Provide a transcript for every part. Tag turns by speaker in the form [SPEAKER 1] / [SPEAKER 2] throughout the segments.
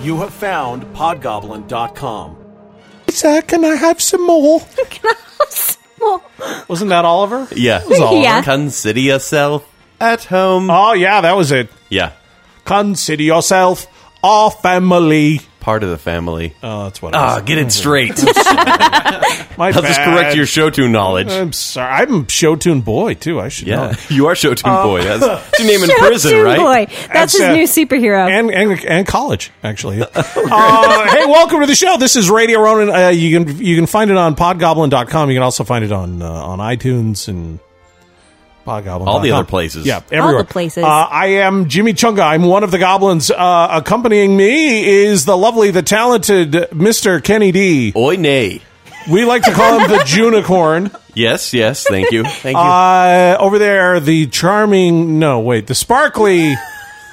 [SPEAKER 1] You have found podgoblin.com.
[SPEAKER 2] Lisa, can I have some more?
[SPEAKER 3] Wasn't that Oliver?
[SPEAKER 4] Yeah.
[SPEAKER 5] Yeah.
[SPEAKER 4] Consider yourself at home.
[SPEAKER 2] Oh, yeah, that was it.
[SPEAKER 4] Yeah.
[SPEAKER 2] Consider yourself our family.
[SPEAKER 4] Part of the family.
[SPEAKER 2] Oh, that's what
[SPEAKER 4] Ah,
[SPEAKER 2] I
[SPEAKER 4] get it straight.
[SPEAKER 2] said. My
[SPEAKER 4] I'll just
[SPEAKER 2] bad.
[SPEAKER 4] correct your show tune knowledge.
[SPEAKER 2] I'm sorry. I'm show tune boy, too. I should know.
[SPEAKER 4] yeah. You are show tune boy. That's your name in prison,
[SPEAKER 5] Show
[SPEAKER 4] right?
[SPEAKER 5] Boy. That's his
[SPEAKER 2] uh,
[SPEAKER 5] new superhero.
[SPEAKER 2] and and, and college actually.
[SPEAKER 4] Oh,
[SPEAKER 2] uh, hey, welcome to the show. This is Radio Ronan. Uh, you can you can find it on podgoblin.com. You can also find it on uh, on iTunes and podgoblin.
[SPEAKER 4] All the other places.
[SPEAKER 2] Yeah, everywhere.
[SPEAKER 5] All the places.
[SPEAKER 2] Uh, I am Jimmy Chunga. I'm one of the goblins. Uh, accompanying me is the lovely, the talented Mr. Kenny D.
[SPEAKER 4] Oi, nay.
[SPEAKER 2] We like to call him the Junicorn.
[SPEAKER 4] Yes, yes. Thank you. Thank you.
[SPEAKER 2] Uh, over there, the charming. No, wait, the sparkly, the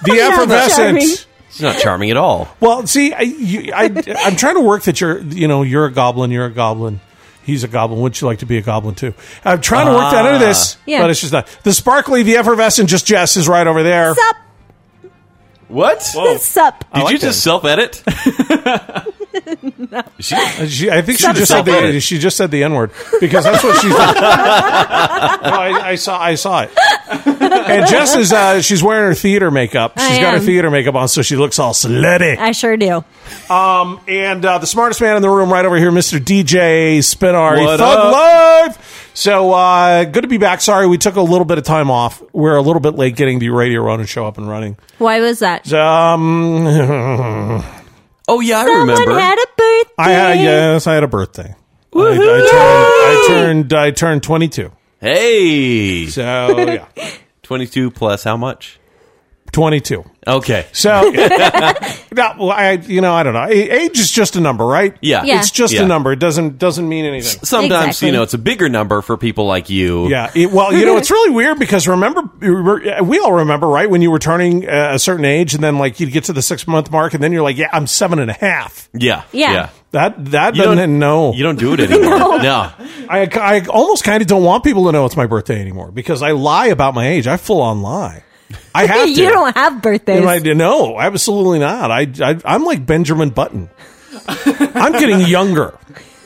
[SPEAKER 5] charming.
[SPEAKER 2] effervescent.
[SPEAKER 4] it's not charming at all.
[SPEAKER 2] Well, see, I, you, I, I'm trying to work that you're, you know, you're a goblin, you're a goblin, he's a goblin. Wouldn't you like to be a goblin too? I'm trying to work that into this,
[SPEAKER 5] Ah. Yeah.
[SPEAKER 2] but it's just not. The sparkly, the effervescent, just Jess is right over there.
[SPEAKER 5] Sup?
[SPEAKER 4] What?
[SPEAKER 5] Sup?
[SPEAKER 4] Did you
[SPEAKER 2] like
[SPEAKER 4] just self edit?
[SPEAKER 2] Uh, She, I think she
[SPEAKER 4] Sup
[SPEAKER 2] just said
[SPEAKER 4] is
[SPEAKER 2] the
[SPEAKER 4] okay.
[SPEAKER 2] she just said the n word because that's what she's. no, I, I saw I saw it. And Jess is uh, she's wearing her theater makeup. She's
[SPEAKER 5] I
[SPEAKER 2] got her
[SPEAKER 5] am.
[SPEAKER 2] theater makeup on, so she looks all slutty.
[SPEAKER 5] I sure do.
[SPEAKER 2] And uh, the smartest man in the room, right over here, Mr. DJ Spinari.
[SPEAKER 4] What
[SPEAKER 2] Thug
[SPEAKER 4] up?
[SPEAKER 2] Live! So, uh, good to be back. Sorry, we took a little bit of time off. We're a little bit late getting the Radio Ronan show up and running.
[SPEAKER 5] Why was that?
[SPEAKER 2] Um,
[SPEAKER 4] Oh, yeah, I
[SPEAKER 5] Someone
[SPEAKER 4] remember.
[SPEAKER 5] had a birthday.
[SPEAKER 2] I had, yes, I had a birthday. I, I, turned, I turned I turned 22.
[SPEAKER 4] hey.
[SPEAKER 2] So, yeah,
[SPEAKER 4] 22 plus how much?
[SPEAKER 2] 22.
[SPEAKER 4] Okay.
[SPEAKER 2] So, no, well, I, you know, I don't know. Age is just a number, right?
[SPEAKER 4] Yeah.
[SPEAKER 5] Yeah.
[SPEAKER 2] It's just
[SPEAKER 4] Yeah.
[SPEAKER 2] a number. It doesn't doesn't mean anything.
[SPEAKER 4] Sometimes,
[SPEAKER 5] Exactly.
[SPEAKER 4] you know, it's a bigger number for people like you.
[SPEAKER 2] Yeah. it- well, you know, it's really weird because remember, we all remember, right? When you were turning uh, a certain age, and then like you'd get to the six month mark, and then you're like, "Yeah, I'm seven and a half."
[SPEAKER 4] Yeah.
[SPEAKER 5] Yeah.
[SPEAKER 2] That that
[SPEAKER 4] You
[SPEAKER 2] doesn't
[SPEAKER 4] don't-
[SPEAKER 2] no.
[SPEAKER 4] You don't do it anymore. no.
[SPEAKER 2] I I almost kind of don't want people to know it's my birthday anymore because I lie about my age. I full on lie. I have to.
[SPEAKER 5] you don't have birthdays.
[SPEAKER 2] And I- no, absolutely not. I, I I'm like Benjamin Button. I'm getting younger,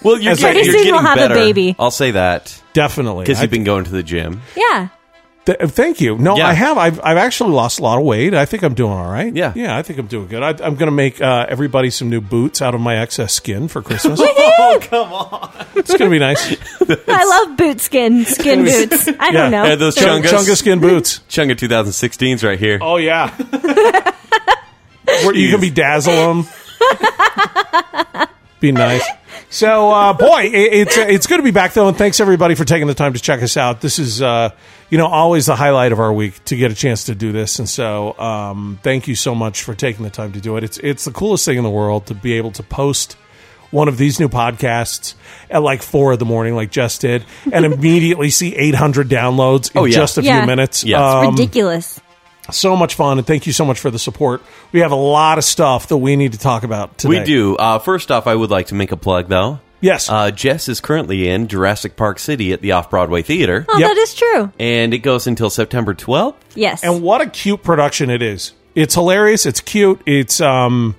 [SPEAKER 4] Well, you're,
[SPEAKER 2] As I-
[SPEAKER 5] Pretty
[SPEAKER 4] getting, you're
[SPEAKER 5] soon
[SPEAKER 4] getting
[SPEAKER 5] you'll have a
[SPEAKER 4] better.
[SPEAKER 5] baby.
[SPEAKER 4] I'll say that
[SPEAKER 2] definitely.
[SPEAKER 4] because
[SPEAKER 2] I-
[SPEAKER 4] you've been going to the gym.
[SPEAKER 5] yeah.
[SPEAKER 2] Th- thank you. No,
[SPEAKER 4] Yeah.
[SPEAKER 2] I have. I've, I've actually lost a lot of weight. I think I'm doing all right.
[SPEAKER 4] Yeah.
[SPEAKER 2] Yeah, I think I'm doing good. I, I'm going to make uh, everybody some new boots out of my excess skin for Christmas.
[SPEAKER 4] Oh,
[SPEAKER 2] It's going to be nice.
[SPEAKER 5] I love boot skin, skin boots. I don't know.
[SPEAKER 4] Yeah, those
[SPEAKER 5] They're-
[SPEAKER 4] Chungus.
[SPEAKER 2] Chunga skin boots.
[SPEAKER 4] Chunga 2016's right here.
[SPEAKER 2] Oh, yeah. Where you can bedazzle them. be nice. So, uh, boy, it, it's uh, it's good to be back though, and thanks everybody for taking the time to check us out. This is, uh, you know, always the highlight of our week to get a chance to do this, and so um, thank you so much for taking the time to do it. It's it's the coolest thing in the world to be able to post one of these new podcasts at like four in the morning, like Jess did, and immediately see eight hundred downloads in
[SPEAKER 4] Oh, yeah.
[SPEAKER 2] just a
[SPEAKER 5] Yeah.
[SPEAKER 2] few minutes.
[SPEAKER 4] Yeah. It's
[SPEAKER 2] Um,
[SPEAKER 5] ridiculous.
[SPEAKER 2] so much fun, and thank you so much for the support. We have a lot of stuff that we need to talk about today.
[SPEAKER 4] We do. Uh, first off, I would like to make a plug, though.
[SPEAKER 2] Yes.
[SPEAKER 4] Uh, Jess is currently in Jurassic Park City at the Off Broadway Theater,
[SPEAKER 5] Oh,
[SPEAKER 2] yep.
[SPEAKER 5] that is true.
[SPEAKER 4] and it goes until September 12th.
[SPEAKER 5] Yes.
[SPEAKER 2] And what a cute production it is. It's hilarious. It's cute. It's um,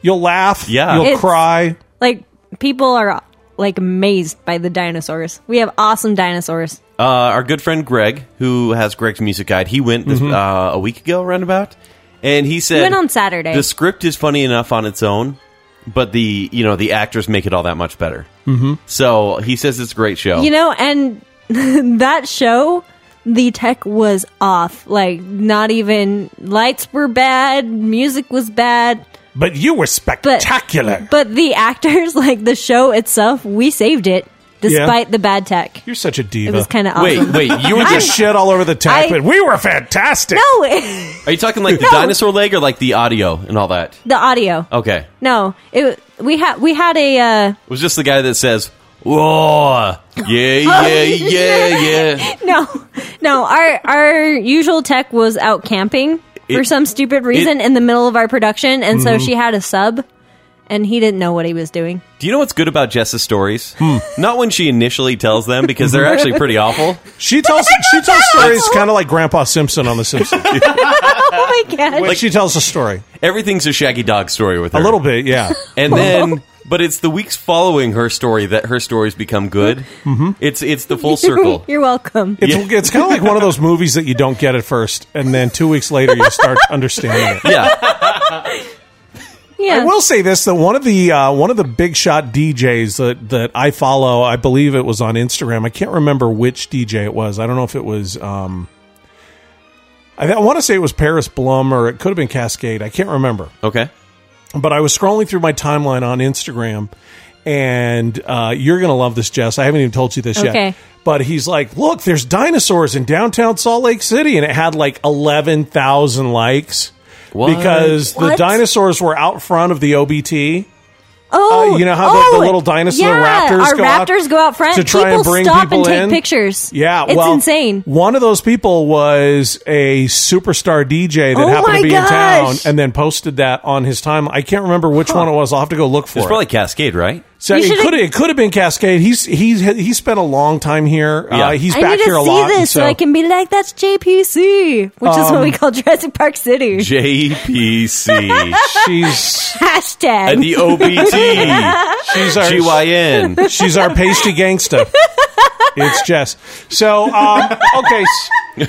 [SPEAKER 2] you'll laugh.
[SPEAKER 4] Yeah.
[SPEAKER 2] you'll
[SPEAKER 5] It's-
[SPEAKER 2] cry.
[SPEAKER 5] like people are like amazed by the dinosaurs. We have awesome dinosaurs.
[SPEAKER 4] Uh, our good friend Greg, who has Greg's Music Guide, he went this, uh, a week ago, roundabout, and he said
[SPEAKER 5] We Mm-hmm. went on Saturday.
[SPEAKER 4] The script is funny enough on its own, but the you know the actors make it all that much better. Mm-hmm. So he says it's a great show.
[SPEAKER 5] You know, and that show, the tech was off. Like, not even lights were bad, music was bad.
[SPEAKER 2] But you were spectacular.
[SPEAKER 5] But the actors, like the show itself, we saved it despite the bad tech.
[SPEAKER 2] You're such a diva.
[SPEAKER 5] It was kind of
[SPEAKER 4] wait,
[SPEAKER 5] awesome.
[SPEAKER 4] wait, you were
[SPEAKER 2] You
[SPEAKER 4] just
[SPEAKER 2] just shit all over the tech,
[SPEAKER 5] I-
[SPEAKER 2] but we were fantastic.
[SPEAKER 5] No, it-
[SPEAKER 4] Are you talking like the dinosaur leg or like the audio and all that?
[SPEAKER 5] the audio.
[SPEAKER 4] Okay.
[SPEAKER 5] No, it we had we had a uh,
[SPEAKER 4] It was just the guy that says, Whoa, yeah, yeah, yeah, yeah.
[SPEAKER 5] no, no. Our our usual tech was out camping for
[SPEAKER 4] It-
[SPEAKER 2] Mm-hmm.
[SPEAKER 5] some stupid reason in the middle of our production, and so she had a sub, and he didn't know what he was doing.
[SPEAKER 4] Do you know what's good about Jess's stories? Not when she initially tells them because they're actually pretty awful.
[SPEAKER 2] She tells she tells stories kind of like Grandpa Simpson on The Simpsons.
[SPEAKER 5] Oh my gosh.
[SPEAKER 2] Like she tells a story
[SPEAKER 4] Everything's a Shaggy Dog story with her.
[SPEAKER 2] a little bit, yeah.
[SPEAKER 4] And then, but it's the weeks following her story that her stories become good. Mm-hmm. It's it's the full circle.
[SPEAKER 5] You're welcome.
[SPEAKER 2] It's it's kind of like one of those movies that you don't get at first, and then two weeks later you start understanding it.
[SPEAKER 4] yeah,
[SPEAKER 5] Yeah.
[SPEAKER 2] I will say this: that one of the uh, one of the big shot DJs that that I follow, I believe it was on Instagram. I can't remember which DJ it was. I don't know if it was. Um, I, th- I want to say it was Paris Blum, or it could have been Cascade. I can't remember.
[SPEAKER 4] okay.
[SPEAKER 2] But I was scrolling through my timeline on Instagram, and uh, you're gonna love this, Jess. I haven't even told you this yet.
[SPEAKER 5] Okay.
[SPEAKER 2] But he's like, "Look, there's dinosaurs in downtown Salt Lake City," and it had like eleven thousand likes.
[SPEAKER 4] What?
[SPEAKER 2] Because the
[SPEAKER 5] What?
[SPEAKER 2] dinosaurs were out front of the OBT.
[SPEAKER 5] oh,
[SPEAKER 2] Uh, you know how the- the
[SPEAKER 5] oh,
[SPEAKER 2] little dinosaur
[SPEAKER 5] yeah,
[SPEAKER 2] raptors
[SPEAKER 5] our
[SPEAKER 2] go out
[SPEAKER 5] raptors go out front
[SPEAKER 2] to try and
[SPEAKER 5] people
[SPEAKER 2] bring
[SPEAKER 5] stop
[SPEAKER 2] people
[SPEAKER 5] and take
[SPEAKER 2] in?
[SPEAKER 5] pictures.
[SPEAKER 2] Yeah,
[SPEAKER 5] it's
[SPEAKER 2] well,
[SPEAKER 5] insane.
[SPEAKER 2] One of those people was a superstar DJ that
[SPEAKER 5] Oh
[SPEAKER 2] happened to
[SPEAKER 5] my
[SPEAKER 2] be in town
[SPEAKER 5] gosh.
[SPEAKER 2] and then posted that on his time. I can't remember which one it was. I'll have to go look for
[SPEAKER 4] It's
[SPEAKER 2] it.
[SPEAKER 4] probably Cascade, right?
[SPEAKER 2] so
[SPEAKER 5] You
[SPEAKER 2] it
[SPEAKER 5] should've-
[SPEAKER 2] could it could have been Cascade. He's he's he spent a long time here. Uh,
[SPEAKER 4] Yeah.
[SPEAKER 2] he's
[SPEAKER 5] I
[SPEAKER 2] back
[SPEAKER 5] need to
[SPEAKER 2] here a
[SPEAKER 5] see
[SPEAKER 2] lot. and
[SPEAKER 5] this so. I can be like, "That's JPC," which is what we
[SPEAKER 2] Um,
[SPEAKER 5] call Jurassic Park City.
[SPEAKER 4] JPC
[SPEAKER 2] she's
[SPEAKER 5] Hashtag.
[SPEAKER 4] and the OBT
[SPEAKER 2] she's our
[SPEAKER 4] GYN.
[SPEAKER 2] she's our pasty gangsta. It's Jess. So um, okay. s-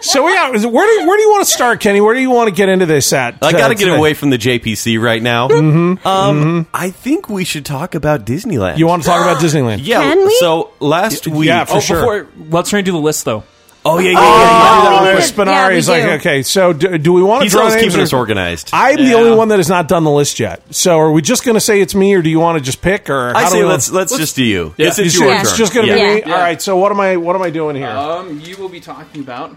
[SPEAKER 2] So yeah, where do, where do you want to start, Kenny? Where do you want to get into this at?
[SPEAKER 4] I got
[SPEAKER 2] uh,
[SPEAKER 4] to get
[SPEAKER 2] today?
[SPEAKER 4] away from the JPC right now. Mm-hmm. Um, I think we should talk about Disneyland.
[SPEAKER 2] You want to talk about Disneyland?
[SPEAKER 4] Yeah.
[SPEAKER 5] Can we?
[SPEAKER 4] So last week,
[SPEAKER 2] yeah, for
[SPEAKER 3] oh,
[SPEAKER 2] sure.
[SPEAKER 3] before, let's try and do the list though.
[SPEAKER 4] oh yeah, yeah, yeah. yeah.
[SPEAKER 2] Dollar
[SPEAKER 5] we did.
[SPEAKER 2] Spinari
[SPEAKER 5] Yeah, we
[SPEAKER 2] is like,
[SPEAKER 5] do.
[SPEAKER 2] okay, so do, do we want to
[SPEAKER 4] He's
[SPEAKER 2] draw
[SPEAKER 4] always
[SPEAKER 2] names
[SPEAKER 4] keeping
[SPEAKER 2] or-
[SPEAKER 4] us organized.
[SPEAKER 2] I'm the
[SPEAKER 3] Yeah.
[SPEAKER 2] only one that has not done the list yet. So are we just going to say it's me, or do you want to just pick? Or
[SPEAKER 4] I
[SPEAKER 2] how
[SPEAKER 4] say
[SPEAKER 2] do we
[SPEAKER 4] let's, let's just do you.
[SPEAKER 3] Yeah.
[SPEAKER 4] It's, it's
[SPEAKER 2] You
[SPEAKER 4] your
[SPEAKER 2] sure it's
[SPEAKER 4] turn.
[SPEAKER 2] just going to
[SPEAKER 4] Yeah. Uh,
[SPEAKER 2] be me.
[SPEAKER 3] Yeah.
[SPEAKER 2] All right. So what am I? What am I doing here?
[SPEAKER 3] Um, you will be talking about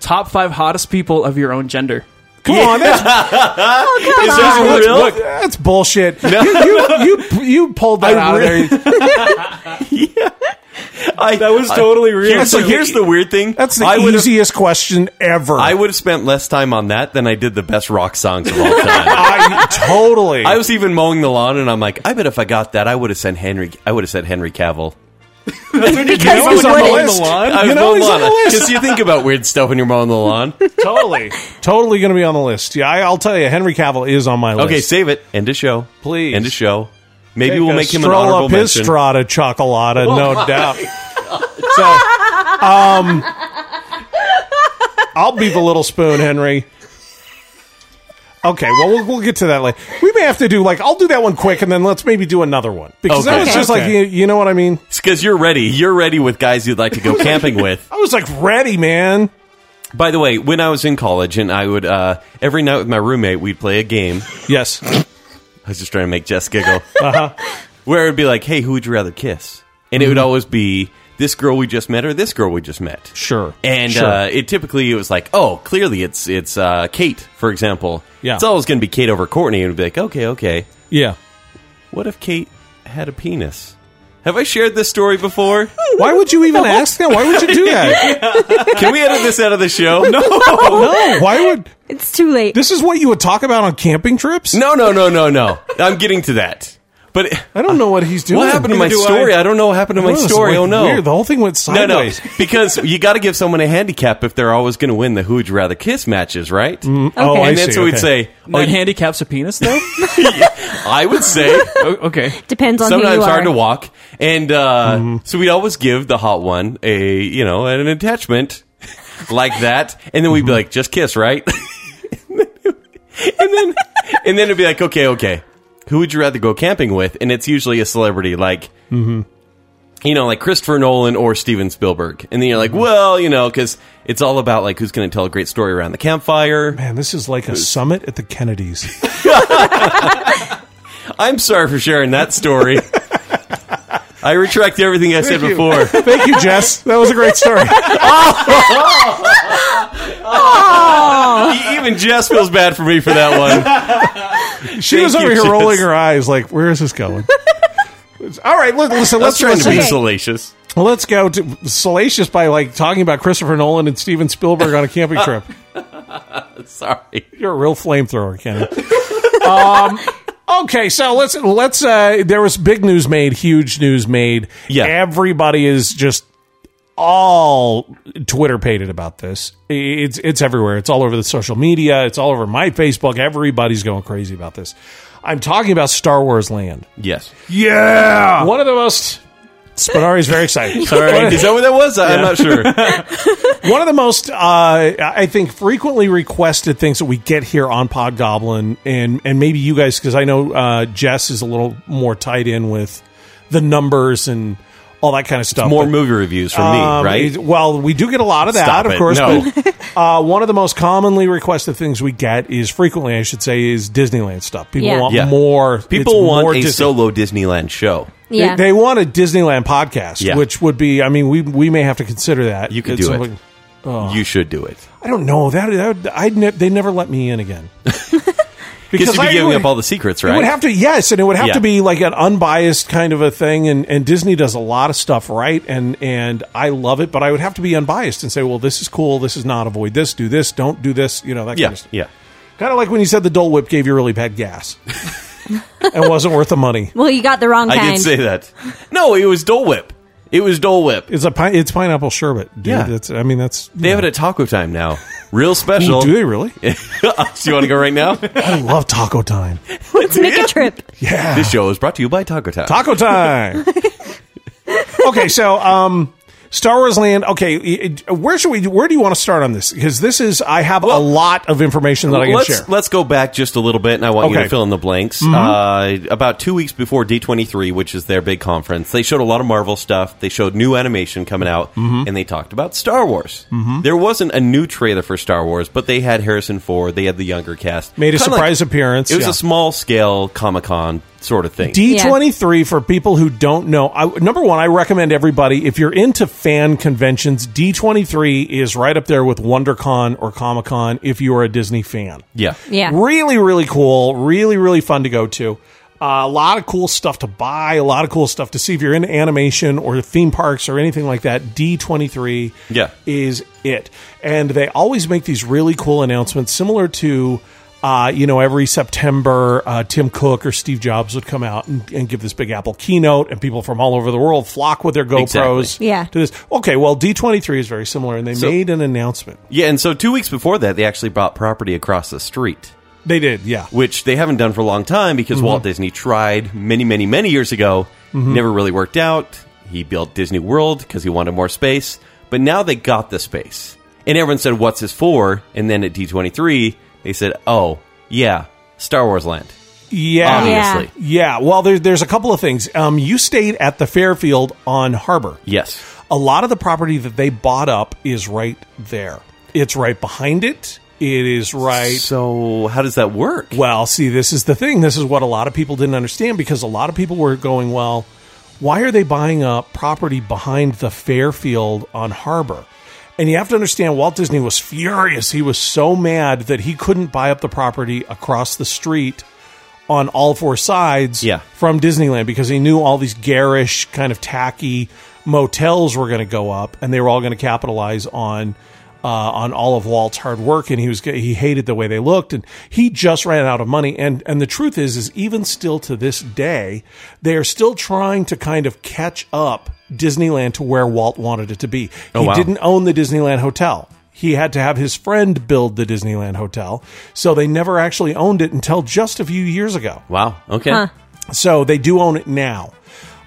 [SPEAKER 3] top five hottest people of your own gender.
[SPEAKER 2] Come on, that's,
[SPEAKER 4] Is this
[SPEAKER 2] that's-
[SPEAKER 4] real?
[SPEAKER 2] look, that's bullshit. You, you you you pulled that out of there.
[SPEAKER 4] I, that was
[SPEAKER 2] totally real.
[SPEAKER 4] Here's,
[SPEAKER 2] That's like-
[SPEAKER 4] here's the weird thing.
[SPEAKER 2] That's the
[SPEAKER 4] I would have-
[SPEAKER 2] easiest question ever.
[SPEAKER 4] I would have spent less time on that than I did the best rock songs of all time.
[SPEAKER 2] I totally.
[SPEAKER 4] I was even mowing the lawn, and I'm like, I bet if I got that, I would have sent Henry. I would have said Henry Cavill.
[SPEAKER 2] you know he's
[SPEAKER 5] we
[SPEAKER 2] on the
[SPEAKER 5] wouldn't.
[SPEAKER 2] list.
[SPEAKER 4] I was
[SPEAKER 2] You know
[SPEAKER 4] mowing
[SPEAKER 2] he's on the list.
[SPEAKER 4] Because you think about weird stuff when you're mowing the lawn.
[SPEAKER 2] Totally, totally going to be on the list. Yeah, I, I'll tell you, Henry Cavill is on my list.
[SPEAKER 4] Okay, save it. End of show,
[SPEAKER 2] Please.
[SPEAKER 4] End of show. Maybe
[SPEAKER 2] Take
[SPEAKER 4] we'll
[SPEAKER 2] a
[SPEAKER 4] make him an
[SPEAKER 2] stroll
[SPEAKER 4] honorable
[SPEAKER 2] up his
[SPEAKER 4] mention.
[SPEAKER 2] strata chocolata, no doubt. So, um, I'll be the little spoon, Henry. Okay, well, well, we'll get to that later. We may have to do like I'll do that one quick, and then let's maybe do another one because that
[SPEAKER 4] Okay.
[SPEAKER 2] was just
[SPEAKER 3] Okay.
[SPEAKER 2] like you, you know what I mean.
[SPEAKER 4] Because you're ready. You're ready with guys you'd like to go camping with.
[SPEAKER 2] I was like ready, man.
[SPEAKER 4] By the way, when I was in college, and I would uh, every night with my roommate, we'd play a game.
[SPEAKER 2] Yes,
[SPEAKER 4] I was just trying to make Jess giggle.
[SPEAKER 2] Uh-huh.
[SPEAKER 4] Where it would be like, "Hey, who would you rather kiss?" And
[SPEAKER 2] Mm-hmm.
[SPEAKER 4] it would always be this girl we just met or this girl we just met.
[SPEAKER 2] sure,
[SPEAKER 4] And
[SPEAKER 2] sure.
[SPEAKER 4] uh, it typically it was like, "Oh, clearly it's it's uh, Kate, for example."
[SPEAKER 2] Yeah.
[SPEAKER 4] it's always going to be Kate over Courtney, and it'd be like, "Okay, okay,
[SPEAKER 2] yeah.
[SPEAKER 4] what if Kate had a penis?" Have I shared this story before?
[SPEAKER 2] Why would you even ask that? Why would you do that?
[SPEAKER 4] Can we edit this out of the show? No,
[SPEAKER 2] no, why would
[SPEAKER 5] It's too late.
[SPEAKER 2] this is what you would talk about on camping trips?
[SPEAKER 4] no, no, no, no, no. I'm getting to that. But
[SPEAKER 2] I don't know what he's doing.
[SPEAKER 4] what happened to my
[SPEAKER 2] Neither do
[SPEAKER 4] story?
[SPEAKER 2] I-
[SPEAKER 4] I, don't know what happened to my
[SPEAKER 2] This is,
[SPEAKER 4] story.
[SPEAKER 2] like,
[SPEAKER 4] oh no,
[SPEAKER 2] weird. The whole thing went
[SPEAKER 4] No, no,
[SPEAKER 2] sideways.
[SPEAKER 4] because you got to give someone a handicap if they're always going to win the who would you rather kiss matches, right?
[SPEAKER 2] Oh,
[SPEAKER 5] Okay.
[SPEAKER 2] I
[SPEAKER 4] and then
[SPEAKER 2] see.
[SPEAKER 4] so we'd
[SPEAKER 2] okay.
[SPEAKER 4] say,
[SPEAKER 3] that
[SPEAKER 4] oh, you-
[SPEAKER 3] handicaps a penis though.
[SPEAKER 4] I would say
[SPEAKER 3] O- okay,
[SPEAKER 5] Depends on who
[SPEAKER 4] sometimes
[SPEAKER 5] you are.
[SPEAKER 4] hard to walk, and uh,
[SPEAKER 2] Mm-hmm.
[SPEAKER 4] so we'd always give the hot one a you know an attachment like that, and then we'd
[SPEAKER 2] Mm-hmm.
[SPEAKER 4] be like, just kiss, right? and then and then it'd be like, okay, okay, who would you rather go camping with? And it's usually a celebrity, like.
[SPEAKER 2] Mm-hmm.
[SPEAKER 4] You know, like Christopher Nolan or Steven Spielberg, and then you're
[SPEAKER 2] Mm-hmm.
[SPEAKER 4] like, well, you know, because it's all about like who's going to tell a great story around the campfire.
[SPEAKER 2] Man, this is like a summit at the Kennedys.
[SPEAKER 4] I'm sorry for sharing that story. I retract everything I said before.
[SPEAKER 2] Thank you, Jess. That was a great story.
[SPEAKER 4] E- Even Jess feels bad for me for that one.
[SPEAKER 2] She was
[SPEAKER 4] Thank
[SPEAKER 2] over
[SPEAKER 4] you,
[SPEAKER 2] here
[SPEAKER 4] Jess.
[SPEAKER 2] rolling her eyes, like, "Where is this going?" All right, look, listen. Let's
[SPEAKER 4] Let's trying to be
[SPEAKER 2] listen.
[SPEAKER 5] Okay.
[SPEAKER 4] salacious.
[SPEAKER 2] Let's go to salacious by like talking about Christopher Nolan and Steven Spielberg on a
[SPEAKER 4] Uh,
[SPEAKER 2] camping trip.
[SPEAKER 4] Sorry.
[SPEAKER 2] You're a real flamethrower, Kenny. Um, Okay, so let's let's. Uh, there was big news made, huge news made.
[SPEAKER 4] Yeah.
[SPEAKER 2] everybody is just all Twitter pated about this. It's it's everywhere. It's all over the social media. It's all over my Facebook. Everybody's going crazy about this. I'm talking about Star Wars Land.
[SPEAKER 4] Yes.
[SPEAKER 2] Yeah, one of the most. Spinari's very excited.
[SPEAKER 4] All right. Is that what that was? I- I'm not sure.
[SPEAKER 2] One of the most, uh, I think, frequently requested things that we get here on Podgoblin, and and maybe you guys, because I know uh, Jess is a little more tied in with the numbers and all that kind of stuff.
[SPEAKER 4] More
[SPEAKER 2] but,
[SPEAKER 4] movie reviews from
[SPEAKER 2] um,
[SPEAKER 4] me, right?
[SPEAKER 2] it- Well, we do get a lot of that,
[SPEAKER 4] Stop
[SPEAKER 2] of
[SPEAKER 4] it.
[SPEAKER 2] course.
[SPEAKER 4] No.
[SPEAKER 2] But, uh, one of the most commonly requested things we get is frequently, I should say, is Disneyland stuff. People
[SPEAKER 5] Yeah.
[SPEAKER 2] want
[SPEAKER 4] Yeah.
[SPEAKER 2] more.
[SPEAKER 4] People
[SPEAKER 2] it's
[SPEAKER 4] want
[SPEAKER 2] more
[SPEAKER 4] a
[SPEAKER 2] Disney-
[SPEAKER 4] solo Disneyland show.
[SPEAKER 2] They-
[SPEAKER 5] Yeah.
[SPEAKER 2] They, want a Disneyland podcast,
[SPEAKER 4] Yeah.
[SPEAKER 2] which would be. I mean, we we may have to consider that.
[SPEAKER 4] You could
[SPEAKER 2] at
[SPEAKER 4] do
[SPEAKER 2] some
[SPEAKER 4] it.
[SPEAKER 2] point. Oh.
[SPEAKER 4] You should do it.
[SPEAKER 2] I don't know that. that would- I'd ne- they never let me in again
[SPEAKER 4] Because you'd
[SPEAKER 2] I
[SPEAKER 4] be giving
[SPEAKER 2] would-
[SPEAKER 4] up all the secrets,
[SPEAKER 2] It
[SPEAKER 4] right?
[SPEAKER 2] would have to yes, and it would have
[SPEAKER 4] Yeah.
[SPEAKER 2] to be like an unbiased kind of a thing. And, and Disney does a lot of stuff right, and and I love it, but I would have to be unbiased and say, well, this is cool, this is not, avoid this, do this, don't do this, you know that
[SPEAKER 4] yeah.
[SPEAKER 2] kind of stuff.
[SPEAKER 4] Yeah.
[SPEAKER 2] Kind of like when you said the Dole Whip gave you really bad gas and wasn't worth the money.
[SPEAKER 5] Well, you got the wrong kind.
[SPEAKER 4] I did say that. No, it was Dole Whip. It was Dole Whip.
[SPEAKER 2] It's a pi- it's pineapple sherbet, dude.
[SPEAKER 4] Yeah.
[SPEAKER 2] That's I mean that's
[SPEAKER 4] They have it at Taco Time now. Real special.
[SPEAKER 2] do they really?
[SPEAKER 4] so you want to go right now?
[SPEAKER 2] I love taco time.
[SPEAKER 5] Let's make a trip.
[SPEAKER 2] Yeah.
[SPEAKER 4] This show is brought to you by Taco Time.
[SPEAKER 2] Taco time. okay, so um Star Wars Land. Okay, it- it- where should we? Where do you want to start on this? Because this is I have a lot of information that I can
[SPEAKER 4] let's,
[SPEAKER 2] share.
[SPEAKER 4] Let's go back just a little bit, and I want you
[SPEAKER 2] Okay. Mm-hmm.
[SPEAKER 4] to fill in the blanks. Uh, about two weeks before D23, which is their big conference, they showed a lot of Marvel stuff. They showed new animation coming out,
[SPEAKER 2] Mm-hmm.
[SPEAKER 4] and they talked about Star Wars. There wasn't a new trailer for Star Wars, but they had Harrison Ford. They had the younger cast.
[SPEAKER 2] Made a
[SPEAKER 4] Kinda
[SPEAKER 2] surprise appearance,
[SPEAKER 4] It was
[SPEAKER 2] yeah.
[SPEAKER 4] a small scale Comic Con sort of thing.
[SPEAKER 2] D twenty three for people who don't know. I, number one, I recommend everybody if you're into fan conventions, D twenty three is right up there with WonderCon or Comic Con if you are a Disney fan.
[SPEAKER 4] yeah.
[SPEAKER 5] Yeah.
[SPEAKER 2] Really, really cool. Really, really fun to go to. Uh, a lot of cool stuff to buy, a lot of cool stuff to see. If you're into animation or theme parks or anything like that, D23
[SPEAKER 4] Yeah.
[SPEAKER 2] is it. And they always make these really cool announcements similar to. Uh, you know, every September, uh, Tim Cook or Steve Jobs would come out and, and give this big Apple keynote, and people from all over the world flock with their GoPros
[SPEAKER 4] Exactly.
[SPEAKER 5] Yeah.
[SPEAKER 2] to this. Okay, well, D23 is very similar, and they made an announcement.
[SPEAKER 4] Yeah, and so two weeks before that, they actually bought property across the street.
[SPEAKER 2] They did, yeah.
[SPEAKER 4] which they haven't done for a long time because Walt Disney tried many, many, many years ago. Never really worked out. He built Disney World because he wanted more space. But now they got the space. And everyone said, What's this for? And then at D23, they said, Oh, yeah, Star Wars Land.
[SPEAKER 2] Yeah.
[SPEAKER 4] Obviously.
[SPEAKER 2] Yeah, well, there, there's a couple of things. Um, you stayed at the Fairfield on Harbor.
[SPEAKER 4] Yes.
[SPEAKER 2] A lot of the property that they bought up is right there. It's right behind it. It is right.
[SPEAKER 4] So, how does that work?
[SPEAKER 2] Well, see, this is the thing. This is what a lot of people didn't understand because a lot of people were going, well, why are they buying up property behind the Fairfield on Harbor? And you have to understand, Walt Disney was furious. He was so mad that he couldn't buy up the property across the street on all four sides
[SPEAKER 4] Yeah.
[SPEAKER 2] from Disneyland because he knew all these garish, kind of tacky motels were going to go up, and they were all going to capitalize on uh, on all of Walt's hard work. And he was he hated the way they looked, and he just ran out of money. And and the truth is, is even still to this day, they are still trying to kind of catch up Disneyland to where Walt wanted it to be. he
[SPEAKER 4] wow.
[SPEAKER 2] didn't own the Disneyland hotel. He had to have his friend build the Disneyland hotel, so they never actually owned it until just a few years ago.
[SPEAKER 4] Wow. Okay.
[SPEAKER 2] So they do own it now.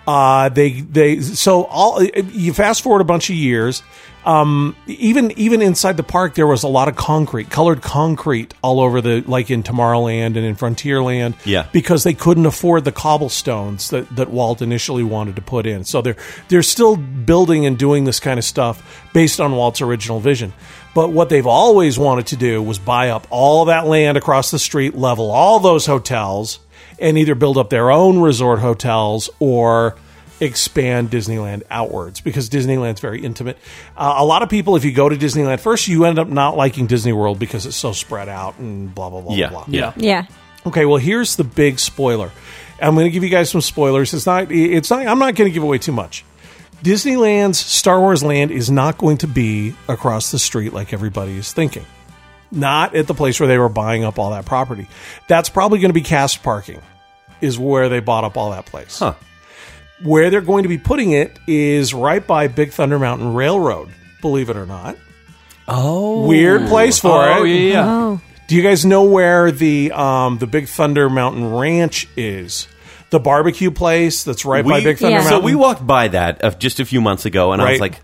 [SPEAKER 2] Uh, they they so all you fast forward a bunch of years. Um, even even inside the park, there was a lot of concrete, colored concrete, all over the like in Tomorrowland and in Frontierland.
[SPEAKER 4] Yeah.
[SPEAKER 2] because they couldn't afford the cobblestones that, that Walt initially wanted to put in. So they're they're still building and doing this kind of stuff based on Walt's original vision. But what they've always wanted to do was buy up all that land across the street, level all those hotels, and either build up their own resort hotels or expand Disneyland outwards because Disneyland's very intimate. Uh, a lot of people, if you go to Disneyland first, you end up not liking Disney World because it's so spread out and blah blah blah
[SPEAKER 4] Yeah.
[SPEAKER 2] blah.
[SPEAKER 4] Yeah.
[SPEAKER 5] Yeah.
[SPEAKER 2] Okay, well here's the big spoiler. I'm going to give you guys some spoilers. It's not. It's not. I'm not going to give away too much. Disneyland's Star Wars Land is not going to be across the street like everybody is thinking. Not at the place where they were buying up all that property. That's probably going to be cast parking is where they bought up all that place. Where they're going to be putting it is right by Big Thunder Mountain Railroad, believe it or not. Oh. Weird place for
[SPEAKER 3] oh
[SPEAKER 2] it. Mm-hmm.
[SPEAKER 3] yeah, yeah.
[SPEAKER 5] Oh,
[SPEAKER 2] Do you guys know where the um, the Big Thunder Mountain Ranch is? The barbecue place that's right by Big Thunder
[SPEAKER 5] Yeah.
[SPEAKER 2] Mountain.
[SPEAKER 4] So we walked by that uh, just a few months ago, and I was
[SPEAKER 2] Right.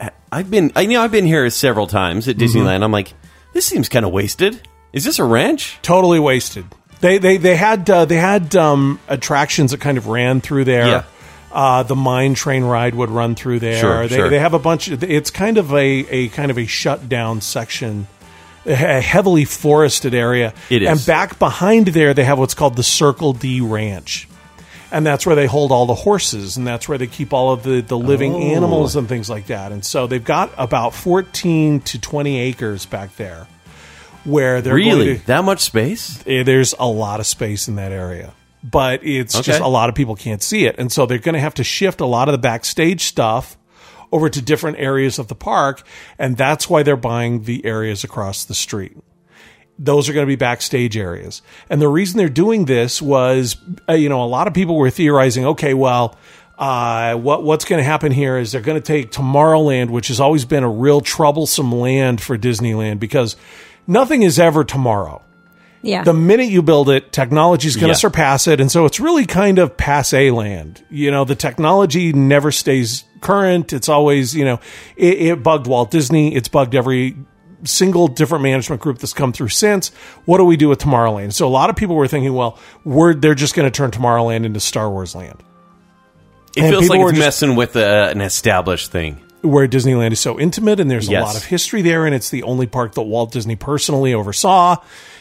[SPEAKER 4] like, I've been, I you know I've been here several times at
[SPEAKER 2] Mm-hmm.
[SPEAKER 4] Disneyland. I'm like, this seems kind of wasted. Is this a ranch?
[SPEAKER 2] totally wasted. They they they had uh, they had um, attractions that kind of ran through there.
[SPEAKER 4] Yeah.
[SPEAKER 2] Uh, the mine train ride would run through there.
[SPEAKER 4] Sure,
[SPEAKER 2] they,
[SPEAKER 4] sure.
[SPEAKER 2] they have a bunch. Of, it's kind of a, a kind of a shut down section, a he- heavily forested area.
[SPEAKER 4] It is.
[SPEAKER 2] And back behind there, they have what's called the Circle D Ranch, and that's where they hold all the horses, and that's where they keep all of the the living
[SPEAKER 4] Oh.
[SPEAKER 2] animals and things like that. And so they've got about fourteen to twenty acres back there, where they're going
[SPEAKER 4] Really?
[SPEAKER 2] to-
[SPEAKER 4] That much space?
[SPEAKER 2] eh, there's a lot of space in that area but it's
[SPEAKER 4] Okay.
[SPEAKER 2] just a lot of people can't see it and so they're going to have to shift a lot of the backstage stuff over to different areas of the park and that's why they're buying the areas across the street those are going to be backstage areas and the reason they're doing this was uh, you know a lot of people were theorizing okay well uh, what what's going to happen here is they're going to take Tomorrowland, which has always been a real troublesome land for Disneyland because nothing is ever tomorrow
[SPEAKER 5] yeah.
[SPEAKER 2] the minute you build it, technology's going to
[SPEAKER 4] Yeah.
[SPEAKER 2] surpass it. And so it's really kind of passe land. You know, the technology never stays current. It's always, you know, it, it bugged Walt Disney. It's bugged every single different management group that's come through since. What do we do with Tomorrowland? So a lot of people were thinking, well, we're, they're just going to turn Tomorrowland into Star Wars land.
[SPEAKER 4] It
[SPEAKER 2] And
[SPEAKER 4] feels
[SPEAKER 2] people
[SPEAKER 4] like
[SPEAKER 2] were
[SPEAKER 4] it's
[SPEAKER 2] just-
[SPEAKER 4] messing with uh, an established thing.
[SPEAKER 2] where Disneyland is so intimate and there's a
[SPEAKER 4] Yes.
[SPEAKER 2] lot of history there and it's the only park that Walt Disney personally oversaw.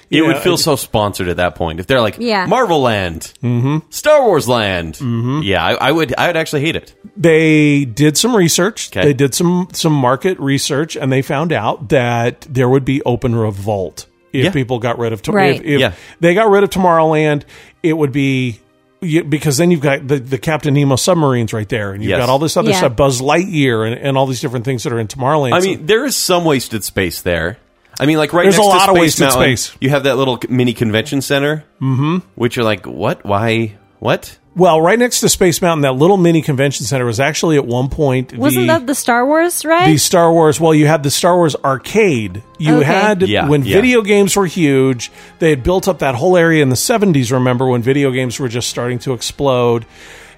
[SPEAKER 4] It
[SPEAKER 2] You
[SPEAKER 4] would
[SPEAKER 2] know,
[SPEAKER 4] feel so sponsored at that point if they're like,
[SPEAKER 5] Yeah.
[SPEAKER 4] Marvel Land, mm-hmm. Star Wars Land. Mm-hmm. Yeah, I, I would, I would actually hate it.
[SPEAKER 2] they did some research.
[SPEAKER 4] Okay.
[SPEAKER 2] They did some some market research, and they found out that there would be open revolt if
[SPEAKER 4] Yeah.
[SPEAKER 2] people got rid of to-
[SPEAKER 5] Right.
[SPEAKER 2] if, if
[SPEAKER 4] Yeah.
[SPEAKER 2] they got rid of Tomorrowland, it would be. you- Because then you've got the, the Captain Nemo submarines right there, and you've
[SPEAKER 4] Yes.
[SPEAKER 2] got all this other
[SPEAKER 5] Yeah.
[SPEAKER 2] stuff, Buzz Lightyear, and, and all these different things that are in Tomorrowland.
[SPEAKER 4] I
[SPEAKER 2] So-
[SPEAKER 4] mean, there is some wasted space there. I mean, like right
[SPEAKER 2] There's
[SPEAKER 4] next
[SPEAKER 2] a
[SPEAKER 4] to
[SPEAKER 2] lot of
[SPEAKER 4] Space
[SPEAKER 2] wasted
[SPEAKER 4] Mountain,
[SPEAKER 2] space.
[SPEAKER 4] You have that little mini convention center, mm-hmm. which you're like, what? Why? What?
[SPEAKER 2] well, right next to Space Mountain, that little mini convention center was actually at one point
[SPEAKER 5] Wasn't
[SPEAKER 2] the,
[SPEAKER 5] that the Star Wars ride?
[SPEAKER 2] the Star Wars. Well, you had the Star Wars arcade. You
[SPEAKER 5] Okay.
[SPEAKER 2] had
[SPEAKER 4] Yeah,
[SPEAKER 2] when
[SPEAKER 4] yeah.
[SPEAKER 2] video games were huge. They had built up that whole area in the '70s. Remember when video games were just starting to explode,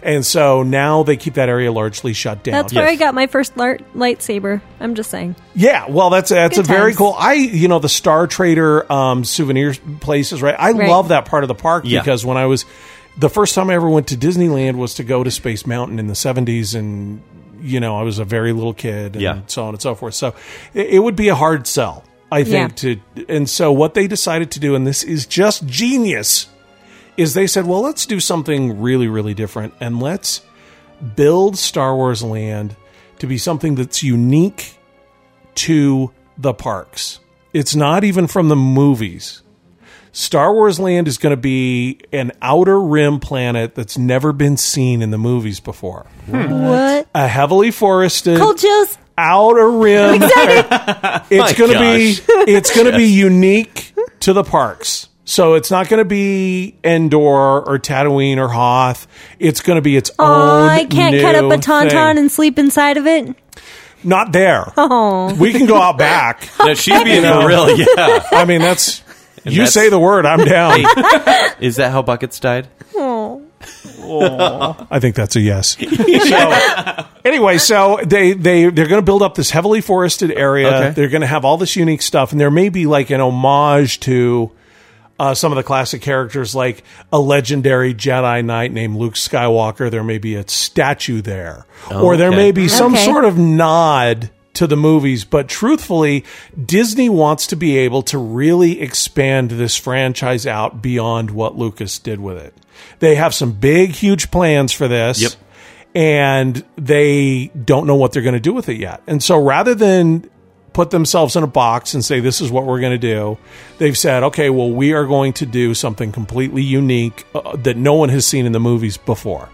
[SPEAKER 2] and so now they keep that area largely shut down.
[SPEAKER 5] That's where I got my first lar- lightsaber. I'm just saying.
[SPEAKER 2] Yeah, well, that's that's
[SPEAKER 5] Good
[SPEAKER 2] a very
[SPEAKER 5] times.
[SPEAKER 2] cool. I you know the Star Trader um, souvenir places, right? I
[SPEAKER 5] Right.
[SPEAKER 2] love that part of the park
[SPEAKER 4] Yeah.
[SPEAKER 2] because when I was the first time I ever went to Disneyland was to go to Space Mountain in the seventies, and you know I was a very little kid, and
[SPEAKER 4] Yeah.
[SPEAKER 2] so on and so forth. So it, it would be a hard sell, I think. To and so what they decided to do, and this is just genius, is they said, well, let's do something really, really different, and let's build Star Wars Land to be something that's unique to the parks. It's not even from the movies. Star Wars Land is going to be an outer rim planet that's never been seen in the movies before.
[SPEAKER 5] What?
[SPEAKER 2] A heavily forested
[SPEAKER 5] Cold chills.
[SPEAKER 2] outer rim. it's
[SPEAKER 4] My
[SPEAKER 2] going to be it's going to be unique to the parks. So it's not going to be Endor or Tatooine or Hoth. It's going to be its
[SPEAKER 5] Oh,
[SPEAKER 2] own.
[SPEAKER 5] I can't cut up
[SPEAKER 2] new
[SPEAKER 5] a tauntaun
[SPEAKER 2] thing.
[SPEAKER 5] and sleep inside of it.
[SPEAKER 2] not there.
[SPEAKER 5] Oh,
[SPEAKER 2] We can go out back.
[SPEAKER 4] No, she's being unreal. Yeah.
[SPEAKER 2] I mean, that's you
[SPEAKER 4] that's-
[SPEAKER 2] say the word, I'm down.
[SPEAKER 4] Is that how buckets died?
[SPEAKER 2] I think that's a yes. so, anyway, so they they they're going to build up this heavily forested area.
[SPEAKER 4] Okay.
[SPEAKER 2] They're going to have all this unique stuff, and there may be like an homage to. Uh, some of the classic characters, like a legendary Jedi Knight named Luke Skywalker, there may be a statue there, or there
[SPEAKER 4] okay.
[SPEAKER 2] may be some
[SPEAKER 5] Okay.
[SPEAKER 2] sort of nod to the movies. But truthfully, Disney wants to be able to really expand this franchise out beyond what Lucas did with it. They have some big, huge plans for this.
[SPEAKER 4] Yep.
[SPEAKER 2] And they don't know what they're going to do with it yet. And so rather than put themselves in a box and say, this is what we're going to do, they've said, okay, well, we are going to do something completely unique uh, that no one has seen in the movies before.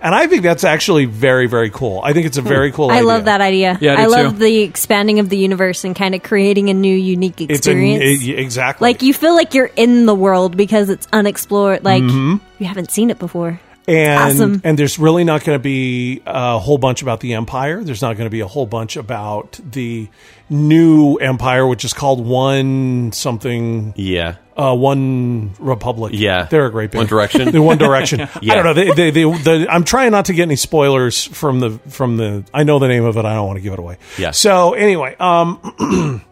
[SPEAKER 2] And I think that's actually very, very cool. I think it's a very cool
[SPEAKER 5] Hmm. I
[SPEAKER 2] idea.
[SPEAKER 5] love that idea.
[SPEAKER 3] Yeah, I do
[SPEAKER 5] love
[SPEAKER 3] too.
[SPEAKER 5] the expanding of the universe and kind of creating a new, unique
[SPEAKER 2] It's a,
[SPEAKER 5] experience.
[SPEAKER 2] it, exactly Mm-hmm.
[SPEAKER 5] like you feel like you're in the world because it's unexplored. Like You haven't seen it before.
[SPEAKER 2] and
[SPEAKER 5] Awesome.
[SPEAKER 2] and there's really not going to be a whole bunch about the empire. There's not going to be a whole bunch about the new empire, which is called One Something,
[SPEAKER 4] Yeah.
[SPEAKER 2] uh, One Republic.
[SPEAKER 4] Yeah.
[SPEAKER 2] they're a great band.
[SPEAKER 4] One Direction.
[SPEAKER 2] They're One Direction.
[SPEAKER 4] Yeah.
[SPEAKER 2] I don't know. They, they, they, the I'm trying not to get any spoilers from the from the. I know the name of it. I don't want to give it away.
[SPEAKER 4] Yeah.
[SPEAKER 2] So anyway, um,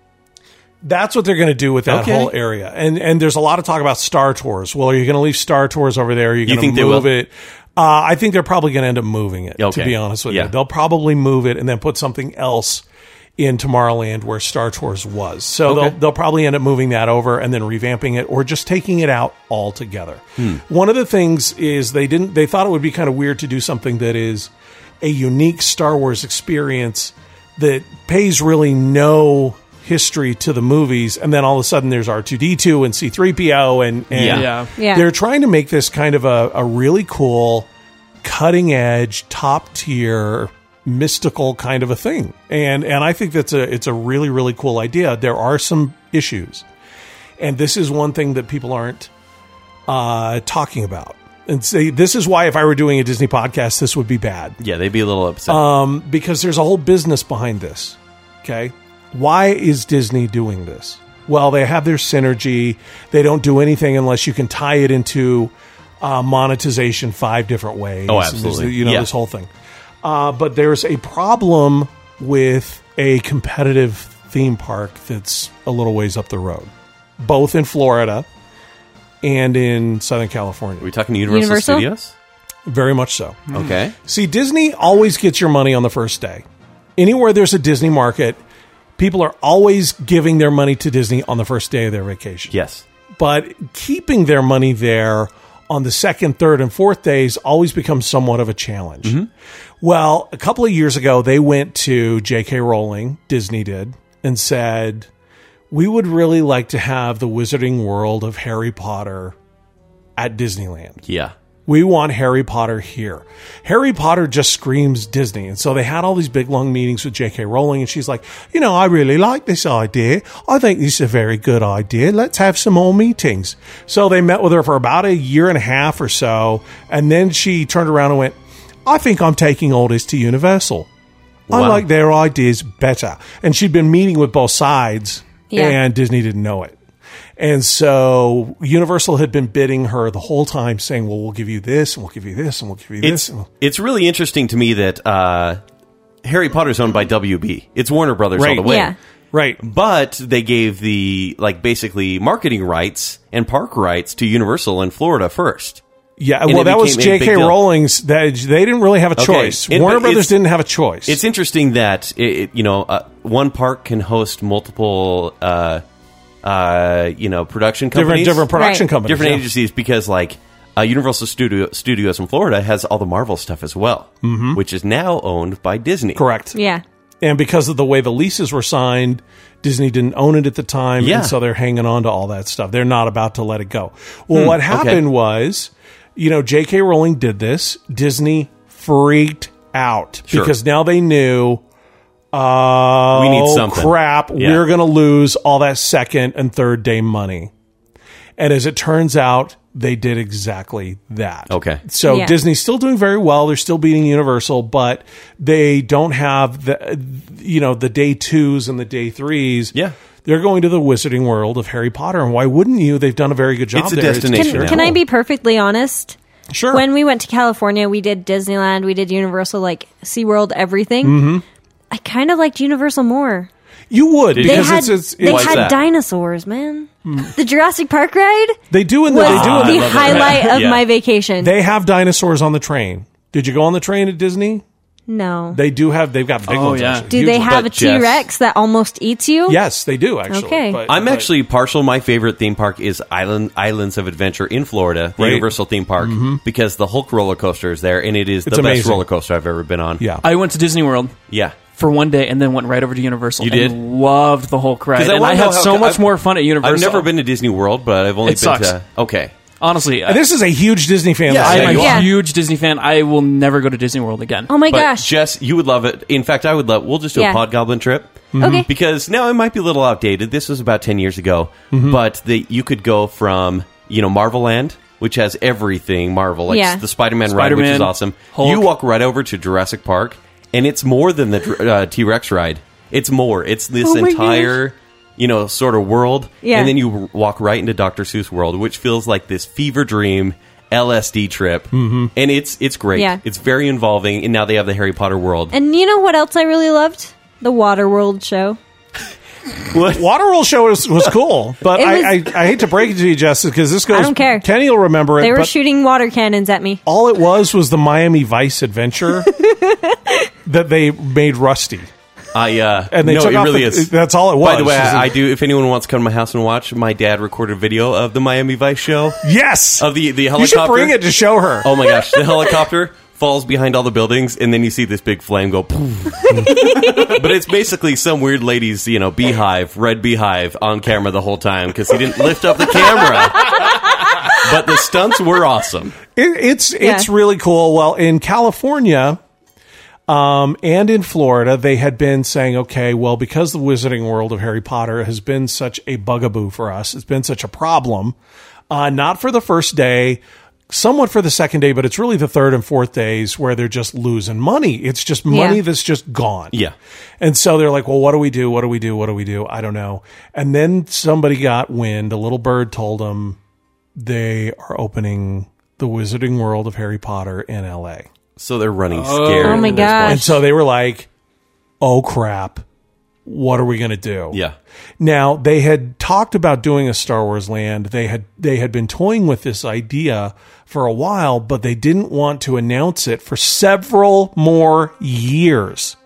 [SPEAKER 2] that's what they're going to do with that
[SPEAKER 4] Okay.
[SPEAKER 2] whole area. And and there's a lot of talk about Star Tours. Well, are you going to leave Star Tours over there? Are you going
[SPEAKER 4] think
[SPEAKER 2] to
[SPEAKER 4] they
[SPEAKER 2] move
[SPEAKER 4] will?
[SPEAKER 2] it? Uh, I think they're probably going to end up moving it.
[SPEAKER 4] Okay.
[SPEAKER 2] To be honest with
[SPEAKER 4] Yeah.
[SPEAKER 2] you, they'll probably move it and then put something else. In Tomorrowland, where Star Tours was, so they'll they'll probably end up moving that over and then revamping it, or just taking it out altogether. One of the things is they didn't they thought it would be kind of weird to do something that is a unique Star Wars experience that pays really no history to the movies, and then all of a sudden there's R two D two and C three PO, and, and
[SPEAKER 4] Yeah.
[SPEAKER 3] Yeah.
[SPEAKER 5] Yeah.
[SPEAKER 2] they're trying to make this kind of a, a really cool, cutting edge, top tier, mystical kind of a thing, and and I think that's a it's a really really cool idea. There are some issues, and this is one thing that people aren't uh, talking about. And say this is why if I were doing a Disney podcast, this would be bad
[SPEAKER 4] Yeah, they'd be a little upset.
[SPEAKER 2] Uh, because there's a whole business behind this. Okay. Why is Disney doing this? Well, they have their synergy. They don't do anything unless you can tie it into uh, monetization five different ways.
[SPEAKER 4] Oh, absolutely.
[SPEAKER 2] There's the- You know,
[SPEAKER 4] Yeah.
[SPEAKER 2] this whole thing. Uh, but there's a problem with a competitive theme park that's a little ways up the road, both in Florida and in Southern
[SPEAKER 4] Are
[SPEAKER 2] California.
[SPEAKER 4] we talking to Universal,
[SPEAKER 5] Universal?
[SPEAKER 4] Studios?
[SPEAKER 2] Very much so.
[SPEAKER 4] Okay.
[SPEAKER 2] See, Disney always gets your money on the first day. Anywhere there's a Disney market, people are always giving their money to Disney on the first day of their vacation.
[SPEAKER 4] Yes.
[SPEAKER 2] But keeping their money there on the second, third, and fourth days always becomes somewhat of a challenge. Well, a couple of years ago, they went to J.K. Rowling, Disney did, and said, We would really like to have the Wizarding World of Harry Potter at Disneyland.
[SPEAKER 4] Yeah.
[SPEAKER 2] We want Harry Potter here. Harry Potter just screams Disney. And so they had all these big long meetings with J.K. Rowling, and she's like, You know, I really like this idea. I think this is a very good idea. Let's have some more meetings. So they met with her for about a year and a half or so. And then she turned around and went, I think I'm taking all this to Universal. I
[SPEAKER 4] Wow.
[SPEAKER 2] like their ideas better. And she'd been meeting with both sides,
[SPEAKER 5] Yeah.
[SPEAKER 2] and Disney didn't know it. And so Universal had been bidding her the whole time, saying, "Well, we'll give you this, and we'll give you this, and we'll give you this."
[SPEAKER 4] It's
[SPEAKER 2] and we'll-
[SPEAKER 4] it's really interesting to me that uh, Harry Potter's owned by WB. It's Warner Brothers
[SPEAKER 2] Right.
[SPEAKER 4] all the way.
[SPEAKER 5] Yeah.
[SPEAKER 2] Right?
[SPEAKER 4] But they gave the like basically marketing rights and park rights to Universal in Florida first.
[SPEAKER 2] Yeah.
[SPEAKER 4] And
[SPEAKER 2] well,
[SPEAKER 4] it
[SPEAKER 2] that was
[SPEAKER 4] became a big
[SPEAKER 2] J.K.
[SPEAKER 4] deal.
[SPEAKER 2] Rowling's. That they didn't really have a choice.
[SPEAKER 4] It-
[SPEAKER 2] Warner
[SPEAKER 4] but
[SPEAKER 2] Brothers
[SPEAKER 4] it's-
[SPEAKER 2] didn't have a choice.
[SPEAKER 4] It's interesting that it, it- you know uh, one park can host multiple uh, uh, you know production
[SPEAKER 2] different
[SPEAKER 4] companies,
[SPEAKER 2] different production
[SPEAKER 5] Right.
[SPEAKER 2] companies,
[SPEAKER 4] different
[SPEAKER 2] yeah.
[SPEAKER 4] agencies because like uh, Universal Studio, Studios in Florida has all the Marvel stuff as well, mm-hmm. which is now owned by Disney.
[SPEAKER 2] Correct.
[SPEAKER 5] Yeah.
[SPEAKER 2] And because of the way the leases were signed, Disney didn't own it at the time.
[SPEAKER 4] Yeah.
[SPEAKER 2] And so they're hanging on to all that stuff. They're not about to let it go. Well,
[SPEAKER 4] Hmm,
[SPEAKER 2] what happened was, you know, J.K. Rowling did this. Disney freaked out
[SPEAKER 4] Sure.
[SPEAKER 2] because now they knew, uh,
[SPEAKER 4] We need something.
[SPEAKER 2] crap,
[SPEAKER 4] Yeah.
[SPEAKER 2] we're going to lose all that second and third day money. And as it turns out, they did exactly that.
[SPEAKER 4] Okay.
[SPEAKER 2] So
[SPEAKER 5] Yeah.
[SPEAKER 2] Disney's still doing very well. They're still beating Universal, but they don't have the you know the day twos and the day threes.
[SPEAKER 4] Yeah.
[SPEAKER 2] They're going to the Wizarding World of Harry Potter, and why wouldn't you? They've done a very good job.
[SPEAKER 4] It's a
[SPEAKER 2] there.
[SPEAKER 4] destination
[SPEAKER 5] Can,
[SPEAKER 4] now.
[SPEAKER 5] can I be perfectly honest?
[SPEAKER 2] sure?
[SPEAKER 5] When we went to California, we did Disneyland, we did Universal, like SeaWorld, everything. I kind of liked Universal more.
[SPEAKER 2] you would
[SPEAKER 5] They
[SPEAKER 2] because
[SPEAKER 5] had,
[SPEAKER 2] it's, it's,
[SPEAKER 5] they
[SPEAKER 4] Why
[SPEAKER 2] it's
[SPEAKER 4] is
[SPEAKER 5] had
[SPEAKER 4] that?
[SPEAKER 5] dinosaurs, man. The Jurassic Park ride
[SPEAKER 2] they do and
[SPEAKER 5] was
[SPEAKER 2] they do in
[SPEAKER 5] the
[SPEAKER 2] the,
[SPEAKER 4] love that
[SPEAKER 5] highlight
[SPEAKER 4] ride.
[SPEAKER 5] of
[SPEAKER 4] Yeah.
[SPEAKER 5] my vacation.
[SPEAKER 2] they have dinosaurs on the train. Did you go on the train at Disney?
[SPEAKER 5] no.
[SPEAKER 2] They do have. They've got big
[SPEAKER 3] Oh,
[SPEAKER 2] ones.
[SPEAKER 3] yeah.
[SPEAKER 2] actually.
[SPEAKER 5] do
[SPEAKER 2] Huge
[SPEAKER 5] they
[SPEAKER 2] ones.
[SPEAKER 5] have a
[SPEAKER 4] But Jess-
[SPEAKER 5] T Rex that almost eats you?
[SPEAKER 2] Yes, they do actually.
[SPEAKER 5] Okay.
[SPEAKER 2] But-
[SPEAKER 4] I'm
[SPEAKER 2] but-
[SPEAKER 4] actually partial. My favorite theme park is Island Islands of Adventure in Florida, the
[SPEAKER 2] Right. Mm-hmm.
[SPEAKER 4] Universal theme park, because the Hulk roller coaster is there, and it is
[SPEAKER 2] It's
[SPEAKER 4] the best
[SPEAKER 2] amazing.
[SPEAKER 4] roller coaster I've ever been on.
[SPEAKER 2] yeah.
[SPEAKER 3] I went to Disney World
[SPEAKER 4] yeah.
[SPEAKER 3] for one day and then went right over to Universal.
[SPEAKER 4] You did?
[SPEAKER 3] And loved the whole ride.
[SPEAKER 4] Because I
[SPEAKER 3] and
[SPEAKER 4] wanna
[SPEAKER 3] I
[SPEAKER 4] know
[SPEAKER 3] had
[SPEAKER 4] how-
[SPEAKER 3] so much
[SPEAKER 4] I've-
[SPEAKER 3] more fun at Universal.
[SPEAKER 4] I've never been to Disney World, but I've only
[SPEAKER 3] It
[SPEAKER 4] been
[SPEAKER 3] sucks.
[SPEAKER 4] to okay.
[SPEAKER 3] Honestly, I,
[SPEAKER 2] this is a huge Disney fan.
[SPEAKER 4] Yeah,
[SPEAKER 2] list.
[SPEAKER 4] I-
[SPEAKER 3] I'm a
[SPEAKER 4] you
[SPEAKER 5] are.
[SPEAKER 3] huge Disney fan. I will never go to Disney World again.
[SPEAKER 5] Oh my
[SPEAKER 4] but
[SPEAKER 5] gosh.
[SPEAKER 4] Jess, you would love it. In fact, I would love. We'll just do
[SPEAKER 5] Yeah.
[SPEAKER 4] a Podgoblin trip.
[SPEAKER 5] Okay.
[SPEAKER 4] Because now it might be a
[SPEAKER 5] Mm-hmm.
[SPEAKER 4] little outdated. This was about ten years ago, but the, you could go from you know Marvel Land which has everything Marvel, like
[SPEAKER 5] Yeah.
[SPEAKER 4] the Spider-Man ride, which is
[SPEAKER 3] Spider-Man,
[SPEAKER 4] awesome.
[SPEAKER 3] Hulk.
[SPEAKER 4] You walk right over to Jurassic Park, and it's more than the dr- uh, T-Rex ride. It's more. It's this
[SPEAKER 5] Oh my
[SPEAKER 4] entire, you know, sort of world.
[SPEAKER 5] Yeah.
[SPEAKER 4] And then you w- walk right into Dr. Seuss world, which feels like this fever dream LSD trip. Mm-hmm. And it's it's great.
[SPEAKER 5] Yeah.
[SPEAKER 4] It's very involving. And now they have the Harry Potter world.
[SPEAKER 5] And you know what else I really loved? The Waterworld show.
[SPEAKER 2] Waterworld show was, was cool, but
[SPEAKER 5] It
[SPEAKER 2] I, I, I hate to break it to you, Justice, because this goes.
[SPEAKER 5] I don't care.
[SPEAKER 2] Kenny will remember it.
[SPEAKER 5] They were
[SPEAKER 2] but
[SPEAKER 5] shooting water cannons at me.
[SPEAKER 2] all it was was the Miami Vice adventure that they made rusty.
[SPEAKER 4] I uh,
[SPEAKER 2] And they
[SPEAKER 4] no,
[SPEAKER 2] took
[SPEAKER 4] it
[SPEAKER 2] off
[SPEAKER 4] really
[SPEAKER 2] the-
[SPEAKER 4] is.
[SPEAKER 2] that's all it
[SPEAKER 4] By the
[SPEAKER 2] was,
[SPEAKER 4] way,
[SPEAKER 2] is it-
[SPEAKER 4] I, I do. If anyone wants to come to my house and watch, my dad recorded a video of the Miami Vice show
[SPEAKER 2] Yes,
[SPEAKER 4] of the the
[SPEAKER 2] you
[SPEAKER 4] helicopter.
[SPEAKER 2] should bring it to show her.
[SPEAKER 4] Oh my gosh, the helicopter falls behind all the buildings, and then you see this big flame go. Poof. but it's basically some weird lady's, you know, beehive, red beehive, on camera the whole time because he didn't lift up the camera. but the stunts were awesome.
[SPEAKER 2] It, it's
[SPEAKER 5] Yeah.
[SPEAKER 2] it's really cool. Well, in California, um, and in Florida, they had been saying, okay, well, because the Wizarding World of Harry Potter has been such a bugaboo for us, it's been such a problem. Uh, not for the first day, somewhat for the second day, but it's really the third and fourth days where they're just losing money. It's just money
[SPEAKER 5] Yeah.
[SPEAKER 2] that's just gone.
[SPEAKER 4] Yeah.
[SPEAKER 2] And so they're like, well, what do we do? What do we do? What do we do? I don't know. And then somebody got wind. A little bird told them they are opening the Wizarding World of Harry Potter in LA.
[SPEAKER 4] So they're running
[SPEAKER 5] Oh
[SPEAKER 4] scared.
[SPEAKER 5] my
[SPEAKER 4] and there's one-
[SPEAKER 5] gosh.
[SPEAKER 2] And so they were like, oh crap, what are we going to do?
[SPEAKER 4] Yeah.
[SPEAKER 2] Now they had talked about doing a Star Wars land. They had they had been toying with this idea for a while, but they didn't want to announce it for several more years.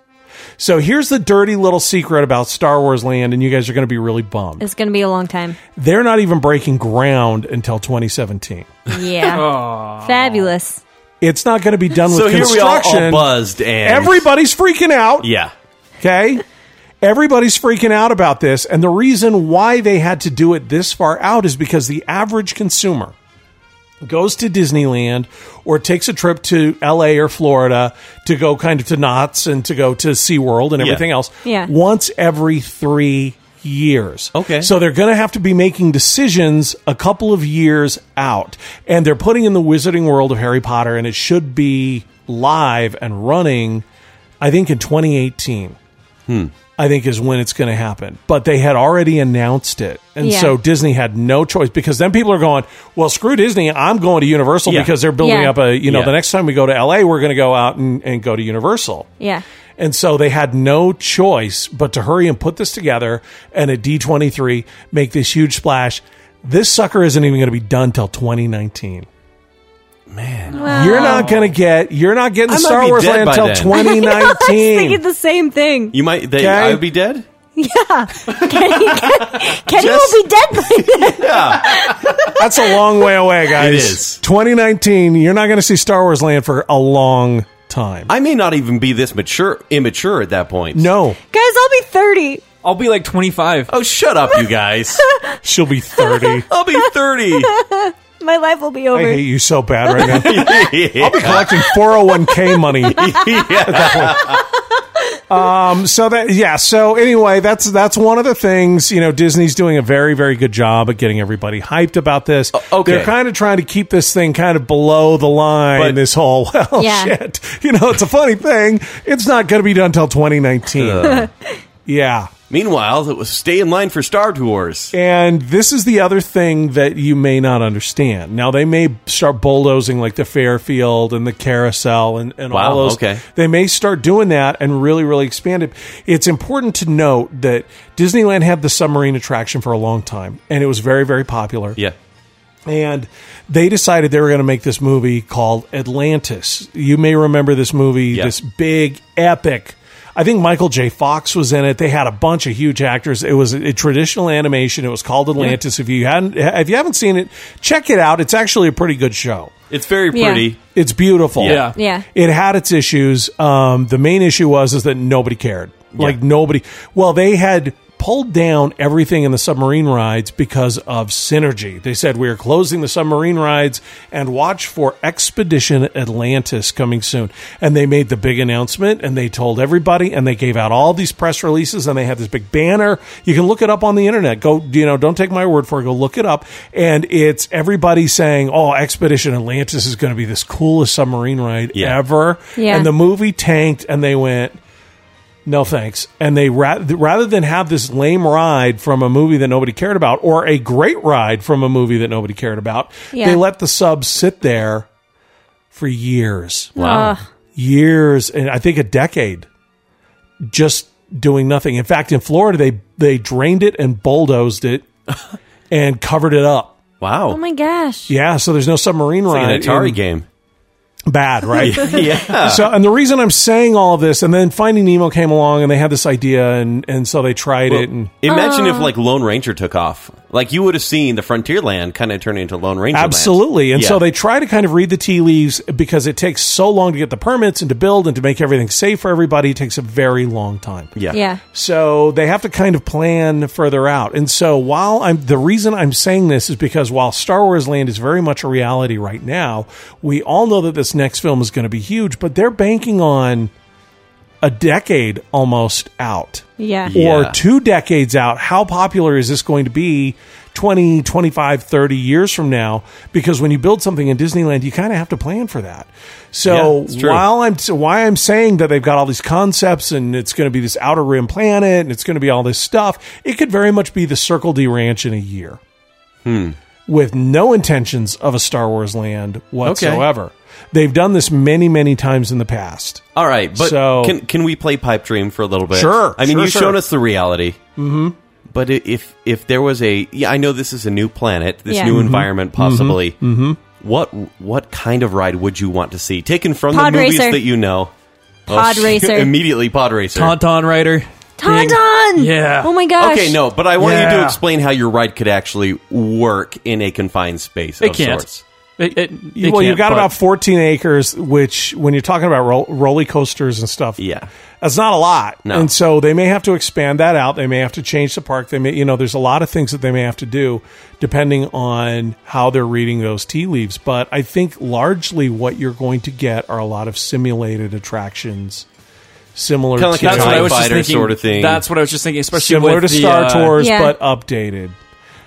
[SPEAKER 2] So here's the dirty little secret about Star Wars land, and you guys are going to be really bummed.
[SPEAKER 5] It's going to be a long time.
[SPEAKER 2] They're not even breaking ground until 2017.
[SPEAKER 5] Yeah. Fabulous.
[SPEAKER 2] It's not going to be done
[SPEAKER 4] So
[SPEAKER 2] with
[SPEAKER 4] here we all,
[SPEAKER 2] construction.
[SPEAKER 4] all buzzed and
[SPEAKER 2] Everybody's freaking out.
[SPEAKER 4] Yeah.
[SPEAKER 2] Okay? Everybody's freaking out about this. And the reason why they had to do it this far out is because the average consumer goes to Disneyland or takes a trip to LA or Florida to go kind of to Knott's and to go to SeaWorld and
[SPEAKER 4] Yeah.
[SPEAKER 2] everything else
[SPEAKER 5] Yeah.
[SPEAKER 2] once every three years.
[SPEAKER 4] Okay.
[SPEAKER 2] So they're going to have to be making decisions a couple of years out. And they're putting in the Wizarding World of Harry Potter, and it should be live and running, I think, in 2018. I think is when it's going to happen. But they had already announced it. And
[SPEAKER 5] Yeah.
[SPEAKER 2] so Disney had no choice because then people are going, well, screw Disney. I'm going to Universal
[SPEAKER 4] Yeah.
[SPEAKER 2] because they're building
[SPEAKER 5] Yeah.
[SPEAKER 2] up a, you know,
[SPEAKER 4] Yeah.
[SPEAKER 2] the next time we go to LA, we're going to go out and, and go to Universal.
[SPEAKER 5] Yeah.
[SPEAKER 2] And so they had no choice but to hurry and put this together and at D23 make this huge splash. This sucker isn't even going to be done till 2019. Man, you're not going to get you're not getting
[SPEAKER 4] I might
[SPEAKER 2] Star
[SPEAKER 4] be
[SPEAKER 2] Wars
[SPEAKER 4] dead
[SPEAKER 2] land
[SPEAKER 4] by
[SPEAKER 2] until
[SPEAKER 4] then.
[SPEAKER 5] I was
[SPEAKER 2] 2019.
[SPEAKER 5] thinking the same thing.
[SPEAKER 4] You might. They,
[SPEAKER 2] Okay.
[SPEAKER 4] I would be dead.
[SPEAKER 5] Kenny
[SPEAKER 4] Just-
[SPEAKER 5] will be dead by then.
[SPEAKER 2] That's a long way away, guys.
[SPEAKER 4] It is.
[SPEAKER 2] 2019. You're not going to see Star Wars land for a long time.
[SPEAKER 4] I may not even be this mature, immature at that point.
[SPEAKER 2] no,
[SPEAKER 5] Guys, I'll be 30.
[SPEAKER 3] I'll be like 25.
[SPEAKER 4] Oh, shut up, you guys.
[SPEAKER 2] she'll be 30.
[SPEAKER 4] I'll be thirty.
[SPEAKER 5] My life will be
[SPEAKER 2] I
[SPEAKER 5] over.
[SPEAKER 2] hate you so bad right now.
[SPEAKER 4] I'll be
[SPEAKER 2] Collecting 401k money. Um, so that yeah. So anyway, that's that's one of the things you know. Disney's doing a very very good job at getting everybody hyped about this.
[SPEAKER 4] okay.
[SPEAKER 2] they're kind of trying to keep this thing kind of below the line.
[SPEAKER 4] But-
[SPEAKER 2] this whole well
[SPEAKER 5] Yeah.
[SPEAKER 2] shit. You know, it's a funny thing. It's not going to be done till 2019.
[SPEAKER 4] Uh.
[SPEAKER 2] yeah.
[SPEAKER 4] Meanwhile, it was stay in line for Star Tours.
[SPEAKER 2] And this is the other thing that you may not understand. Now they may start bulldozing like the Fairfield and the Carousel and, and
[SPEAKER 4] Wow,
[SPEAKER 2] all those.
[SPEAKER 4] okay.
[SPEAKER 2] They may start doing that and really, really expand it. It's important to note that Disneyland had the submarine attraction for a long time, and it was very, very popular.
[SPEAKER 4] Yeah.
[SPEAKER 2] And they decided they were going to make this movie called Atlantis. You may remember this movie,
[SPEAKER 4] Yeah.
[SPEAKER 2] this big epic. I think Michael J. Fox was in it. They had a bunch of huge actors. It was a traditional animation. It was called Atlantis. If you hadn't, if you haven't seen it, check it out. It's actually a pretty good show.
[SPEAKER 4] It's very
[SPEAKER 5] Yeah.
[SPEAKER 4] pretty.
[SPEAKER 2] It's beautiful.
[SPEAKER 4] Yeah.
[SPEAKER 5] Yeah.
[SPEAKER 2] It had its issues. Um, the main issue was is that nobody cared. Like nobody. Well, they had pulled down everything in the submarine rides because of synergy. They said we are closing the submarine rides and watch for Expedition Atlantis coming soon. And they made the big announcement and they told everybody and they gave out all these press releases and they had this big banner. You can look it up on the internet. Go, you know, don't take my word for it. Go look it up. And it's everybody saying, "Oh, Expedition Atlantis is going to be this coolest submarine ride
[SPEAKER 4] Yeah.
[SPEAKER 2] ever."
[SPEAKER 5] Yeah.
[SPEAKER 2] And the movie tanked and they went no thanks. And they ra- rather than have this lame ride from a movie that nobody cared about, or a great ride from a movie that nobody cared about,
[SPEAKER 5] Yeah.
[SPEAKER 2] they let the subs sit there for years,
[SPEAKER 5] Uh,
[SPEAKER 4] Wow.
[SPEAKER 2] years, and I think a decade, just doing nothing. In fact, in Florida, they they drained it and bulldozed it and covered it up.
[SPEAKER 4] wow.
[SPEAKER 5] Oh my gosh.
[SPEAKER 2] Yeah, so there's no submarine
[SPEAKER 4] It's
[SPEAKER 2] ride.
[SPEAKER 4] like an Atari
[SPEAKER 2] in-
[SPEAKER 4] game.
[SPEAKER 2] Bad, right?
[SPEAKER 4] yeah.
[SPEAKER 2] so and the reason I'm saying all of this, and then Finding Nemo came along and they had this idea, and and so they tried it, and
[SPEAKER 4] Imagine
[SPEAKER 5] Uh.
[SPEAKER 4] if like Lone Ranger took off. Like you would have seen the Frontierland kind of turn into Lone Ranger. land.
[SPEAKER 2] absolutely, and
[SPEAKER 4] Yeah.
[SPEAKER 2] so they try to kind of read the tea leaves because it takes so long to get the permits and to build and to make everything safe for everybody. It takes a very long time.
[SPEAKER 4] Yeah.
[SPEAKER 5] Yeah.
[SPEAKER 2] So they have to kind of plan further out. And so while I'm the reason I'm saying this is because while Star Wars Land is very much a reality right now, we all know that this next film is going to be huge, but they're banking on a decade almost out
[SPEAKER 5] Yeah.
[SPEAKER 2] or two decades out how popular is this going to be 20 25 30 years from now because when you build something in disneyland you kind of have to plan for that
[SPEAKER 4] Yeah,
[SPEAKER 2] so
[SPEAKER 4] it's true.
[SPEAKER 2] while i'm so why i'm saying that they've got all these concepts and it's going to be this outer rim planet and it's going to be all this stuff it could very much be the circle d ranch in a year
[SPEAKER 4] Hmm.
[SPEAKER 2] with no intentions of a star wars land whatsoever they've done this many many times in the past
[SPEAKER 4] All right, but
[SPEAKER 2] So-
[SPEAKER 4] can can we play pipe dream for a little bit?
[SPEAKER 2] Sure,
[SPEAKER 4] I mean,
[SPEAKER 2] sure,
[SPEAKER 4] you've
[SPEAKER 2] sure.
[SPEAKER 4] shown us the reality. Mm-hmm. But i- if if there was a, yeah, I know this is a new planet, this
[SPEAKER 5] Yeah.
[SPEAKER 4] new
[SPEAKER 2] Mm-hmm.
[SPEAKER 5] Mhm.
[SPEAKER 4] environment, possibly. What what kind of ride would you want to see? Taken from
[SPEAKER 5] Pod
[SPEAKER 4] the movies
[SPEAKER 5] racer.
[SPEAKER 4] that you know.
[SPEAKER 5] Pod
[SPEAKER 4] Oh,
[SPEAKER 5] racer.
[SPEAKER 4] immediately pod racer.
[SPEAKER 3] Tauntaun Rider. Ding.
[SPEAKER 5] Tauntaun!
[SPEAKER 3] Yeah.
[SPEAKER 5] Oh my gosh.
[SPEAKER 4] okay, no, but I want you to
[SPEAKER 2] Yeah.
[SPEAKER 4] explain how your ride could actually work in a confined space.
[SPEAKER 3] It
[SPEAKER 4] of
[SPEAKER 3] can't.
[SPEAKER 4] Sorts.
[SPEAKER 3] It, it, it
[SPEAKER 2] well, you've
[SPEAKER 3] can't,
[SPEAKER 2] got
[SPEAKER 3] but-
[SPEAKER 2] about 14 acres, which when you're talking about ro- roller coasters and stuff,
[SPEAKER 4] Yeah.
[SPEAKER 2] that's not a lot.
[SPEAKER 4] No.
[SPEAKER 2] And so they may have to expand that out. They may have to change the park. They may, you know, there's a lot of things that they may have to do depending on how they're reading those tea leaves. But I think largely what you're going to get are a lot of simulated attractions, similar
[SPEAKER 4] Kinda like
[SPEAKER 2] to
[SPEAKER 4] a
[SPEAKER 3] That's what I was just
[SPEAKER 4] Fighter
[SPEAKER 3] thinking.
[SPEAKER 4] sort of thing.
[SPEAKER 3] That's what I was just thinking. Especially
[SPEAKER 2] similar
[SPEAKER 3] with
[SPEAKER 2] to
[SPEAKER 3] the,
[SPEAKER 2] Star
[SPEAKER 3] uh,
[SPEAKER 2] Tours,
[SPEAKER 5] Yeah.
[SPEAKER 2] but updated.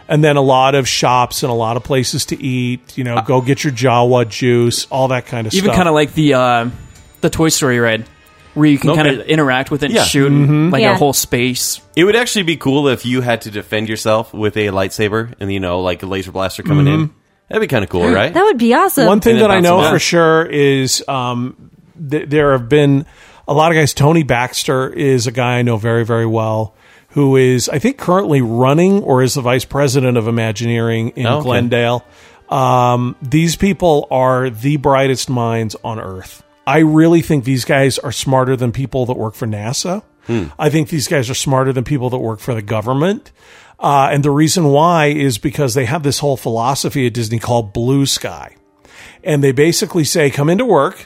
[SPEAKER 2] And then a lot of shops and a lot of places to eat. You know, go get your Jawa juice, all that kind of
[SPEAKER 3] even
[SPEAKER 2] stuff.
[SPEAKER 3] kind of like the uh, the Toy Story ride, where you can
[SPEAKER 4] Okay.
[SPEAKER 3] kind of interact with it and
[SPEAKER 4] Yeah.
[SPEAKER 3] shoot like
[SPEAKER 5] Yeah.
[SPEAKER 3] a whole space.
[SPEAKER 4] It would actually be cool if you had to defend yourself with a lightsaber and you know, like a laser blaster coming
[SPEAKER 2] Mm-hmm.
[SPEAKER 4] in. That'd be kind of cool, right?
[SPEAKER 5] That would be awesome.
[SPEAKER 2] One thing
[SPEAKER 4] And
[SPEAKER 2] that
[SPEAKER 4] then
[SPEAKER 2] I
[SPEAKER 4] bounce
[SPEAKER 2] know
[SPEAKER 4] them
[SPEAKER 2] for
[SPEAKER 4] back.
[SPEAKER 2] sure is um, th- there have been a lot of guys. Tony Baxter is a guy I know very, very well who is, I think, currently running or is the vice president of Imagineering in
[SPEAKER 4] Oh, okay.
[SPEAKER 2] Glendale. Um, these people are the brightest minds on earth. I really think these guys are smarter than people that work for NASA. I think these guys are smarter than people that work for the government. Uh, and the reason why is because they have this whole philosophy at Disney called blue sky and they basically say, come into work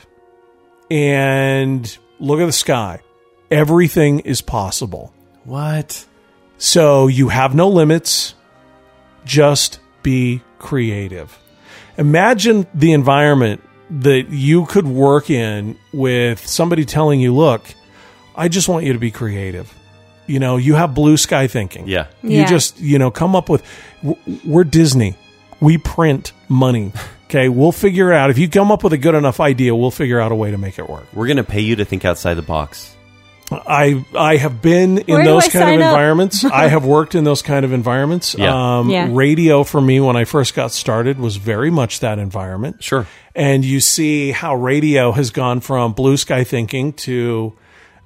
[SPEAKER 2] and look at the sky. Everything is possible.
[SPEAKER 4] what?
[SPEAKER 2] So you have no limits. Just be creative. Imagine the environment that you could work in with somebody telling you, look, I just want you to be creative. You know, you have blue sky thinking.
[SPEAKER 4] Yeah.
[SPEAKER 5] Yeah.
[SPEAKER 2] You just, you know, come up with. w- We're Disney. We print money. Okay. We'll figure out. If you come up with a good enough idea, we'll figure out a way to make it work.
[SPEAKER 4] We're gonna pay you to think outside the box.
[SPEAKER 2] I I have been in
[SPEAKER 5] Where do
[SPEAKER 2] those
[SPEAKER 5] I
[SPEAKER 2] kind
[SPEAKER 5] sign
[SPEAKER 2] of
[SPEAKER 5] up?
[SPEAKER 2] environments. I have worked in those kind of environments.
[SPEAKER 4] Yeah.
[SPEAKER 2] Um,
[SPEAKER 5] Yeah.
[SPEAKER 2] Radio for me when I first got started was very much that environment.
[SPEAKER 4] Sure.
[SPEAKER 2] And you see how radio has gone from blue sky thinking to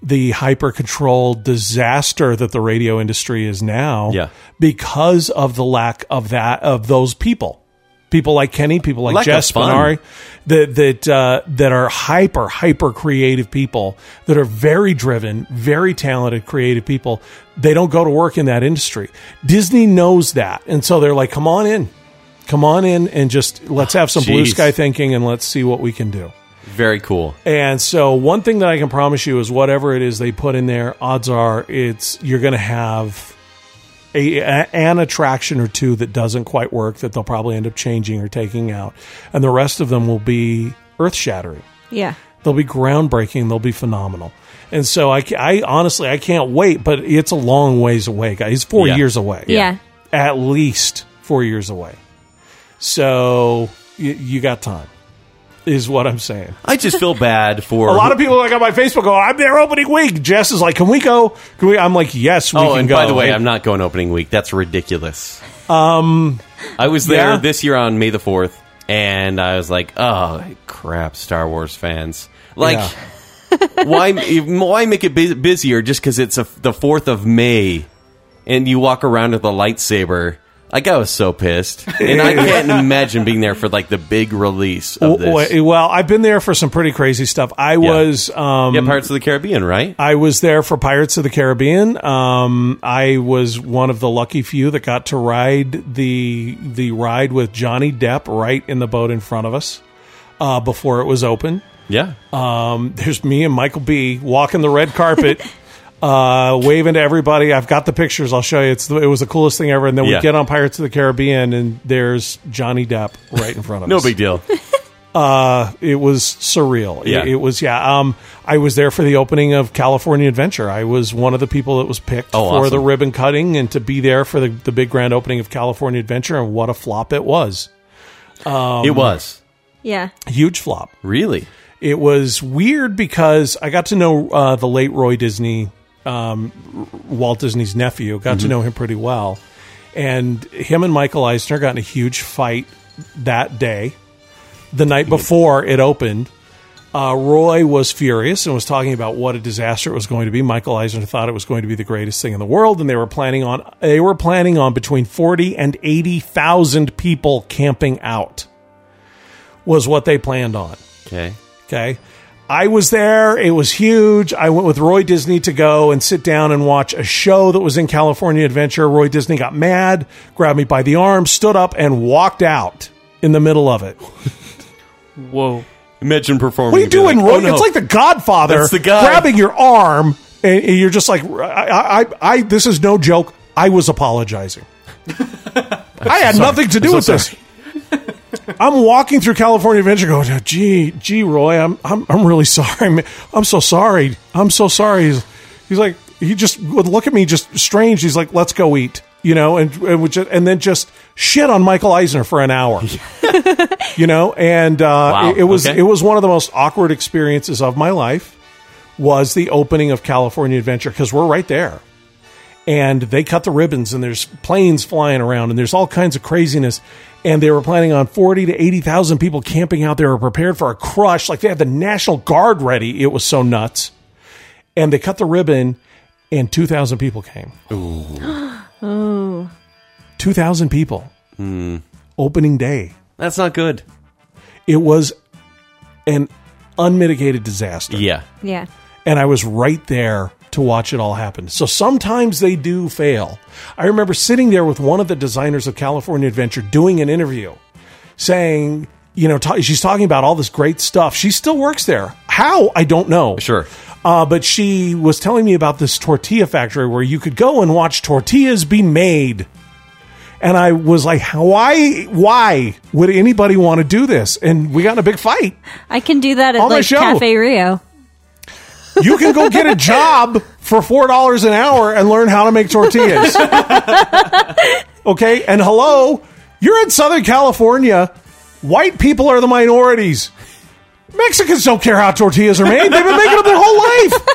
[SPEAKER 2] the hyper controlled disaster that the radio industry is now
[SPEAKER 4] Yeah.
[SPEAKER 2] because of the lack of that of those people. People like Kenny, people like
[SPEAKER 4] Lack of
[SPEAKER 2] Jess
[SPEAKER 4] fun.
[SPEAKER 2] Spinari, that that uh, that are hyper hyper creative people that are very driven, very talented, creative people. They don't go to work in that industry. Disney knows that, and so they're like, "Come on in, come on in, and just let's have some blue
[SPEAKER 4] Jeez.
[SPEAKER 2] sky thinking, and let's see what we can do."
[SPEAKER 4] Very cool.
[SPEAKER 2] And so, one thing that I can promise you is whatever it is they put in there, odds are it's you're going to have a, a- an attraction or two that doesn't quite work that they'll probably end up changing or taking out, and the rest of them will be earth shattering.
[SPEAKER 5] Yeah.
[SPEAKER 2] They'll be groundbreaking. They'll be phenomenal. And so I, ca- I honestly I can't wait, but it's a long ways away, guys. It's four
[SPEAKER 4] Yeah.
[SPEAKER 2] years away
[SPEAKER 5] Yeah.
[SPEAKER 2] at least four years away. So y- you got time, is what I'm saying.
[SPEAKER 4] I just feel bad for
[SPEAKER 2] A lot of people like on my Facebook go, "I'm there opening week." Jess is like, "Can we go?" Can we? I'm like, "Yes, we
[SPEAKER 4] Oh,
[SPEAKER 2] can
[SPEAKER 4] and
[SPEAKER 2] go."
[SPEAKER 4] by the way, I'm not going opening week. That's ridiculous. Um, I was there
[SPEAKER 2] yeah.
[SPEAKER 4] this year on May the fourth, and I was like, "Oh crap, Star Wars fans! Like, why why make it bu- busier just because it's a, the fourth of May, and you walk around with a lightsaber?" Like I was so pissed, and I can't imagine being there for like the big release
[SPEAKER 2] W-
[SPEAKER 4] of this.
[SPEAKER 2] w- Well, I've been there for some pretty crazy stuff. I was, um,
[SPEAKER 4] yeah, Pirates of the Caribbean, right?
[SPEAKER 2] I was there for Pirates of the Caribbean. Um, I was one of the lucky few that got to ride the the ride with Johnny Depp right in the boat in front of us uh, before it was open.
[SPEAKER 4] Yeah,
[SPEAKER 2] Um, there's me and Michael B walking the red carpet, uh, waving to everybody. I've got the pictures. I'll show you. It's the, it was the coolest thing ever. And then we
[SPEAKER 4] Yeah.
[SPEAKER 2] get on Pirates of the Caribbean, and there's Johnny Depp right in front of
[SPEAKER 4] no
[SPEAKER 2] us. Uh,
[SPEAKER 4] big deal.
[SPEAKER 2] It was surreal. It-
[SPEAKER 4] Yeah.
[SPEAKER 2] It, was yeah. Um, I was there for the opening of California Adventure. I was one of the people that was picked
[SPEAKER 4] Oh,
[SPEAKER 2] for
[SPEAKER 4] awesome.
[SPEAKER 2] the ribbon cutting and to be there for the the big grand opening of California Adventure. And what a flop it was!
[SPEAKER 4] it was
[SPEAKER 5] Yeah.
[SPEAKER 2] Huge flop.
[SPEAKER 4] um, really.
[SPEAKER 2] It was weird because I got to know uh, the late Roy Disney, um, Walt Disney's nephew, got to know him pretty well. And him and Michael Eisner got in a huge fight that day. The night before it opened, uh, Roy was furious and was talking about what a disaster it was going to be. Michael Eisner thought it was going to be the greatest thing in the world, and they were planning on they were planning on between forty and eighty thousand people camping out. Was what they planned on.
[SPEAKER 4] Okay,
[SPEAKER 2] Okay. I was there. It was huge. I went with Roy Disney to go and sit down and watch a show that was in California Adventure. Roy Disney got mad, grabbed me by the arm, stood up, and walked out in the middle of it.
[SPEAKER 3] Whoa.
[SPEAKER 4] imagine performing.
[SPEAKER 2] What are you
[SPEAKER 4] and be
[SPEAKER 2] doing,
[SPEAKER 4] like,
[SPEAKER 2] Roy?
[SPEAKER 4] "Oh, no."
[SPEAKER 2] It's like the Godfather
[SPEAKER 4] That's the guy.
[SPEAKER 2] grabbing your arm, and and you're just like, I, I, I, this is no joke. I was apologizing. I had nothing to do
[SPEAKER 4] I'm
[SPEAKER 2] with
[SPEAKER 4] so
[SPEAKER 2] this. I'm walking through California Adventure, going, "Gee, gee, Roy, I'm, I'm, I'm really sorry. man. I'm so sorry. I'm so sorry." He's, he's like, he just would look at me, just strange. He's like, "Let's go eat," you know, and and, would ju- and then just shit on Michael Eisner for an hour, you know, and uh, it, it was
[SPEAKER 4] okay.
[SPEAKER 2] it was one of the most awkward experiences of my life. Was the opening of California Adventure because we're right there and they cut the ribbons and there's planes flying around and there's all kinds of craziness and they were planning on 40 to 80,000 people camping out. They were prepared for a crush. Like they had the National Guard ready. It was so nuts. And they cut the ribbon and 2,000 people came. Ooh. 2,000 people. Opening day.
[SPEAKER 4] That's not good.
[SPEAKER 2] It was an unmitigated disaster
[SPEAKER 4] Yeah.
[SPEAKER 5] Yeah.
[SPEAKER 2] and I was right there to watch it all happen. So sometimes they do fail. I remember sitting there with one of the designers of California Adventure doing an interview saying, you know, ta she's talking about all this great stuff. She still works there. How? I don't know.
[SPEAKER 4] Sure.
[SPEAKER 2] Uh, but she was telling me about this tortilla factory where you could go and watch tortillas be made. And I was like, why, why would anybody want to do this? And we got in a big fight.
[SPEAKER 5] I can do that at
[SPEAKER 2] On my
[SPEAKER 5] like
[SPEAKER 2] show.
[SPEAKER 5] Cafe Rio.
[SPEAKER 2] You can go get a job for four dollars an hour and learn how to make tortillas. okay, and hello, you're in Southern California. White people are the minorities. Mexicans don't care how tortillas are made. They've been making them their whole life.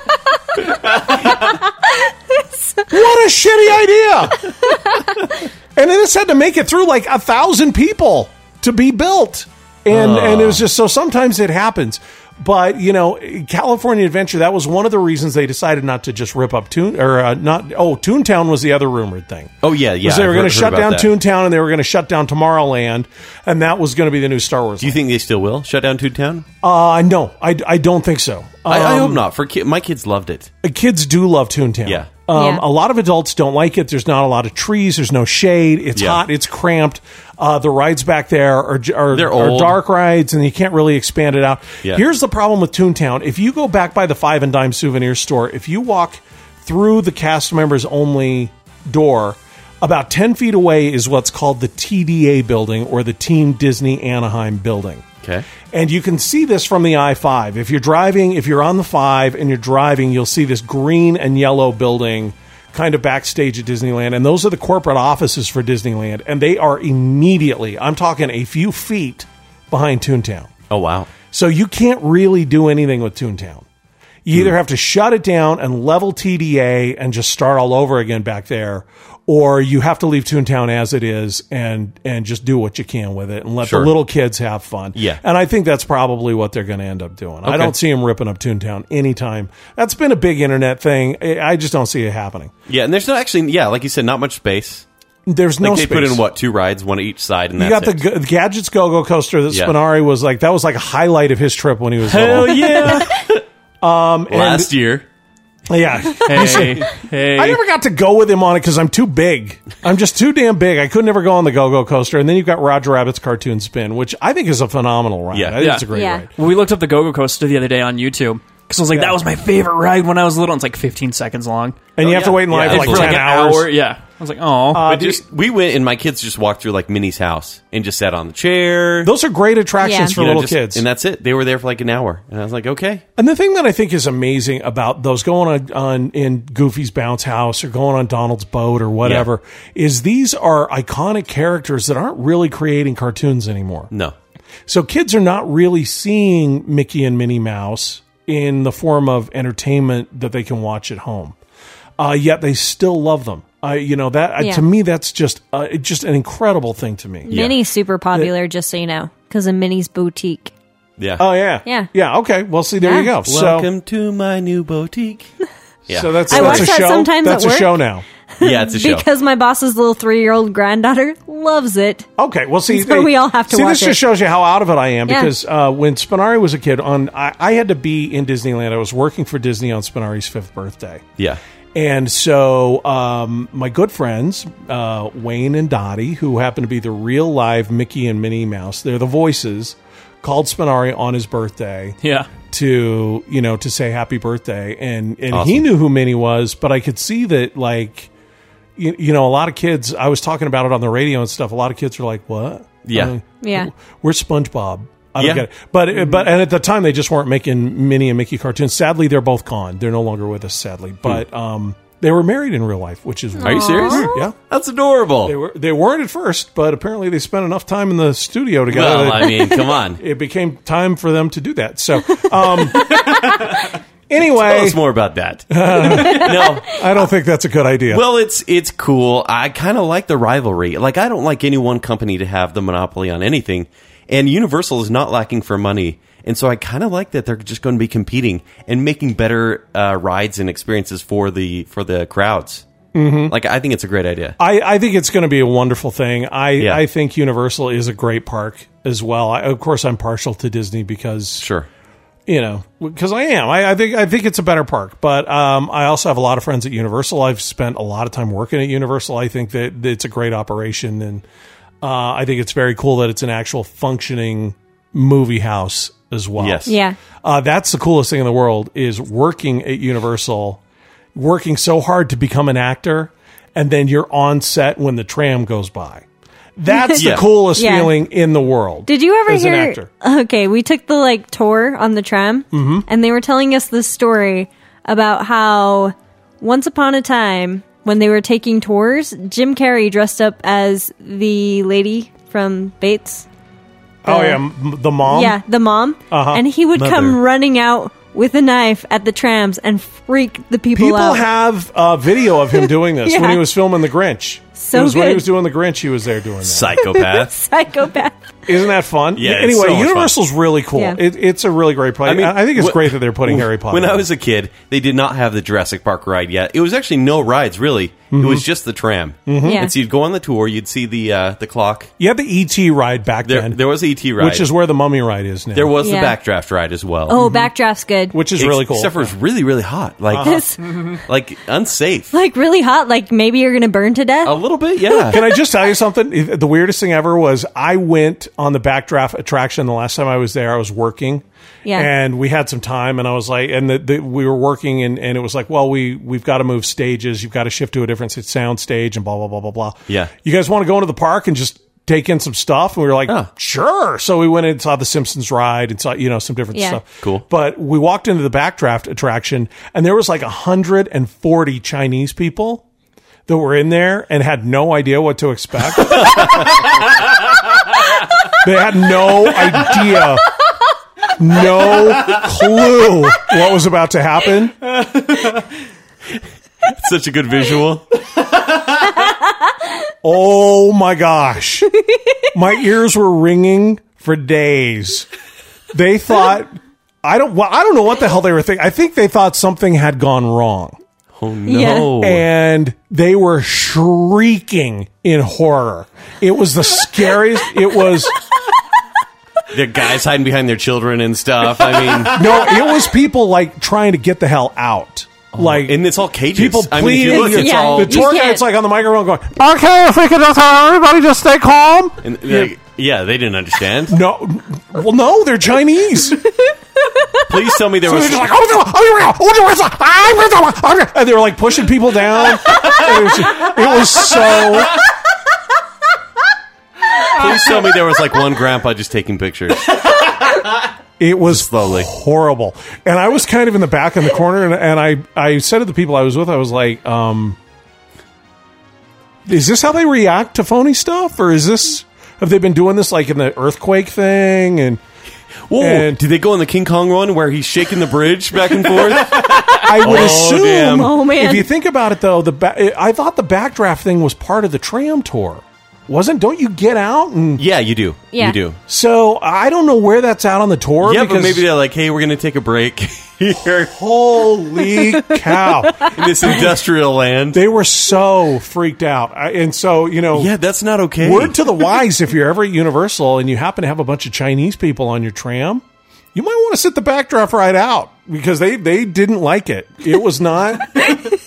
[SPEAKER 2] what a shitty idea! and then this had to make it through like a thousand people to be built, and and it was just so sometimes it happens. But you know, California Adventure that was one of the reasons they decided not to just rip up Toon or uh, not. Oh, Toontown was the other rumored thing.
[SPEAKER 4] Oh yeah, yeah.
[SPEAKER 2] 'Cause they
[SPEAKER 4] I've
[SPEAKER 2] were going
[SPEAKER 4] heard-
[SPEAKER 2] to
[SPEAKER 4] heard
[SPEAKER 2] shut
[SPEAKER 4] about
[SPEAKER 2] down
[SPEAKER 4] that.
[SPEAKER 2] Toontown and they were going to shut down Tomorrowland, and that was going to be the new Star Wars.
[SPEAKER 4] Do you think they still will shut down Toontown?
[SPEAKER 2] uh, no, I, I don't think so.
[SPEAKER 4] I, I
[SPEAKER 2] Um,
[SPEAKER 4] hope not. For ki- my kids loved it.
[SPEAKER 2] uh, kids do love Toontown.
[SPEAKER 4] Yeah.
[SPEAKER 2] Um,
[SPEAKER 5] Yeah.
[SPEAKER 2] A lot of adults don't like it. There's not a lot of trees. There's no shade. It's
[SPEAKER 4] Yeah.
[SPEAKER 2] hot. It's cramped. Uh, the rides back there are, j- are,
[SPEAKER 4] They're
[SPEAKER 2] are
[SPEAKER 4] old.
[SPEAKER 2] dark rides, and you can't really expand it out.
[SPEAKER 4] Yeah.
[SPEAKER 2] Here's the problem with Toontown. If you go back by the Five and Dime souvenir store, if you walk through the cast members only door, About 10 feet away is what's called the TDA building or the Team Disney Anaheim building.
[SPEAKER 4] Okay.
[SPEAKER 2] And you can see this from the I 5. If you're driving, if you're on the 5 and you're driving, you'll see this green and yellow building kind of backstage at Disneyland. And those are the corporate offices for Disneyland. And they are immediately, I'm talking a few feet behind Toontown.
[SPEAKER 4] Oh wow.
[SPEAKER 2] So you can't really do anything with Toontown. You
[SPEAKER 4] Hmm.
[SPEAKER 2] either have to shut it down and level TDA and just start all over again back there, or you have to leave Toontown as it is and and just do what you can with it and let
[SPEAKER 4] Sure.
[SPEAKER 2] the little kids have fun.
[SPEAKER 4] Yeah.
[SPEAKER 2] and I think that's probably what they're going to end up doing. I don't see them ripping up Toontown anytime. That's been a big internet thing. I I just don't see it happening.
[SPEAKER 4] Yeah, and there's not actually yeah, like you said, not much space.
[SPEAKER 2] There's no
[SPEAKER 4] Like they
[SPEAKER 2] space.
[SPEAKER 4] put in what two rides, one at each side, and
[SPEAKER 2] You
[SPEAKER 4] that's
[SPEAKER 2] got the
[SPEAKER 4] it.
[SPEAKER 2] G- gadgets go go coaster that
[SPEAKER 4] Yeah.
[SPEAKER 2] Spinari was like that was like a highlight of his trip when he was little.
[SPEAKER 4] yeah! um, Last year,
[SPEAKER 2] yeah.
[SPEAKER 3] Hey, hey.
[SPEAKER 2] I never got to go with him on it because I'm too big. I'm just too damn big. I could never go on the Go Go Coaster. And then you've got Roger Rabbit's cartoon spin, which I think is a phenomenal ride.
[SPEAKER 4] Yeah.
[SPEAKER 2] I think
[SPEAKER 3] Yeah.
[SPEAKER 2] it's a great
[SPEAKER 5] Yeah.
[SPEAKER 2] ride.
[SPEAKER 3] Well, we looked up the Go-Go Coaster the other day on YouTube because I was like, that was my favorite ride when I was little. And it's like 15 seconds long.
[SPEAKER 2] And you have to wait in line
[SPEAKER 4] Oh, Yeah,
[SPEAKER 2] for
[SPEAKER 4] it's
[SPEAKER 2] like
[SPEAKER 4] for
[SPEAKER 2] ten
[SPEAKER 4] like Uh,
[SPEAKER 3] an
[SPEAKER 2] hours.
[SPEAKER 3] hour. Yeah. I was like, oh.
[SPEAKER 4] but just we went and my kids just walked through like Minnie's house and just sat on the chair.
[SPEAKER 2] Those are great attractions
[SPEAKER 5] Yeah.
[SPEAKER 2] for
[SPEAKER 4] you know,
[SPEAKER 2] little
[SPEAKER 4] just-
[SPEAKER 2] kids.
[SPEAKER 4] and that's it. They were there for like an hour, and I was like, okay,
[SPEAKER 2] And the thing that I think is amazing about those going on, on in Goofy's bounce house or going on Donald's boat or whatever is these are iconic characters that aren't really creating cartoons anymore.
[SPEAKER 4] no,
[SPEAKER 2] So kids are not really seeing Mickey and Minnie Mouse in the form of entertainment that they can watch at home. Uh, yet they still love them. I, you know that I
[SPEAKER 5] Yeah.
[SPEAKER 2] to me that's just uh, it's just an incredible thing to me.
[SPEAKER 5] Minnie's super popular, just so you know, because of Minnie's boutique.
[SPEAKER 4] yeah.
[SPEAKER 2] Oh yeah,
[SPEAKER 5] Yeah.
[SPEAKER 2] yeah. Okay, well, see, there
[SPEAKER 5] Yeah.
[SPEAKER 2] you go.
[SPEAKER 4] Welcome to my new boutique.
[SPEAKER 2] So, so that's
[SPEAKER 5] I
[SPEAKER 2] that's
[SPEAKER 5] watch
[SPEAKER 2] a
[SPEAKER 5] that
[SPEAKER 2] show.
[SPEAKER 5] sometimes at
[SPEAKER 2] that's a
[SPEAKER 5] work.
[SPEAKER 2] show now.
[SPEAKER 4] yeah, it's a show.
[SPEAKER 5] Because my boss's little three-year-old granddaughter loves it.
[SPEAKER 2] Okay, well, see,
[SPEAKER 5] So we all have to
[SPEAKER 2] see. this
[SPEAKER 5] watch
[SPEAKER 2] just
[SPEAKER 5] it.
[SPEAKER 2] shows you how out of it I am
[SPEAKER 5] Yeah.
[SPEAKER 2] because uh, when Spinari was a kid, on I, I had to be in Disneyland. I was working for Disney on Spinari's fifth birthday.
[SPEAKER 4] yeah,
[SPEAKER 2] And so, um, my good friends, uh, Wayne and Dottie, who happen to be the real live Mickey and Minnie Mouse, they're the voices, called Spinari on his birthday
[SPEAKER 3] yeah.
[SPEAKER 2] to, you know, to say happy birthday. And, and he
[SPEAKER 4] Awesome.
[SPEAKER 2] knew who Minnie was, but I could see that, like, you, you know, a lot of kids, I was talking about it on the radio and stuff. A lot of kids are like, what?
[SPEAKER 4] Yeah.
[SPEAKER 2] I'm like,
[SPEAKER 5] Yeah.
[SPEAKER 2] We're SpongeBob. I don't
[SPEAKER 4] Yeah. Mm-hmm.
[SPEAKER 2] get it. But, uh, but, and at the time, they just weren't making Minnie and Mickey cartoons. Sadly, they're both gone. They're no longer with us, sadly. But, um, they were married in real life, which is
[SPEAKER 4] Hmm. Are you
[SPEAKER 2] weird.
[SPEAKER 4] serious?
[SPEAKER 2] Yeah.
[SPEAKER 4] That's adorable.
[SPEAKER 2] They, were, they weren't at first, but apparently they spent enough time in the studio together.
[SPEAKER 4] well,
[SPEAKER 2] that-
[SPEAKER 4] I mean, come on.
[SPEAKER 2] it became time for them to do that. So, um, anyway,
[SPEAKER 4] Tell us more about that. no,
[SPEAKER 2] I don't think that's a good idea.
[SPEAKER 4] Well, it's it's cool. I kind of like the rivalry. Like I don't like any one company to have the monopoly on anything, and Universal is not lacking for money. And so I kind of like that they're just going to be competing and making better uh, rides and experiences for the for the crowds. Mm-hmm. Like I think it's a great idea.
[SPEAKER 2] I, I think it's going to be a wonderful thing. I,
[SPEAKER 4] Yeah.
[SPEAKER 2] I think Universal is a great park as well. I, of course, I'm partial to Disney because
[SPEAKER 4] Sure.
[SPEAKER 2] you know because I am. I, I think I think it's a better park, but um, I also have a lot of friends at Universal. I've spent a lot of time working at Universal. I think that that it's a great operation, and uh, I think it's very cool that it's an actual functioning movie house as well.
[SPEAKER 4] Yes.
[SPEAKER 5] Yeah.
[SPEAKER 2] Uh, that's the coolest thing in the world is working at Universal, working so hard to become an actor, and then you're on set when the tram goes by. That's
[SPEAKER 4] Yeah.
[SPEAKER 2] the coolest
[SPEAKER 5] Yeah.
[SPEAKER 2] feeling in the world.
[SPEAKER 5] Did you ever
[SPEAKER 2] as
[SPEAKER 5] hear?
[SPEAKER 2] an actor? Mm-hmm.
[SPEAKER 5] Okay, we took the like tour on the tram, and they were telling us this story about how once upon a time when they were taking tours, Jim Carrey dressed up as the lady from Bates.
[SPEAKER 2] Oh yeah, m- the mom. Uh-huh.
[SPEAKER 5] Yeah, the mom, and he would come
[SPEAKER 4] Mother.
[SPEAKER 5] running out with a knife at the trams and freak the people,
[SPEAKER 2] People
[SPEAKER 5] out.
[SPEAKER 2] have uh, video of him doing this when
[SPEAKER 5] Yeah.
[SPEAKER 2] he was filming The Grinch.
[SPEAKER 5] So
[SPEAKER 2] it was when he
[SPEAKER 5] good.
[SPEAKER 2] was doing The Grinch, he was there doing that.
[SPEAKER 4] Psychopath.
[SPEAKER 5] Psychopath.
[SPEAKER 2] Isn't that fun?
[SPEAKER 4] Yeah, it's
[SPEAKER 2] Anyway,
[SPEAKER 4] so much fun.
[SPEAKER 2] Universal's really cool.
[SPEAKER 5] Yeah.
[SPEAKER 2] It, it's a really great place. I, I think it's
[SPEAKER 4] wh-
[SPEAKER 2] great that they're putting
[SPEAKER 4] wh-
[SPEAKER 2] Harry Potter.
[SPEAKER 4] When I
[SPEAKER 2] in.
[SPEAKER 4] was a kid, they did not have the Jurassic Park ride yet. It was actually no rides really. It was just the tram. Mm-hmm.
[SPEAKER 5] Yeah.
[SPEAKER 4] And so you'd go on the tour, you'd see the uh, the clock.
[SPEAKER 2] you had the ET ride back
[SPEAKER 4] There,
[SPEAKER 2] then,
[SPEAKER 4] there was the ET ride,
[SPEAKER 2] which is where the Mummy ride is now.
[SPEAKER 4] there was
[SPEAKER 5] Yeah.
[SPEAKER 4] the backdraft ride as well.
[SPEAKER 5] Oh,
[SPEAKER 2] Mm-hmm.
[SPEAKER 5] backdraft's good.
[SPEAKER 2] which is really cool. Uh-huh.
[SPEAKER 4] Except for it's really, really hot. Like,
[SPEAKER 5] It's,
[SPEAKER 4] like unsafe.
[SPEAKER 5] like really hot. Like maybe you're gonna burn to death.
[SPEAKER 4] A little bit, yeah.
[SPEAKER 2] Can I just tell you something? If- The weirdest thing ever was I went on the backdraft attraction the last time I was there. I was working.
[SPEAKER 5] Yeah.
[SPEAKER 2] And we had some time, and I was like, and the, the, we were working, and, and it was like, well, we we've got to move stages. You've got to shift to a different sound stage, and blah blah blah blah blah.
[SPEAKER 4] Yeah.
[SPEAKER 2] You guys want to go into the park and just take in some stuff? And we were like, sure. So we went and saw the Simpsons ride and saw you know some different
[SPEAKER 5] Yeah.
[SPEAKER 2] stuff.
[SPEAKER 4] Cool.
[SPEAKER 2] But we walked into the backdraft attraction, and there was like 140 Chinese people that were in there and had no idea what to expect. they had no idea. No clue what was about to happen.
[SPEAKER 4] It's such a good visual.
[SPEAKER 2] Oh my gosh. My ears were ringing for days. They thought I don't well, I don't know what the hell they were thinking. I think they thought something had gone wrong.
[SPEAKER 4] Oh
[SPEAKER 5] Yeah.
[SPEAKER 4] no.
[SPEAKER 2] and they were shrieking in horror. It was the scariest. It was
[SPEAKER 4] The guys hiding behind their children and stuff. I
[SPEAKER 2] no, it was people like trying to get the hell out. Like
[SPEAKER 4] mean, and it's all cages.
[SPEAKER 2] people
[SPEAKER 4] I mean, if
[SPEAKER 2] pleading.
[SPEAKER 4] you look, it's
[SPEAKER 5] Yeah.
[SPEAKER 4] all.
[SPEAKER 2] the tour
[SPEAKER 5] You can't-
[SPEAKER 2] guide's like on the microphone going, "Okay, if we can just have everybody just stay calm."
[SPEAKER 4] and like, yeah, they didn't understand.
[SPEAKER 2] No, well, no, they're Chinese. So
[SPEAKER 4] Please tell me there
[SPEAKER 2] they're
[SPEAKER 4] was.
[SPEAKER 2] just like, "Oh, no, oh, no, oh, no, oh, no, oh, no," and they were like pushing people down. It was, it was so.
[SPEAKER 4] Please tell me there was like one grandpa just taking pictures.
[SPEAKER 2] It was
[SPEAKER 4] slowly.
[SPEAKER 2] horrible. And I was kind of in the back in the corner, and, and I, I said to the people I was with, I was like, um, is this how they react to phony stuff? Or is this, have they been doing this like in the earthquake thing? And
[SPEAKER 4] Whoa!
[SPEAKER 2] And-
[SPEAKER 4] did they go on the King Kong one where he's shaking the bridge back and forth?
[SPEAKER 2] I would
[SPEAKER 4] Oh,
[SPEAKER 2] assume,
[SPEAKER 4] damn.
[SPEAKER 5] Oh, man.
[SPEAKER 2] if you think about it though, the ba- I thought the backdraft thing was part of the tram tour. Wasn't, don't you get out? And
[SPEAKER 4] yeah, you do.
[SPEAKER 5] Yeah.
[SPEAKER 4] You do.
[SPEAKER 2] so I don't know where that's out on the tour.
[SPEAKER 4] yeah,
[SPEAKER 2] because
[SPEAKER 4] but maybe they're like, hey, we're going to take a break here
[SPEAKER 2] holy cow.
[SPEAKER 4] in this industrial land.
[SPEAKER 2] They were so freaked out. I, and so, you know,
[SPEAKER 4] Yeah, that's not okay.
[SPEAKER 2] Word to the wise, if you're ever at Universal and you happen to have a bunch of Chinese people on your tram, you might want to sit the backdraft right out because they, they didn't like it. It was not.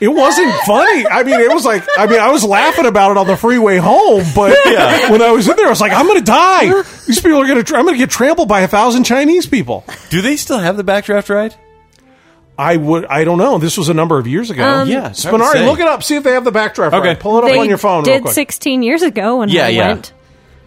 [SPEAKER 2] It wasn't funny. I mean, it was like I mean, I was laughing about it on the freeway home, but
[SPEAKER 4] Yeah.
[SPEAKER 2] when I was in there, I was like, "I'm going to die. These people are going to. I'm going to get trampled by a thousand Chinese people."
[SPEAKER 4] Do they still have the backdraft ride?
[SPEAKER 2] I would. I don't know. This was a number of years ago.
[SPEAKER 4] Yeah, it's hard to
[SPEAKER 2] Spinari,
[SPEAKER 4] say.
[SPEAKER 2] look it up. See if they have the backdraft.
[SPEAKER 4] Okay.
[SPEAKER 2] right. pull it up
[SPEAKER 5] Um, they
[SPEAKER 2] on your phone. real
[SPEAKER 5] did
[SPEAKER 2] quick.
[SPEAKER 5] 16 years ago when
[SPEAKER 4] Yeah,
[SPEAKER 5] I
[SPEAKER 4] yeah.
[SPEAKER 5] went.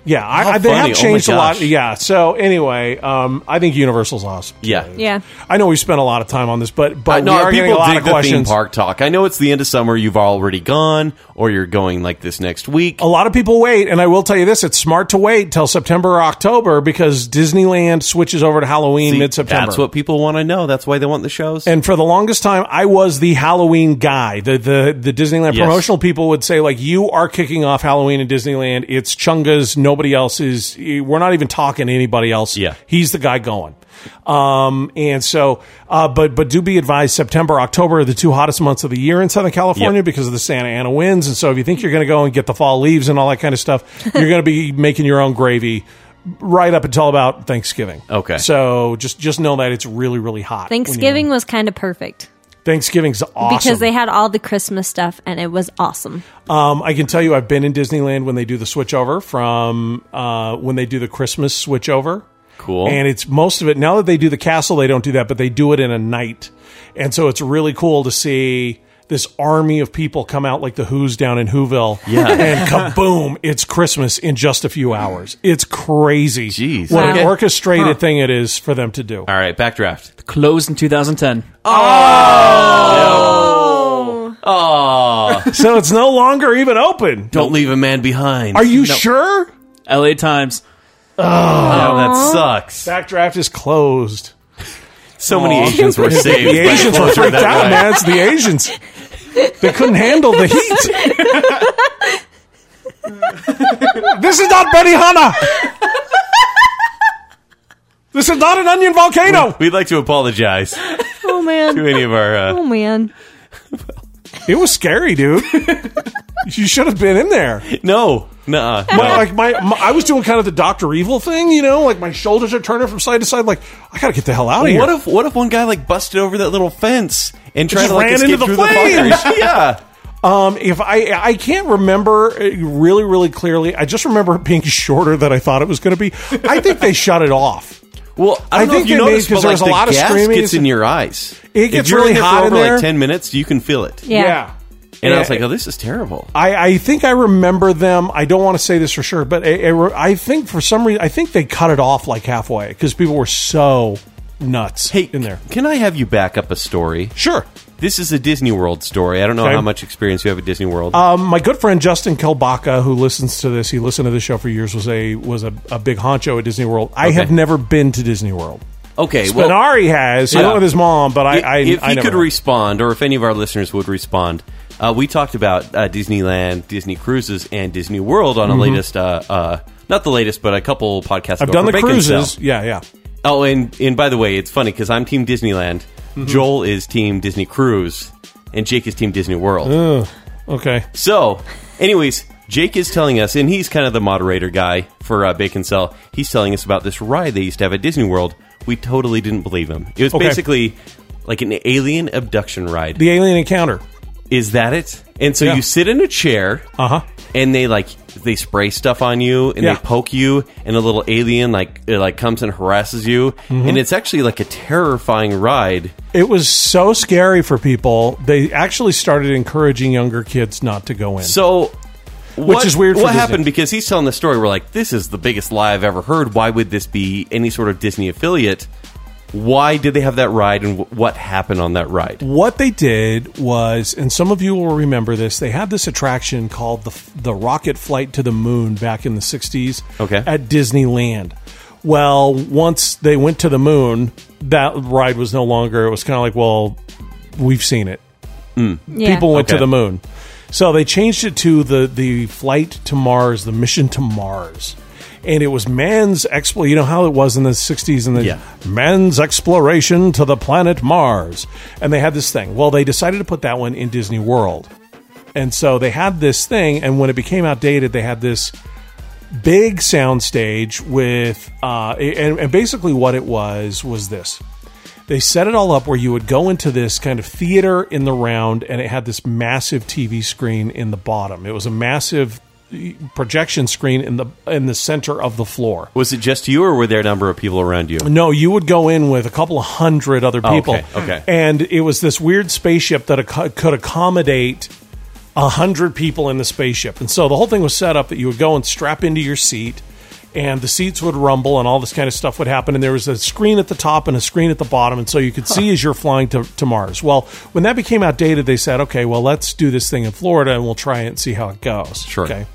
[SPEAKER 2] Yeah,
[SPEAKER 4] How
[SPEAKER 2] I, I, they
[SPEAKER 4] funny.
[SPEAKER 2] have
[SPEAKER 4] Oh my
[SPEAKER 2] changed a lot.
[SPEAKER 4] gosh.
[SPEAKER 2] Yeah. So anyway, um, I think Universal's awesome.
[SPEAKER 4] Yeah.
[SPEAKER 5] Yeah.
[SPEAKER 2] I know we spent a lot of time on this, but but
[SPEAKER 4] I know
[SPEAKER 2] we are getting
[SPEAKER 4] Uh, people
[SPEAKER 2] a lot
[SPEAKER 4] dig
[SPEAKER 2] of
[SPEAKER 4] the theme
[SPEAKER 2] questions.
[SPEAKER 4] park talk. I know it's the end of summer. You've already gone, or you're going like this next week.
[SPEAKER 2] A lot of people wait, and I will tell you this: it's smart to wait till September or October because Disneyland switches over to Halloween
[SPEAKER 4] See,
[SPEAKER 2] mid-September.
[SPEAKER 4] That's what people want to know. That's why they want the shows.
[SPEAKER 2] and for the longest time, I was the Halloween guy. The the the Disneyland
[SPEAKER 4] Yes.
[SPEAKER 2] promotional people would say like, "You are kicking off Halloween in Disneyland. It's Chunga's. Nobody else's. We're not even talking to anybody else.
[SPEAKER 4] Yeah.
[SPEAKER 2] he's the guy going." Um, and so, uh, but but do be advised, September, October are the two hottest months of the year in Southern California
[SPEAKER 4] Yep.
[SPEAKER 2] because of the Santa Ana winds. And so, if you think you're going to go and get the fall leaves and all that kind of stuff, you're going to be making your own gravy. Right up until about Thanksgiving.
[SPEAKER 4] Okay.
[SPEAKER 2] So just just know that it's really really hot. when you-
[SPEAKER 5] Thanksgiving was kind of perfect
[SPEAKER 2] Thanksgiving's awesome
[SPEAKER 5] because they had all the Christmas stuff and it was awesome.
[SPEAKER 2] Um, I can tell you, I've been in Disneyland when they do the switchover from uh, when they do the Christmas switchover.
[SPEAKER 4] Cool.
[SPEAKER 2] And it's most of it now that they do the castle, they don't do that, but they do it in a night, and so it's really cool to see this army of people come out like the Who's down in Whoville, yeah, and kaboom! It's Christmas in just a few hours. It's crazy.
[SPEAKER 4] Jeez.
[SPEAKER 2] what an
[SPEAKER 4] Okay.
[SPEAKER 2] orchestrated thing it is for them to do.
[SPEAKER 4] All right, backdraft.
[SPEAKER 3] Closed in 2010.
[SPEAKER 4] Oh,
[SPEAKER 2] So it's no longer even open.
[SPEAKER 4] don't leave a man behind.
[SPEAKER 2] Are you sure?
[SPEAKER 3] LA Times.
[SPEAKER 4] Oh, that sucks.
[SPEAKER 2] Backdraft is closed.
[SPEAKER 4] So many
[SPEAKER 2] Aw.
[SPEAKER 4] Asians were saved.
[SPEAKER 2] The
[SPEAKER 4] by
[SPEAKER 2] Asians were
[SPEAKER 4] closure of
[SPEAKER 2] freaked
[SPEAKER 4] that
[SPEAKER 2] out,
[SPEAKER 4] ride.
[SPEAKER 2] man. It's the Asians. They couldn't handle the heat. this is not Benihana. This is not an onion volcano.
[SPEAKER 4] We'd like to apologize to
[SPEAKER 5] Oh man.
[SPEAKER 4] any of our.
[SPEAKER 5] Oh
[SPEAKER 4] Uh,
[SPEAKER 5] man.
[SPEAKER 2] It was scary, dude. You should have been in there.
[SPEAKER 4] no, nuh-uh, no.
[SPEAKER 2] My, like my, my, I was doing kind of the Doctor Evil thing, you know. Like my shoulders are turning from side to side. Like I gotta get the hell out of here.
[SPEAKER 4] What if what if one guy like busted over that little fence and try
[SPEAKER 2] Just
[SPEAKER 4] to like
[SPEAKER 2] ran
[SPEAKER 4] escape
[SPEAKER 2] into the
[SPEAKER 4] through the flames. yeah.
[SPEAKER 2] Um, if I I can't remember uh, really really clearly, I just remember it being shorter than I thought it was going to be. I think they shut it off.
[SPEAKER 4] Well, I,
[SPEAKER 2] I
[SPEAKER 4] don't know
[SPEAKER 2] think
[SPEAKER 4] if you
[SPEAKER 2] they made-
[SPEAKER 4] noticed,
[SPEAKER 2] 'cause
[SPEAKER 4] but
[SPEAKER 2] there
[SPEAKER 4] like
[SPEAKER 2] was a
[SPEAKER 4] the
[SPEAKER 2] lot of
[SPEAKER 4] gas
[SPEAKER 2] screaming.
[SPEAKER 4] gets in your eyes.
[SPEAKER 2] It gets
[SPEAKER 4] if you're
[SPEAKER 2] really
[SPEAKER 4] in there
[SPEAKER 2] hot
[SPEAKER 4] for
[SPEAKER 2] in
[SPEAKER 4] over
[SPEAKER 2] there.
[SPEAKER 4] like ten minutes, you can feel it.
[SPEAKER 5] Yeah.
[SPEAKER 4] And I
[SPEAKER 2] Yeah.
[SPEAKER 4] was like, oh, this is terrible.
[SPEAKER 2] I, I think I remember them. I don't want to say this for sure, but I, I, I think for some reason, I think they cut it off like halfway because people were so nuts
[SPEAKER 4] Hey,
[SPEAKER 2] in there.
[SPEAKER 4] Can I have you back up a story?
[SPEAKER 2] Sure.
[SPEAKER 4] This is a Disney World story. I don't know
[SPEAKER 2] Okay.
[SPEAKER 4] how much experience you have at Disney World.
[SPEAKER 2] Um, my good friend Justin Kelbaka, who listens to this, he listened to this show for years, was a was a, a big honcho at Disney World. I
[SPEAKER 4] Okay.
[SPEAKER 2] have never been to Disney World.
[SPEAKER 4] okay, well,
[SPEAKER 2] Benari has. He
[SPEAKER 4] Yeah.
[SPEAKER 2] went with his mom, but I, I,
[SPEAKER 4] if
[SPEAKER 2] I
[SPEAKER 4] he
[SPEAKER 2] never
[SPEAKER 4] could
[SPEAKER 2] have.
[SPEAKER 4] respond, or if any of our listeners would respond, uh, we talked about uh, Disneyland, Disney cruises, and Disney World on a latest, uh, uh, not the latest, but a couple podcasts.
[SPEAKER 2] Mm-hmm. I've
[SPEAKER 4] ago
[SPEAKER 2] done
[SPEAKER 4] for
[SPEAKER 2] the
[SPEAKER 4] Bacon
[SPEAKER 2] cruises.
[SPEAKER 4] Cell.
[SPEAKER 2] Yeah, yeah.
[SPEAKER 4] Oh, and and by the way, it's funny because I'm Team Disneyland.
[SPEAKER 2] Mm-hmm.
[SPEAKER 4] Joel is Team Disney Cruise, and Jake is Team Disney World.
[SPEAKER 2] Okay.
[SPEAKER 4] So, anyways, Jake is telling us, and he's kind of the moderator guy for uh, Bacon Cell. He's telling us about this ride they used to have at Disney World. We totally didn't believe him. It was
[SPEAKER 2] Okay.
[SPEAKER 4] basically like an alien abduction ride.
[SPEAKER 2] The alien encounter.
[SPEAKER 4] Is that it? And so
[SPEAKER 2] Yeah.
[SPEAKER 4] you sit in a chair,
[SPEAKER 2] Uh huh.
[SPEAKER 4] and they like they spray stuff on you, and
[SPEAKER 2] Yeah.
[SPEAKER 4] they poke you, and a little alien like it, like comes and harasses you,
[SPEAKER 2] Mm-hmm.
[SPEAKER 4] and it's actually like a terrifying ride.
[SPEAKER 2] It was so scary for people. They actually started encouraging younger kids not to go in.
[SPEAKER 4] So, what,
[SPEAKER 2] is weird for
[SPEAKER 4] What
[SPEAKER 2] Disney.
[SPEAKER 4] happened? Because he's telling the story. We're like, this is the biggest lie I've ever heard. Why would this be any sort of Disney affiliate? Why did they have that ride, and wh- what happened on that ride?
[SPEAKER 2] what they did was, and some of you will remember this, they had this attraction called the the rocket flight to the moon back in the '60s.
[SPEAKER 4] Okay.
[SPEAKER 2] At Disneyland. Well, once they went to the moon, that ride was no longer. It was kind of like, well, we've seen it.
[SPEAKER 5] Yeah.
[SPEAKER 2] people went
[SPEAKER 4] Okay.
[SPEAKER 2] to the moon. So they changed it to the the flight to Mars, the mission to Mars. And it was man's exploration. You know how it was in the '60s and the
[SPEAKER 4] Yeah.
[SPEAKER 2] man's exploration to the planet Mars. And they had this thing. Well, they decided to put that one in Disney World, and so they had this thing. And when it became outdated, they had this big soundstage with, uh, and, and basically what it was was this they set it all up where you would go into this kind of theater in the round and it had this massive TV screen in the bottom. It was a massive eh, projection screen in the in the center of the floor.
[SPEAKER 4] Was it just you, or were there a number of people around you?
[SPEAKER 2] No, you would go in with a couple of hundred other
[SPEAKER 4] Oh,
[SPEAKER 2] people.
[SPEAKER 4] okay, okay.
[SPEAKER 2] And it was this weird spaceship that ac- could accommodate a hundred people in the spaceship. And so the whole thing was set up that you would go and strap into your seat, and the seats would rumble, and all this kind of stuff would happen. And there was a screen at the top and a screen at the bottom, and so you could see as you're flying to, to Mars. Well, when that became outdated, they said, okay, well, let's do this thing in Florida, and we'll try it and see how it goes.
[SPEAKER 4] Sure.
[SPEAKER 2] Okay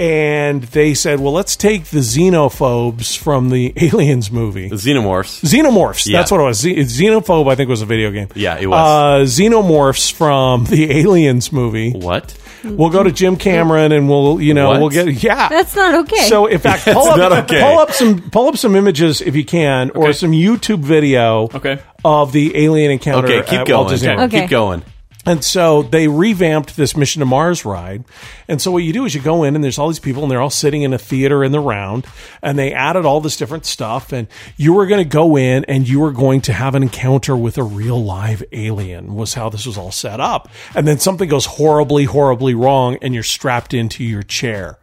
[SPEAKER 2] and they said, "Well, let's take the xenophobes from the Aliens movie."
[SPEAKER 4] Xenomorphs.
[SPEAKER 2] Xenomorphs.
[SPEAKER 4] Yeah.
[SPEAKER 2] That's what it was. Ze- Xenophobe, I think, was a video game.
[SPEAKER 4] Yeah, it was.
[SPEAKER 2] Uh, xenomorphs from the Aliens movie.
[SPEAKER 4] What?
[SPEAKER 2] We'll go to Jim Cameron, and we'll, you know,
[SPEAKER 4] What?
[SPEAKER 2] we'll get. Yeah,
[SPEAKER 5] That's not okay.
[SPEAKER 2] So, in fact, pull
[SPEAKER 4] not
[SPEAKER 2] up,
[SPEAKER 4] okay.
[SPEAKER 2] pull up some, pull up some images if you can, or
[SPEAKER 3] Okay.
[SPEAKER 2] some YouTube video.
[SPEAKER 3] Okay.
[SPEAKER 2] Of the alien encounter.
[SPEAKER 4] Okay, keep
[SPEAKER 2] at
[SPEAKER 4] going.
[SPEAKER 2] Walt Disney World.
[SPEAKER 5] Okay.
[SPEAKER 4] Keep going.
[SPEAKER 2] And so they revamped this Mission to Mars ride. And so what you do is you go in and there's all these people and they're all sitting in a theater in the round and they added all this different stuff and you were going to go in and you were going to have an encounter with a real live alien was how this was all set up. And then something goes horribly horribly wrong and you're strapped into your chair.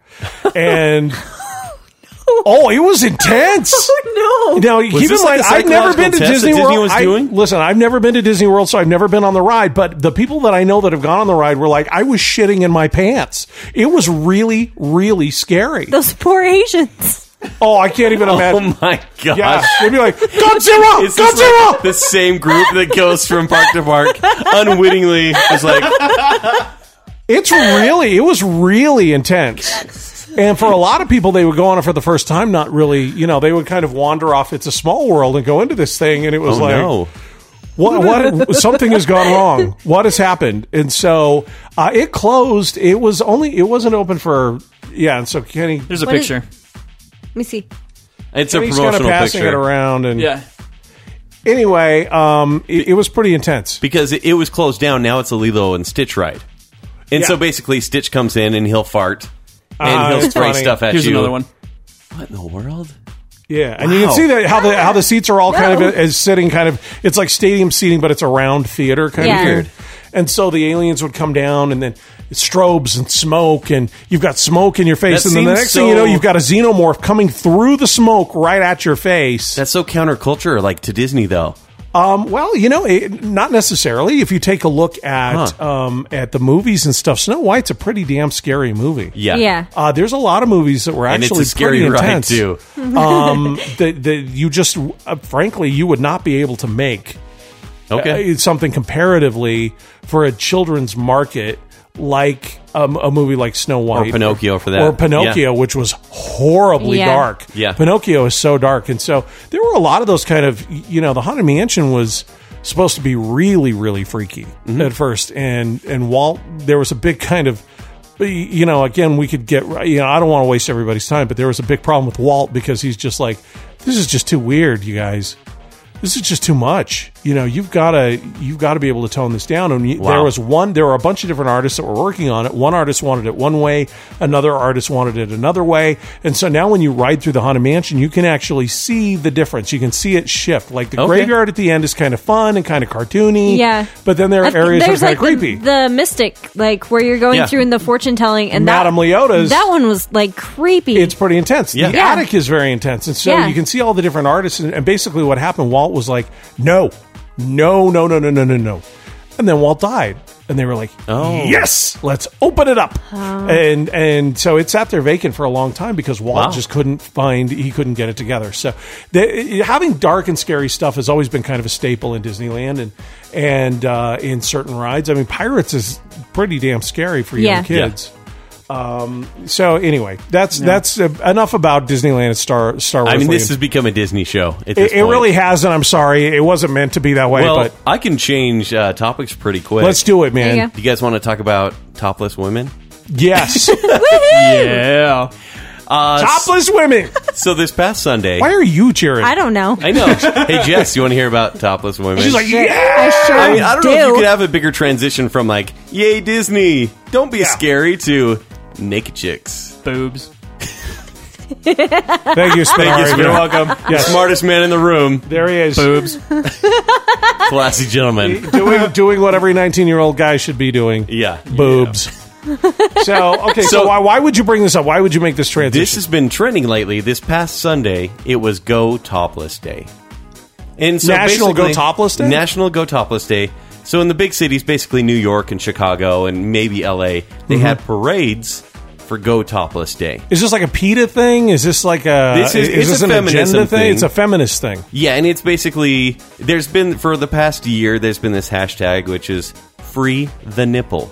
[SPEAKER 2] And Oh, it was intense.
[SPEAKER 5] no.
[SPEAKER 2] Now, keep
[SPEAKER 4] this
[SPEAKER 2] in mind,
[SPEAKER 4] like a
[SPEAKER 2] I've never
[SPEAKER 4] psychological
[SPEAKER 2] been to
[SPEAKER 4] test that
[SPEAKER 2] Disney
[SPEAKER 4] Disney
[SPEAKER 2] World.
[SPEAKER 4] was
[SPEAKER 2] I-
[SPEAKER 4] doing?
[SPEAKER 2] listen, I've never been to Disney World, so I've never been on the ride. But the people that I know that have gone on the ride were like, I was shitting in my pants. It was really, really scary.
[SPEAKER 5] Those poor Asians.
[SPEAKER 2] Oh, I can't even imagine.
[SPEAKER 4] Oh my gosh.
[SPEAKER 2] yeah, they'd be like, Godzilla,
[SPEAKER 4] Is this
[SPEAKER 2] Godzilla.
[SPEAKER 4] like the same group that goes from park to park unwittingly? Is like,
[SPEAKER 2] It's really, it was really intense. And for a lot of people, they would go on it for the first time, not really, you know, they would kind of wander off. It's a small world and go into this thing, and it was
[SPEAKER 4] oh
[SPEAKER 2] like,
[SPEAKER 4] no.
[SPEAKER 2] what, what something has gone wrong what has happened and so uh, it closed it was only it wasn't open for yeah and so kenny
[SPEAKER 3] There's a
[SPEAKER 5] What is-
[SPEAKER 3] picture.
[SPEAKER 5] Let me see.
[SPEAKER 4] It's a
[SPEAKER 2] Kenny's kind of
[SPEAKER 4] promotional
[SPEAKER 2] passing
[SPEAKER 4] picture.
[SPEAKER 2] it around and
[SPEAKER 3] Yeah.
[SPEAKER 2] anyway um it, it was pretty intense
[SPEAKER 4] because it, it was closed down. Now it's a Lilo and Stitch ride, and
[SPEAKER 2] Yeah.
[SPEAKER 4] so basically Stitch comes in and he'll fart and
[SPEAKER 2] Ah,
[SPEAKER 4] he'll
[SPEAKER 2] that's
[SPEAKER 4] spray
[SPEAKER 2] funny.
[SPEAKER 4] stuff at
[SPEAKER 3] Here's
[SPEAKER 4] you.
[SPEAKER 3] another one.
[SPEAKER 4] What in the world?
[SPEAKER 2] Yeah, and you can see that how the how the seats are all kind of as sitting kind of it's like stadium seating, but it's a round theater kind
[SPEAKER 5] Yeah.
[SPEAKER 2] of
[SPEAKER 5] Weird.
[SPEAKER 2] weird. And so the aliens would come down, and then strobes and smoke, and you've got smoke in your face,
[SPEAKER 4] That
[SPEAKER 2] and then the
[SPEAKER 4] seems
[SPEAKER 2] next thing you know,
[SPEAKER 4] so-
[SPEAKER 2] you've got a xenomorph coming through the smoke right at your face.
[SPEAKER 4] That's so counterculture, like to Disney though.
[SPEAKER 2] Um, well, you know, it, not necessarily. If you take a look at
[SPEAKER 4] Huh.
[SPEAKER 2] um, at the movies and stuff, Snow White's a pretty damn scary movie.
[SPEAKER 4] Yeah,
[SPEAKER 5] Yeah.
[SPEAKER 2] Uh, there's a lot of movies that were
[SPEAKER 4] and
[SPEAKER 2] actually
[SPEAKER 4] it's a scary
[SPEAKER 2] pretty
[SPEAKER 4] ride
[SPEAKER 2] intense.
[SPEAKER 4] too.
[SPEAKER 2] um, that, that you just, uh, frankly, you would not be able to make
[SPEAKER 4] Okay,
[SPEAKER 2] uh, something comparatively for a children's market like um, a movie like Snow White
[SPEAKER 4] Pinocchio for that.
[SPEAKER 2] or Pinocchio, which was horribly
[SPEAKER 5] Yeah.
[SPEAKER 2] dark.
[SPEAKER 4] Yeah.
[SPEAKER 2] Pinocchio is so dark, and so there were a lot of those kind of you know the Haunted Mansion was supposed to be really really freaky
[SPEAKER 4] Mm-hmm.
[SPEAKER 2] at first, and and Walt there was a big kind of you know again we could get you know I don't want to waste everybody's time, but there was a big problem with Walt because he's just like this is just too weird, you guys this is just too much. You know, you've got to you've got to be able to tone this down. And you-
[SPEAKER 4] Wow.
[SPEAKER 2] there was one, there were a bunch of different artists that were working on it. One artist wanted it one way, another artist wanted it another way, and so now when you ride through the haunted mansion, you can actually see the difference. You can see it shift. Like the
[SPEAKER 4] Okay.
[SPEAKER 2] graveyard at the end is kind of fun and kind of cartoony.
[SPEAKER 5] Yeah.
[SPEAKER 2] but then there are
[SPEAKER 5] I think
[SPEAKER 2] areas that are
[SPEAKER 5] there's
[SPEAKER 2] kind
[SPEAKER 5] like
[SPEAKER 2] of creepy.
[SPEAKER 5] The, the mystic, like where you're going
[SPEAKER 4] Yeah.
[SPEAKER 5] through in the fortune telling, and
[SPEAKER 2] Madame
[SPEAKER 5] that,
[SPEAKER 2] Leota's-
[SPEAKER 5] That one was like creepy.
[SPEAKER 2] it's pretty intense.
[SPEAKER 4] Yeah.
[SPEAKER 2] The
[SPEAKER 4] Yeah.
[SPEAKER 2] attic is very intense, and so
[SPEAKER 5] Yeah.
[SPEAKER 2] you can see all the different artists. And, and basically, what happened? Walt was like, "No, no, no, no, no, no, no, no," and then Walt died, and they were like,
[SPEAKER 4] Oh.
[SPEAKER 2] yes, let's open it up," and and so it sat there vacant for a long time because Walt
[SPEAKER 4] Wow.
[SPEAKER 2] just couldn't find he couldn't get it together. So the, having dark and scary stuff has always been kind of a staple in Disneyland and and uh, in certain rides. I mean, Pirates is pretty damn scary for young
[SPEAKER 5] Yeah.
[SPEAKER 4] Yeah.
[SPEAKER 2] kids. Um, so anyway, that's that's uh, enough about Disneyland and Star Star Wars.
[SPEAKER 4] I mean this
[SPEAKER 2] Land.
[SPEAKER 4] has become a Disney show. At this
[SPEAKER 2] it, it
[SPEAKER 4] point.
[SPEAKER 2] really has, and I'm sorry, it wasn't meant to be that way.
[SPEAKER 4] Well,
[SPEAKER 2] but
[SPEAKER 4] I can change uh, topics pretty quick.
[SPEAKER 2] let's do it,
[SPEAKER 5] There you
[SPEAKER 2] man.
[SPEAKER 5] go.
[SPEAKER 4] You guys want to talk about topless women?
[SPEAKER 2] Yes,
[SPEAKER 3] Yeah.
[SPEAKER 4] Uh,
[SPEAKER 2] topless women.
[SPEAKER 4] So this past Sunday,
[SPEAKER 2] Why are you cheering?
[SPEAKER 5] I don't know.
[SPEAKER 4] I know. hey Jess, you want to hear about topless women?
[SPEAKER 2] She's like,
[SPEAKER 5] Shit,
[SPEAKER 2] yeah.
[SPEAKER 5] I sure
[SPEAKER 4] I
[SPEAKER 2] Oh,
[SPEAKER 4] mean, I don't know if you
[SPEAKER 5] do.
[SPEAKER 4] could have a bigger transition from like, "Yay Disney, don't be
[SPEAKER 2] Yeah.
[SPEAKER 4] scary" to naked chicks.
[SPEAKER 3] Boobs.
[SPEAKER 2] Thank you,
[SPEAKER 4] Thank
[SPEAKER 2] Spinari.
[SPEAKER 4] you. You're welcome.
[SPEAKER 2] Yes.
[SPEAKER 4] Smartest man in the room,
[SPEAKER 2] There he is,
[SPEAKER 3] Boobs.
[SPEAKER 4] classy gentleman.
[SPEAKER 2] doing doing what every 19 year old guy should be doing.
[SPEAKER 4] Yeah.
[SPEAKER 2] boobs. so okay, so,
[SPEAKER 4] So-
[SPEAKER 2] why why would you bring this up? Why would you make this transition?
[SPEAKER 4] This has been trending lately. This past Sunday, it was Go Topless Day. And so
[SPEAKER 2] National Go
[SPEAKER 4] basically-
[SPEAKER 2] Topless Day?
[SPEAKER 4] National Go Topless Day. So in the big cities, basically New York and Chicago and maybe LA, they
[SPEAKER 2] Mm-hmm.
[SPEAKER 4] had parades for Go Topless Day.
[SPEAKER 2] is this like a PETA thing? Is this like a
[SPEAKER 4] This is-
[SPEAKER 2] is this
[SPEAKER 4] it's a
[SPEAKER 2] an agenda
[SPEAKER 4] feminism
[SPEAKER 2] thing?
[SPEAKER 4] thing.
[SPEAKER 2] It's a feminist thing.
[SPEAKER 4] Yeah, and it's basically there's been for the past year there's been this hashtag which is free the nipple.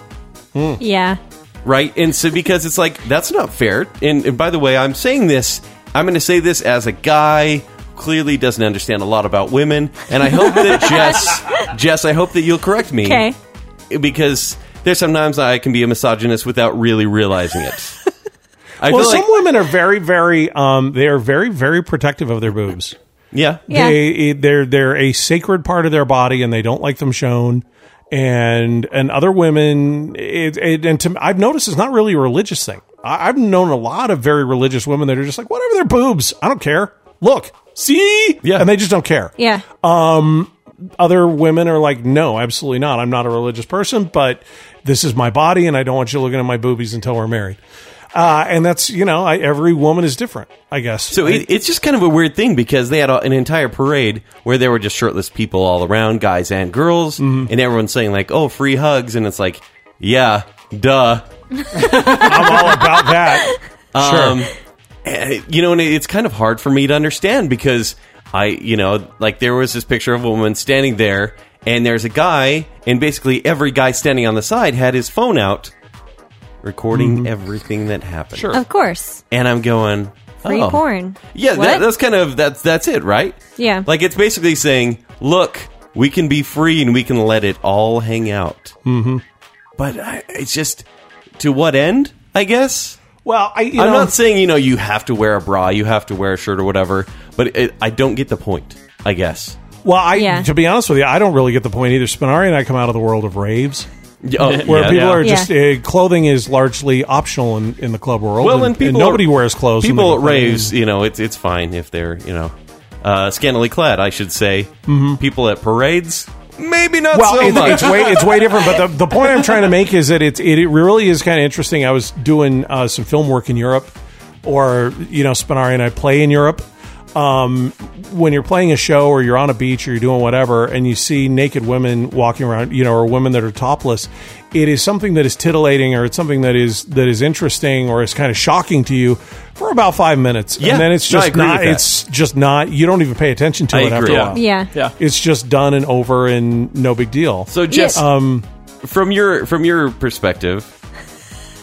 [SPEAKER 5] Yeah.
[SPEAKER 4] right? And so because it's like that's not fair. And, and by the way, I'm saying this. I'm going to say this as a guy who clearly doesn't understand a lot about women, and I hope that Jess, Jess, I hope that you'll correct me
[SPEAKER 5] Okay.
[SPEAKER 4] because there's sometimes I can be a misogynist without really realizing it. I
[SPEAKER 2] Well,
[SPEAKER 4] feel
[SPEAKER 2] some
[SPEAKER 4] like,
[SPEAKER 2] women are very, very. Um, they are very, very protective of their boobs.
[SPEAKER 4] yeah,
[SPEAKER 5] Yeah.
[SPEAKER 2] They, they're they're a sacred part of their body, and they don't like them shown. And and other women, it, it, and to, I've noticed it's not really a religious thing. I, I've known a lot of very religious women that are just like, whatever their boobs, I don't care. Look, see,
[SPEAKER 4] Yeah.
[SPEAKER 2] and they just don't care.
[SPEAKER 5] Yeah.
[SPEAKER 2] other women are like, no, absolutely not. I'm not a religious person, but this is my body, and I don't want you looking at my boobies until we're married. Uh, and that's you know, I, every woman is different, I guess.
[SPEAKER 4] So it, it's just kind of a weird thing because they had a, an entire parade where there were just shirtless people all around, guys and girls,
[SPEAKER 2] Mm-hmm.
[SPEAKER 4] and everyone's saying like, "Oh, free hugs," and it's like, "Yeah, duh."
[SPEAKER 2] I'm all about that.
[SPEAKER 4] Um, eh, you know, and it- it's kind of hard for me to understand because I, you know, like there was this picture of a woman standing there, and there's a guy, and basically every guy standing on the side had his phone out, recording everything that happened.
[SPEAKER 2] Mm-hmm. Sure.
[SPEAKER 5] of course.
[SPEAKER 4] And I'm going
[SPEAKER 5] Oh. Free
[SPEAKER 4] oh.
[SPEAKER 5] porn.
[SPEAKER 4] Yeah,
[SPEAKER 5] What?
[SPEAKER 4] that, that's kind of that's that's it, right?
[SPEAKER 5] Yeah.
[SPEAKER 4] Like it's basically saying, look, we can be free and we can let it all hang out. Mm-hmm. But I, it's just to what end? I guess.
[SPEAKER 2] Well, I you
[SPEAKER 4] I'm
[SPEAKER 2] know,
[SPEAKER 4] not saying you know you have to wear a bra, you have to wear a shirt or whatever, but it, I don't get the point. I guess.
[SPEAKER 2] well, I
[SPEAKER 5] Yeah.
[SPEAKER 2] to be honest with you, I don't really get the point either. Spinari and I come out of the world of raves.
[SPEAKER 4] Yeah, oh,
[SPEAKER 2] where
[SPEAKER 4] yeah.
[SPEAKER 2] people are
[SPEAKER 5] Yeah.
[SPEAKER 2] just uh, clothing is largely optional in, in the club world.
[SPEAKER 4] Well, and people
[SPEAKER 2] nobody
[SPEAKER 4] are-
[SPEAKER 2] wears clothes. when they
[SPEAKER 4] People
[SPEAKER 2] go
[SPEAKER 4] at
[SPEAKER 2] clubbing.
[SPEAKER 4] raves, you know, it's it's fine if they're you know uh, scantily clad, I should say. People at parades, maybe
[SPEAKER 2] Mm-hmm.
[SPEAKER 4] not
[SPEAKER 2] Well,
[SPEAKER 4] so much.
[SPEAKER 2] it's, it's way it's way different. But the, the point I'm trying to make is that it's it, it really is kind of interesting. I was doing uh, some film work in Europe, or you know, Spinari and I play in Europe. Um, when you're playing a show or you're on a beach or you're doing whatever, and you see naked women walking around, you know, or women that are topless, it is something that is titillating, or it's something that is that is interesting, or is kind of shocking to you for about five minutes,
[SPEAKER 4] Yeah.
[SPEAKER 2] and then it's
[SPEAKER 4] No, I
[SPEAKER 2] just
[SPEAKER 4] agree
[SPEAKER 2] not.
[SPEAKER 4] with that.
[SPEAKER 2] It's just not. You don't even pay attention to
[SPEAKER 4] I
[SPEAKER 2] it
[SPEAKER 4] agree.
[SPEAKER 2] after a
[SPEAKER 4] Yeah.
[SPEAKER 2] while.
[SPEAKER 5] Yeah.
[SPEAKER 3] Yeah.
[SPEAKER 2] It's just done and over and no big deal.
[SPEAKER 4] so, Jess,
[SPEAKER 5] Yeah.
[SPEAKER 4] from your from your perspective,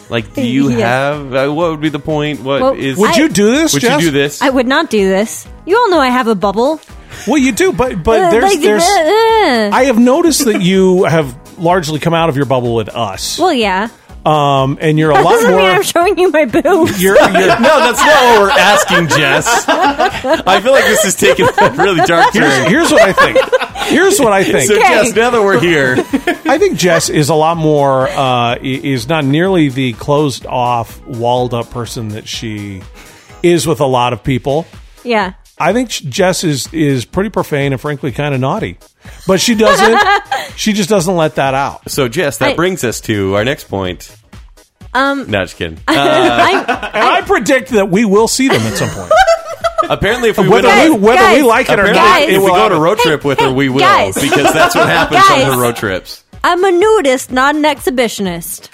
[SPEAKER 4] like, do you
[SPEAKER 5] Yes.
[SPEAKER 4] have uh, what would be the point? What is
[SPEAKER 5] Well,
[SPEAKER 2] Would
[SPEAKER 5] I-
[SPEAKER 2] you do this?
[SPEAKER 4] would
[SPEAKER 2] Jess?
[SPEAKER 4] you do this?
[SPEAKER 5] I would not do this. You all know I have a bubble.
[SPEAKER 2] Well, you do, but but
[SPEAKER 5] Uh,
[SPEAKER 2] there's
[SPEAKER 5] like,
[SPEAKER 2] there's.
[SPEAKER 5] uh, uh.
[SPEAKER 2] I have noticed that you have largely come out of your bubble with us,
[SPEAKER 5] well, yeah.
[SPEAKER 2] um, and you're a
[SPEAKER 5] That
[SPEAKER 2] lot
[SPEAKER 5] doesn't mean
[SPEAKER 2] more.
[SPEAKER 5] I'm showing you my boobs.
[SPEAKER 2] You're, you're,
[SPEAKER 4] no, that's not what we're asking, Jess. I feel like this is taking a really dark
[SPEAKER 2] here's,
[SPEAKER 4] turn.
[SPEAKER 2] here's what I think. Here's what I think.
[SPEAKER 4] So,
[SPEAKER 5] Okay.
[SPEAKER 4] Jess, now that we're here,
[SPEAKER 2] I think Jess is a lot more. Uh, i- is not nearly the closed off, walled up person that she is with a lot of people.
[SPEAKER 5] yeah.
[SPEAKER 2] I think sh- Jess is is pretty profane and frankly kind of naughty, but she doesn't. she just doesn't let that out.
[SPEAKER 4] so Jess, that
[SPEAKER 5] I-
[SPEAKER 4] brings us to our next point. Um, no, just kidding. Uh,
[SPEAKER 5] I'm,
[SPEAKER 2] And I, predict that we will see them at some point.
[SPEAKER 4] apparently, if we
[SPEAKER 2] whether
[SPEAKER 4] went on-
[SPEAKER 2] we whether
[SPEAKER 5] guys,
[SPEAKER 2] we like it or
[SPEAKER 4] Apparently,
[SPEAKER 2] not,
[SPEAKER 5] guys.
[SPEAKER 2] it
[SPEAKER 4] if we
[SPEAKER 2] will
[SPEAKER 4] go on
[SPEAKER 2] happen.
[SPEAKER 4] a road trip with her, we will
[SPEAKER 5] guys.
[SPEAKER 4] because that's what happens on
[SPEAKER 5] Guys.
[SPEAKER 4] her road trips.
[SPEAKER 5] I'm a nudist, not an exhibitionist.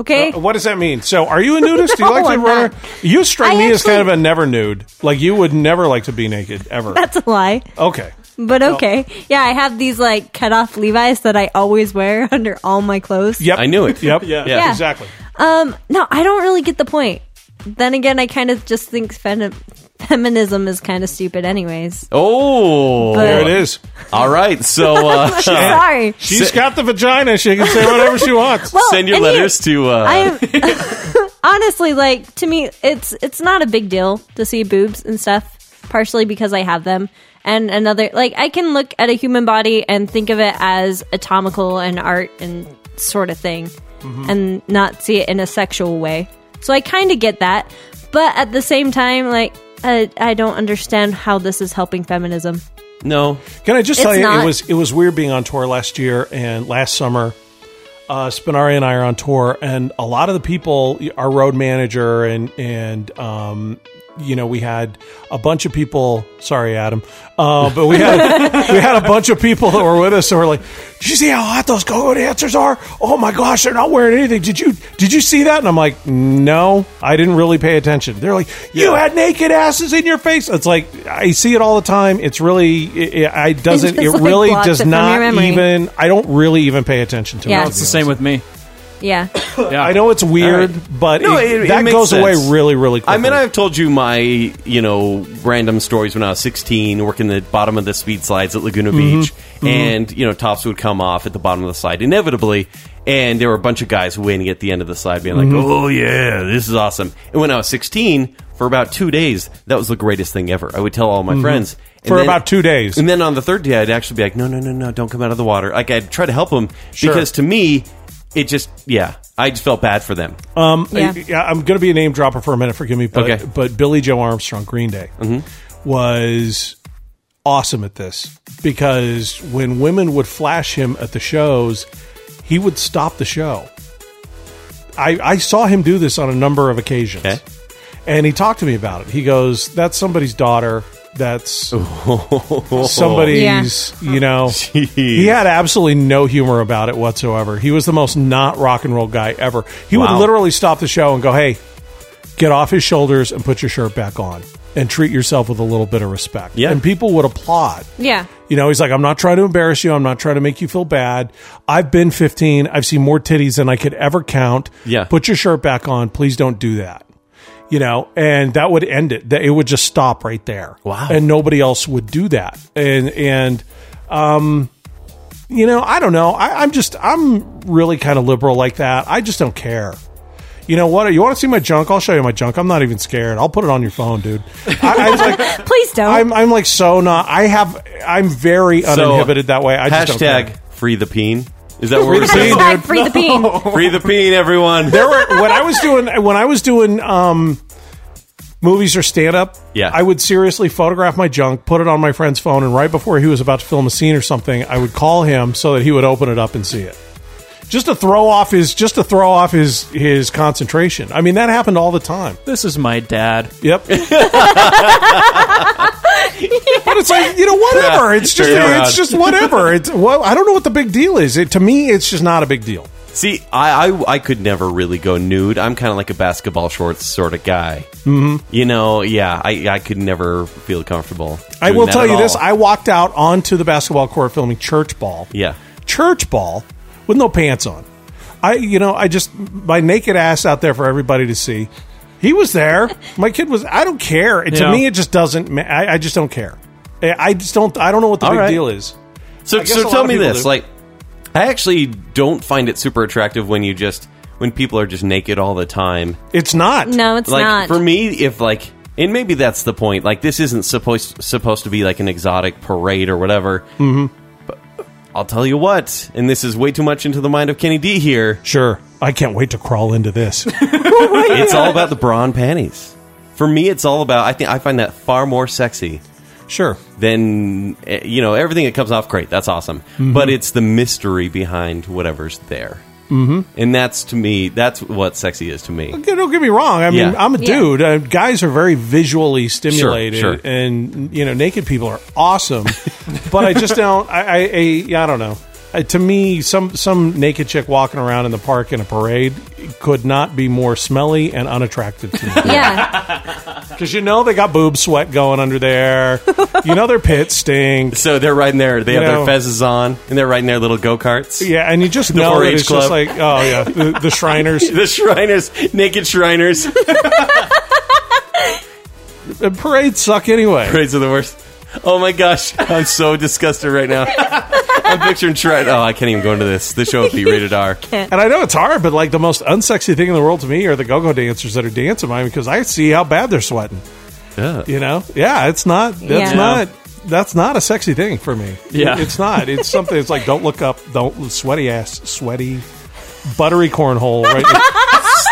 [SPEAKER 5] Okay?
[SPEAKER 2] What does that mean? So, are you a nudist? Do you
[SPEAKER 5] No,
[SPEAKER 2] like to
[SPEAKER 5] I'm
[SPEAKER 2] run?
[SPEAKER 5] not.
[SPEAKER 2] You strike
[SPEAKER 5] I
[SPEAKER 2] me as kind of
[SPEAKER 5] actually-
[SPEAKER 2] a never nude. Like you would never like to be naked ever.
[SPEAKER 5] That's a lie.
[SPEAKER 2] Okay.
[SPEAKER 5] But okay. Yeah, I have these like cut off Levi's that I always wear under all my clothes.
[SPEAKER 2] Yep.
[SPEAKER 4] I knew it.
[SPEAKER 2] Yep.
[SPEAKER 4] Yeah.
[SPEAKER 2] Exactly.
[SPEAKER 5] Um, no, I don't really get the point. Then again, I kind of just think fem- feminism is kind of stupid, anyways.
[SPEAKER 4] Oh,
[SPEAKER 2] There it is.
[SPEAKER 4] All right. So uh,
[SPEAKER 5] Sorry.
[SPEAKER 2] She's got the vagina. She can say whatever she wants.
[SPEAKER 5] Well,
[SPEAKER 4] send your
[SPEAKER 5] Oh, and here-
[SPEAKER 4] letters to. Uh,
[SPEAKER 5] I am honestly like to me, it's it's not a big deal to see boobs and stuff. Partially because I have them, and another like I can look at a human body and think of it as atomical and art and sort of thing, and not see it in a sexual way. So I kind of get that, but at the same time, like I, I don't understand how this is helping feminism.
[SPEAKER 4] no.
[SPEAKER 2] Can I just
[SPEAKER 5] It's
[SPEAKER 2] tell you, it
[SPEAKER 5] not.
[SPEAKER 2] was it was weird being on tour last year and last summer. Uh, Spinari and I are on tour, and a lot of the people, our road manager, and and um, you know, we had a bunch of people. Sorry, Adam, uh, but we had we had a bunch of people that were with us, and we're like, "Did you see how hot those go-go dancers are? Oh my gosh, they're not wearing anything. Did you did you see that?" And I'm like, "No, I didn't really pay attention." They're like, "You had naked asses in your face." It's like I see it all the time. It's really, it, it, I doesn't.
[SPEAKER 5] just,
[SPEAKER 2] It
[SPEAKER 5] like,
[SPEAKER 2] really
[SPEAKER 5] blocks it
[SPEAKER 2] does
[SPEAKER 5] from your
[SPEAKER 2] not
[SPEAKER 5] memory.
[SPEAKER 2] even and I don't really even pay attention to
[SPEAKER 5] Yeah.
[SPEAKER 2] it.
[SPEAKER 5] No,
[SPEAKER 2] to
[SPEAKER 3] It's
[SPEAKER 2] be
[SPEAKER 3] the same
[SPEAKER 2] honest.
[SPEAKER 3] with me.
[SPEAKER 5] Yeah,
[SPEAKER 3] Yeah.
[SPEAKER 2] I know it's weird,
[SPEAKER 4] All right.
[SPEAKER 2] but
[SPEAKER 4] No,
[SPEAKER 2] it-
[SPEAKER 4] it- it
[SPEAKER 2] that
[SPEAKER 4] makes
[SPEAKER 2] goes away
[SPEAKER 4] sense.
[SPEAKER 2] really, really quickly.
[SPEAKER 4] I mean, I've told you my, you know, random stories when I was 16, working the bottom of the speed slides at Laguna Beach, and, you know, tops would come off at the bottom of the slide inevitably, and there were a bunch of guys waiting at the end of the slide being like, oh, yeah, this is awesome. And when I was 16, for about two days, that was the greatest thing ever. I would tell all my friends. and
[SPEAKER 2] For about two days.
[SPEAKER 4] And then on the third day, I'd actually be like, no, no, no, no, don't come out of the water. Like, I'd try to help them
[SPEAKER 2] Sure.
[SPEAKER 4] because to me, it just, yeah, I just felt bad for them.
[SPEAKER 5] yeah.
[SPEAKER 2] I, am going to be a name dropper for a minute. Forgive me, but
[SPEAKER 4] Okay. Mm-hmm.
[SPEAKER 2] but Billy Joe Armstrong, Green Day, was awesome at this because when women would flash him at the shows, he would stop the show. I, I saw him do this on a number of occasions.
[SPEAKER 4] Okay.
[SPEAKER 2] And he talked to me about it. He goes, "That's somebody's daughter. That's somebody's you know he had absolutely no humor about it whatsoever he was the most not rock and roll guy ever he
[SPEAKER 4] Wow.
[SPEAKER 2] would literally stop the show and go hey get off his shoulders and put your shirt back on and treat yourself with a little bit of respect
[SPEAKER 4] Yeah.
[SPEAKER 2] and people would applaud
[SPEAKER 5] yeah.
[SPEAKER 2] you know, he's like, I'm not trying to embarrass you. I'm not trying to make you feel bad. I've been 15. I've seen more titties than I could ever count.
[SPEAKER 4] Yeah.
[SPEAKER 2] Put your shirt back on. Please don't do that. You know, and that would end it. That it would just stop right there.
[SPEAKER 4] Wow.
[SPEAKER 2] And nobody else would do that. And and um, you know, I don't know. I, I'm just I'm really kind of liberal like that. I just don't care. You know what? You want to see my junk? I'll show you my junk. I'm not even scared. I'll put it on your phone, dude. I, I was like,
[SPEAKER 5] Please don't.
[SPEAKER 2] I'm I'm like so not. I have. I'm very
[SPEAKER 4] Oh. So,
[SPEAKER 2] uninhibited that way. I
[SPEAKER 4] hashtag
[SPEAKER 2] just don't care.
[SPEAKER 4] free the peen. Is that where we're
[SPEAKER 2] Peen,
[SPEAKER 4] saying?
[SPEAKER 5] Hashtag free the peen.
[SPEAKER 4] Free the peen, everyone.
[SPEAKER 2] there were when I was doing when I was doing um, movies or stand up.
[SPEAKER 4] Yeah.
[SPEAKER 2] I would seriously photograph my junk, put it on my friend's phone, and right before he was about to film a scene or something, I would call him so that he would open it up and see it. Just to throw off his just to throw off his his concentration. I mean that happened all the time.
[SPEAKER 3] This is my dad.
[SPEAKER 2] Yep. but it's like you know whatever.
[SPEAKER 4] Yeah,
[SPEAKER 2] it's just
[SPEAKER 4] turn around.
[SPEAKER 2] it's just whatever. It's well, I don't know what the big deal is. It, to me, it's just not a big deal.
[SPEAKER 4] See, I, I I could never really go nude. I'm kind of like a basketball shorts sort of guy. Mm-hmm. You know, yeah, I, I could never feel comfortable.
[SPEAKER 2] I
[SPEAKER 4] doing
[SPEAKER 2] will
[SPEAKER 4] that
[SPEAKER 2] tell
[SPEAKER 4] at
[SPEAKER 2] you this:
[SPEAKER 4] all.
[SPEAKER 2] I walked out onto the basketball court filming church ball.
[SPEAKER 4] yeah,
[SPEAKER 2] church ball with no pants on. I, you know, I just my naked ass out there for everybody to see. He was there. My kid was. I don't care. And To
[SPEAKER 3] Yeah.
[SPEAKER 2] me, it just doesn't. ma- I, I just don't care. I I just don't. I don't know what the
[SPEAKER 4] All
[SPEAKER 2] big
[SPEAKER 4] right.
[SPEAKER 2] deal is.
[SPEAKER 4] So,
[SPEAKER 2] guess a
[SPEAKER 4] so
[SPEAKER 2] lot
[SPEAKER 4] tell
[SPEAKER 2] of
[SPEAKER 4] me
[SPEAKER 2] people
[SPEAKER 4] this:
[SPEAKER 2] do.
[SPEAKER 4] like, I actually don't find it super attractive when you just when people are just naked all the time.
[SPEAKER 2] It's not.
[SPEAKER 5] No, it's
[SPEAKER 4] like
[SPEAKER 5] not.
[SPEAKER 4] for me, if like, and maybe that's the point. Like, this isn't supposed supposed to be like an exotic parade or whatever. Mm-hmm. But I'll tell you what, and this is way too much into the mind of Kenny D here.
[SPEAKER 2] Sure. I can't wait to crawl into this.
[SPEAKER 4] it's all about the bra and panties. For me, it's all about. I think I find that far more sexy
[SPEAKER 2] sure.
[SPEAKER 4] than eh, you know everything that comes off. Great, that's awesome. But it's the mystery behind whatever's there, mm-hmm. and that's to me. That's what sexy is to me.
[SPEAKER 2] Yeah, Don't get me wrong. I mean,
[SPEAKER 4] Yeah.
[SPEAKER 2] I'm a
[SPEAKER 5] Yeah.
[SPEAKER 2] dude. Uh, guys are very visually stimulated,
[SPEAKER 4] sure.
[SPEAKER 2] and you know, naked people are awesome. but I just don't. I, I, I, yeah, I don't know. Uh, to me, some some naked chick walking around in the park in a parade could not be more smelly and unattractive to me.
[SPEAKER 5] yeah.
[SPEAKER 2] Because you know they got boob sweat going under there. You know their pit stinks.
[SPEAKER 4] So they're right in there. They have
[SPEAKER 2] No.
[SPEAKER 4] their fezzes on, and they're right in their little go karts.
[SPEAKER 2] Yeah, and you just know that
[SPEAKER 4] 4-H
[SPEAKER 2] it's just
[SPEAKER 4] club.
[SPEAKER 2] like, oh yeah, the, the Shriners.
[SPEAKER 4] The Shriners, naked Shriners,
[SPEAKER 2] The parades suck anyway.
[SPEAKER 4] parades are the worst. Oh my gosh, I'm so disgusted right now. I'm picturing Shrin. Oh, I can't even go into this. The show would be rated R.
[SPEAKER 2] And I know it's hard, but like the most unsexy thing in the world to me are the go-go dancers that are dancing by me because I see how bad they're sweating.
[SPEAKER 4] Ugh.
[SPEAKER 2] You know, yeah, it's not. That's
[SPEAKER 5] Yeah.
[SPEAKER 2] not. That's not a sexy thing for me.
[SPEAKER 3] Yeah.
[SPEAKER 2] it's not. It's something. It's like don't look up. Don't sweaty ass, sweaty, buttery cornhole. Right?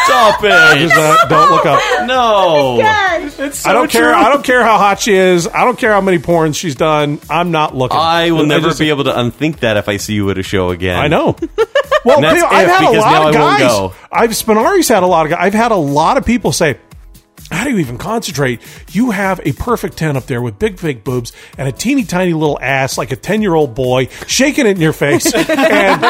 [SPEAKER 4] Stop it!
[SPEAKER 2] Just not- don't look up.
[SPEAKER 4] No.
[SPEAKER 2] I don't care. I don't care how hot she is. I don't care how many porns she's done. I'm not looking.
[SPEAKER 4] I will never
[SPEAKER 2] just-
[SPEAKER 4] be able to unthink that if I see you at a show again.
[SPEAKER 2] I know. Well,
[SPEAKER 4] that's
[SPEAKER 2] people- I've
[SPEAKER 4] if,
[SPEAKER 2] had a
[SPEAKER 4] because
[SPEAKER 2] lot
[SPEAKER 4] now
[SPEAKER 2] of
[SPEAKER 4] I won't
[SPEAKER 2] guys.
[SPEAKER 4] go.
[SPEAKER 2] I've Spinari's had a lot of guys. I've had a lot of people say, "How do you even concentrate? You have a perfect ten up there with big fake boobs and a teeny tiny little ass, like a ten-year-old boy shaking it in your face." and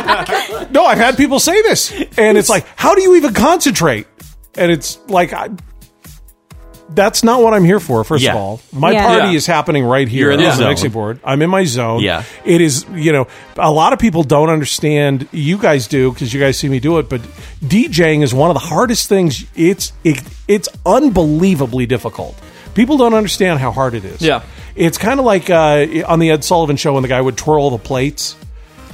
[SPEAKER 2] no, I've had people say this, and it's like, "How do you even concentrate?" And it's like, I, that's not what I'm here for. First
[SPEAKER 4] Yeah.
[SPEAKER 2] of all, my
[SPEAKER 5] Yeah.
[SPEAKER 2] party
[SPEAKER 4] Yeah.
[SPEAKER 2] is happening right here
[SPEAKER 4] You're in the
[SPEAKER 2] on the
[SPEAKER 4] zone.
[SPEAKER 2] mixing board. I'm in my zone.
[SPEAKER 4] Yeah.
[SPEAKER 2] It is, you know, a lot of people don't understand. You guys do because you guys see me do it, but DJing is one of the hardest things. It's it, it's unbelievably difficult. People don't understand how hard it is.
[SPEAKER 3] Yeah.
[SPEAKER 2] It's kind of like uh, on the Ed Sullivan show when the guy would twirl the plates.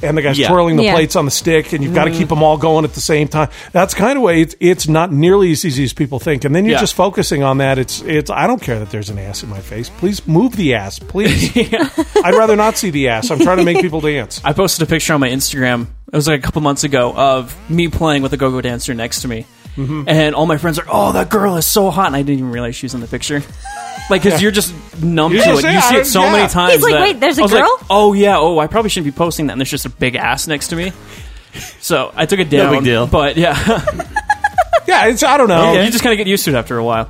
[SPEAKER 2] And the guy's
[SPEAKER 4] Yeah.
[SPEAKER 2] twirling the
[SPEAKER 5] Yeah.
[SPEAKER 2] plates on the stick, and you've
[SPEAKER 5] Mm.
[SPEAKER 2] got to keep them all going at the same time. That's kind of way it's, it's not nearly as easy as people think. And then you're
[SPEAKER 3] Yeah.
[SPEAKER 2] just focusing on that. It's it's. I don't care that there's an ass in my face. Please move the ass, please. I'd rather not see the ass. I'm trying to make people dance.
[SPEAKER 3] I posted a picture on my Instagram. It was like a couple months ago of me playing with a go-go dancer next to me, and all my friends are, "Oh, that girl is so hot!" And I didn't even realize she was in the picture. Like, because you're just numb
[SPEAKER 2] You're
[SPEAKER 3] to
[SPEAKER 2] just
[SPEAKER 3] it.
[SPEAKER 2] like,
[SPEAKER 3] You
[SPEAKER 2] "I
[SPEAKER 3] see
[SPEAKER 2] don't-
[SPEAKER 3] it so
[SPEAKER 2] yeah."
[SPEAKER 3] many times.
[SPEAKER 5] He's like,
[SPEAKER 3] that-
[SPEAKER 5] "Wait, there's a
[SPEAKER 3] I was like,
[SPEAKER 5] girl?"
[SPEAKER 3] oh yeah. Oh, I probably shouldn't be posting that. And there's just a big ass next to me. So I took it down.
[SPEAKER 4] big deal.
[SPEAKER 3] But yeah,
[SPEAKER 2] Yeah, it's. I don't know.
[SPEAKER 3] you just kind of get used to it after a while.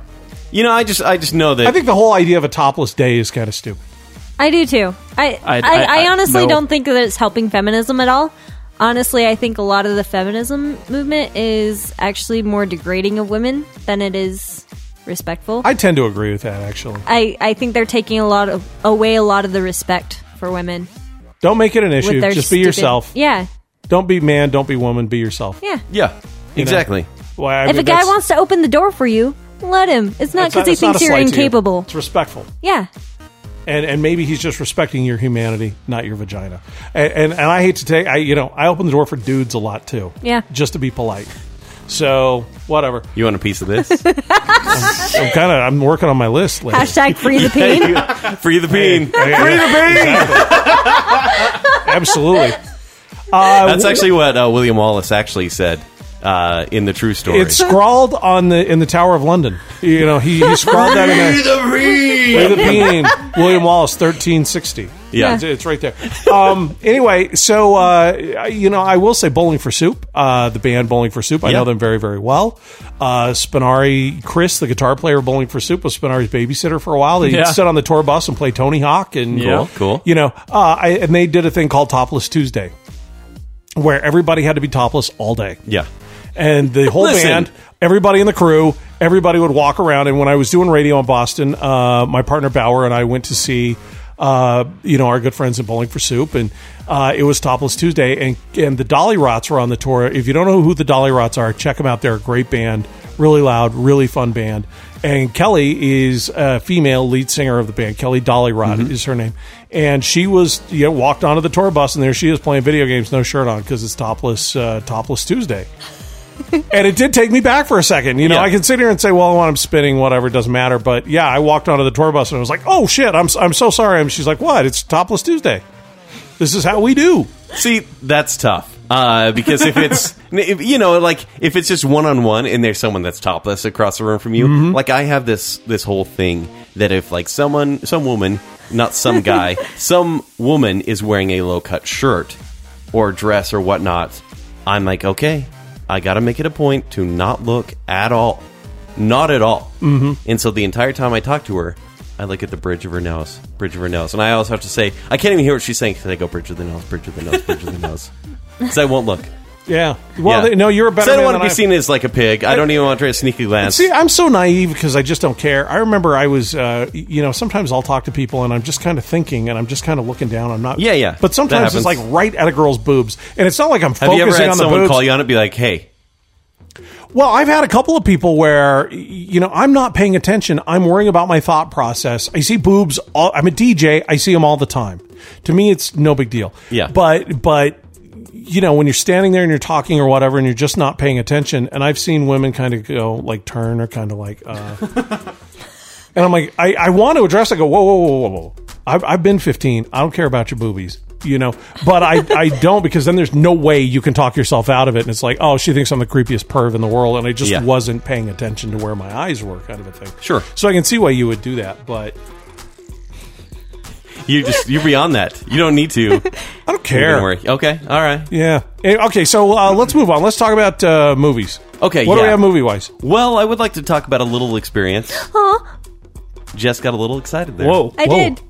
[SPEAKER 4] You know, I just I just know that
[SPEAKER 2] I think the whole idea of a topless day is kind of stupid.
[SPEAKER 5] I do too. I
[SPEAKER 3] I-
[SPEAKER 5] I,
[SPEAKER 3] I-
[SPEAKER 5] I,
[SPEAKER 3] I-
[SPEAKER 5] honestly
[SPEAKER 3] no.
[SPEAKER 5] don't think that it's helping feminism at all. Honestly, I think a lot of the feminism movement is actually more degrading of women than it is respectful. I
[SPEAKER 2] I tend to agree with that. Actually,
[SPEAKER 5] I, think they're taking a lot of away a lot of the respect for women
[SPEAKER 2] don't make it an
[SPEAKER 5] with
[SPEAKER 2] issue.
[SPEAKER 5] their
[SPEAKER 2] Just be
[SPEAKER 5] stupid-
[SPEAKER 2] yourself.
[SPEAKER 5] Yeah,
[SPEAKER 2] Don't be man. Don't be woman. Be yourself.
[SPEAKER 5] yeah.
[SPEAKER 4] yeah,
[SPEAKER 2] You know?
[SPEAKER 4] exactly.
[SPEAKER 2] Well, I
[SPEAKER 5] if
[SPEAKER 2] mean,
[SPEAKER 5] a guy
[SPEAKER 2] that's-
[SPEAKER 5] wants to open the door for you, let him. It's not
[SPEAKER 2] that's
[SPEAKER 5] because he
[SPEAKER 2] it's not
[SPEAKER 5] thinks
[SPEAKER 2] a
[SPEAKER 5] you're
[SPEAKER 2] slight to you.
[SPEAKER 5] incapable.
[SPEAKER 2] It's respectful.
[SPEAKER 5] Yeah,
[SPEAKER 2] and and maybe he's just respecting your humanity, not your vagina. And and, and I hate to take, I you know, I open the door for dudes a lot too.
[SPEAKER 5] Yeah.
[SPEAKER 2] just to be polite. So whatever.
[SPEAKER 4] You want a piece of this?
[SPEAKER 2] I'm kind of I'm working on my list. Later.
[SPEAKER 5] hashtag free the pain.
[SPEAKER 4] Free the bean.
[SPEAKER 2] Free the bean. Absolutely. Uh,
[SPEAKER 4] That's
[SPEAKER 2] wh-
[SPEAKER 4] actually what uh, William Wallace actually said uh, in the true story.
[SPEAKER 2] It's scrawled on the in the Tower of London. You know, he, he scrawled that in there. With a bean. William Wallace, thirteen sixty.
[SPEAKER 4] Yeah.
[SPEAKER 2] it's, it's right there. Um, anyway, so uh, you know, I will say Bowling for Soup, uh, the band Bowling for Soup. I know
[SPEAKER 4] Yeah.
[SPEAKER 2] them very very well. Uh, Spinari, Chris, the guitar player of Bowling for Soup, was Spinari's babysitter for a while. They would
[SPEAKER 3] Yeah.
[SPEAKER 2] sit on the tour bus and play Tony Hawk and
[SPEAKER 3] Yeah. Cool,
[SPEAKER 4] cool.
[SPEAKER 2] You know, uh, I, and they did a thing called Topless Tuesday, where everybody had to be topless all day
[SPEAKER 4] yeah.
[SPEAKER 2] and the whole
[SPEAKER 4] Listen.
[SPEAKER 2] band, everybody in the crew, everybody would walk around. And when I was doing radio in Boston, uh, my partner Bauer and I went to see, uh, you know, our good friends in Bowling for Soup, and uh, it was Topless Tuesday, and and the Dolly Rots were on the tour. If you don't know who the Dolly Rots are, check them out. They're a great band, really loud, really fun band. And Kelly is a female lead singer of the band. Kelly Dolly Rod is her name, and she was you know walked onto the tour bus, and there she is playing video games, no shirt on, because it's topless uh, Topless Tuesday and it did take me back for a second. You know,
[SPEAKER 4] Yeah.
[SPEAKER 2] I can sit here and say, "Well, when I'm spinning, whatever, it doesn't matter." But yeah, I walked onto the tour bus and I was like, "Oh shit, I'm I'm so sorry." And she's like, "What? It's Topless Tuesday. This is how we do."
[SPEAKER 4] See, that's tough. Uh, because if it's, if, you know, like if it's just one on one and there's someone that's topless across the room from you, like I have this this whole thing that if like someone, some woman, not some guy, some woman is wearing a low cut shirt or dress or whatnot, I'm like, okay, I got to make it a point to not look at all, not at all. Mm-hmm. And so the entire time I talk to her. I look at the bridge of her nose, bridge of her nose, and I always have to say, I can't even hear what she's saying because I go bridge of the nose, bridge of the nose, bridge of the nose. So I won't look.
[SPEAKER 2] Yeah. Well,
[SPEAKER 4] Yeah.
[SPEAKER 2] they- no, you're a better.
[SPEAKER 4] So I don't
[SPEAKER 2] man
[SPEAKER 4] want to
[SPEAKER 2] than
[SPEAKER 4] be
[SPEAKER 2] am.
[SPEAKER 4] seen as like a pig. I don't even want to try a sneaky glance.
[SPEAKER 2] See, I'm so naive because I just don't care. I remember I was, uh, y- you know, sometimes I'll talk to people and I'm just kind of thinking and I'm just kind of looking down. I'm not.
[SPEAKER 4] Yeah, yeah.
[SPEAKER 2] But sometimes
[SPEAKER 4] That
[SPEAKER 2] it's like
[SPEAKER 4] happens.
[SPEAKER 2] right at a girl's boobs, and it's not like I'm
[SPEAKER 4] Have
[SPEAKER 2] focusing
[SPEAKER 4] you ever had
[SPEAKER 2] on the
[SPEAKER 4] someone
[SPEAKER 2] boobs.
[SPEAKER 4] call you on it? Be like, hey,
[SPEAKER 2] Well, I've had a couple of people where y- you know I'm not paying attention. I'm worrying about my thought process. I see boobs. All, I'm a DJ. I see them all the time. To me, it's no big deal.
[SPEAKER 4] Yeah.
[SPEAKER 2] But but you know when you're standing there and you're talking or whatever and you're just not paying attention. And I've seen women kind of go like turn or kind of like. Uh, and I'm like, I, I want to address. I go, whoa, whoa, whoa, whoa, whoa. I've, I've been 15. I don't care about your boobies, you know. But I, I don't because then there's no way you can talk yourself out of it. And it's like, oh, she thinks I'm the creepiest perv in the world, and I just
[SPEAKER 4] Yeah.
[SPEAKER 2] wasn't paying attention to where my eyes were, kind of a thing.
[SPEAKER 4] Sure.
[SPEAKER 2] So I can see why you would do that, but
[SPEAKER 4] you just you're beyond that. You don't need to.
[SPEAKER 2] I don't
[SPEAKER 4] Don't
[SPEAKER 2] care.
[SPEAKER 4] worry. Okay. All right.
[SPEAKER 2] Yeah. Eh, Okay. So uh, let's move on. Let's talk about uh, movies.
[SPEAKER 4] Okay,
[SPEAKER 2] What do we
[SPEAKER 4] yeah.
[SPEAKER 2] have movie wise?
[SPEAKER 4] Well, I would like to talk about a little experience. Jess got a little excited there.
[SPEAKER 5] I did.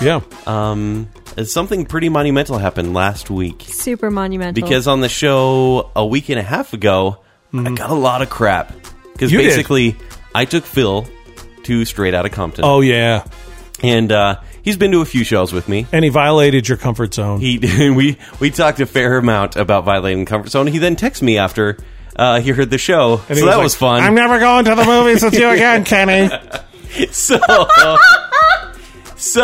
[SPEAKER 2] Yeah.
[SPEAKER 4] Um, something pretty monumental happened last week.
[SPEAKER 5] Super monumental.
[SPEAKER 4] because on the show a week and a half ago, I got a lot of crap because
[SPEAKER 2] Mm-hmm. You did.
[SPEAKER 4] basically I took Phil to Straight Outta Compton,
[SPEAKER 2] Oh yeah.
[SPEAKER 4] and uh, he's been to a few shows with me.
[SPEAKER 2] And he violated your comfort zone.
[SPEAKER 4] He we we talked a fair amount about violating comfort zone. He then texted me after uh, he heard the show,
[SPEAKER 2] and he
[SPEAKER 4] so that
[SPEAKER 2] like,
[SPEAKER 4] was fun.
[SPEAKER 2] I'm never going to the movies with you again, Kenny.
[SPEAKER 4] so so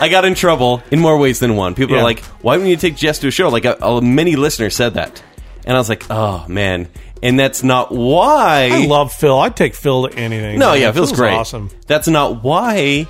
[SPEAKER 4] I got in trouble in more ways than one. People
[SPEAKER 2] Yeah.
[SPEAKER 4] are like, "Why wouldn't you take Jess to a show?" Like a, a- many listeners said that, and I was like, "Oh man." And that's not why
[SPEAKER 2] I love Phil. I'd take Phil to anything.
[SPEAKER 4] No,
[SPEAKER 2] Man,
[SPEAKER 4] yeah, it feels
[SPEAKER 2] Phil's
[SPEAKER 4] great.
[SPEAKER 2] Awesome.
[SPEAKER 4] That's not why,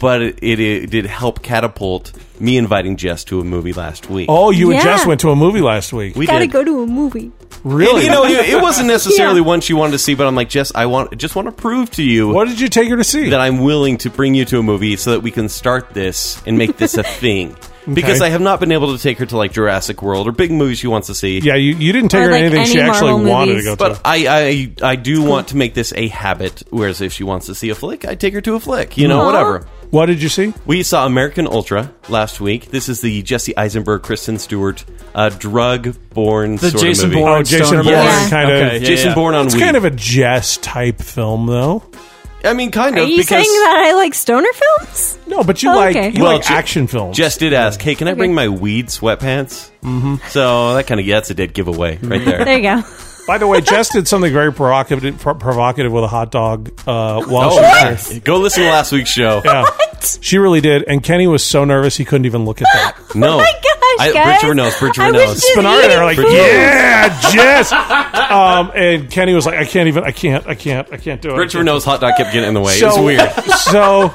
[SPEAKER 4] but it, it, it did help catapult me inviting Jess to a movie last week.
[SPEAKER 2] Oh, you and
[SPEAKER 5] Yeah.
[SPEAKER 2] Jess went to a movie last week.
[SPEAKER 4] we
[SPEAKER 5] Gotta
[SPEAKER 4] did.
[SPEAKER 5] go to a movie.
[SPEAKER 2] really?
[SPEAKER 4] You know, it, it wasn't necessarily
[SPEAKER 5] Yeah.
[SPEAKER 4] one she wanted to see, but I'm like, Jess, I want just want to prove to you
[SPEAKER 2] what did you take her to see?
[SPEAKER 4] that I'm willing to bring you to a movie so that we can start this and make this a thing. Because
[SPEAKER 2] Okay.
[SPEAKER 4] I have not been able to take her to like Jurassic World or big movies she wants to see.
[SPEAKER 2] yeah, you, you didn't take
[SPEAKER 5] Or
[SPEAKER 2] her to
[SPEAKER 5] like
[SPEAKER 2] anything
[SPEAKER 5] any
[SPEAKER 2] she actually
[SPEAKER 5] Marvel
[SPEAKER 2] wanted to
[SPEAKER 5] movies.
[SPEAKER 2] go
[SPEAKER 4] But uh,
[SPEAKER 2] to.
[SPEAKER 4] I, I I do want to make this a habit. Whereas if she wants to see a flick, I take her to a flick. You know,
[SPEAKER 5] Aw.
[SPEAKER 4] whatever.
[SPEAKER 2] What did you see?
[SPEAKER 4] We saw American Ultra last week. This is the Jesse Eisenberg, Kristen Stewart, uh, drug-born
[SPEAKER 3] The
[SPEAKER 4] sort
[SPEAKER 3] Jason
[SPEAKER 4] of movie.
[SPEAKER 3] Bourne,
[SPEAKER 2] Oh, Jason
[SPEAKER 3] stoner
[SPEAKER 2] Bourne
[SPEAKER 3] movie.
[SPEAKER 2] kind of-
[SPEAKER 3] Okay, yeah,
[SPEAKER 4] Jason
[SPEAKER 3] yeah.
[SPEAKER 4] Bourne on
[SPEAKER 2] It's
[SPEAKER 4] weed.
[SPEAKER 2] kind of a Jess type film, though.
[SPEAKER 4] I mean, kind
[SPEAKER 5] Are
[SPEAKER 4] of.
[SPEAKER 5] you
[SPEAKER 4] because
[SPEAKER 5] saying that I like stoner films?
[SPEAKER 2] No, but you
[SPEAKER 5] Oh,
[SPEAKER 2] like
[SPEAKER 5] okay.
[SPEAKER 2] you
[SPEAKER 4] Well,
[SPEAKER 2] like
[SPEAKER 4] Je-
[SPEAKER 2] action films.
[SPEAKER 4] Jess did ask, "Hey, can I bring my weed sweatpants?" Mm-hmm. So that kind of that's a dead giveaway right there.
[SPEAKER 5] There you go.
[SPEAKER 2] By the way, Jess did something very provocative pro- provocative with a hot dog uh, while
[SPEAKER 4] Oh,
[SPEAKER 2] she was there.
[SPEAKER 4] yeah. Go listen to last week's show.
[SPEAKER 2] Yeah. She really did, and Kenny was so nervous he couldn't even look at that.
[SPEAKER 4] No,
[SPEAKER 5] Oh my gosh,
[SPEAKER 4] I,
[SPEAKER 5] guys.
[SPEAKER 4] Bridge of her nose, Bridge of her
[SPEAKER 5] I was
[SPEAKER 4] nose.
[SPEAKER 5] just-
[SPEAKER 2] Spinari and I are like,
[SPEAKER 4] Food.
[SPEAKER 2] yeah, Jess. um, and Kenny was like, I can't even, I can't, I can't, I can't do it.
[SPEAKER 4] Bridge of her nose hot dog kept getting in the way. it was weird.
[SPEAKER 2] So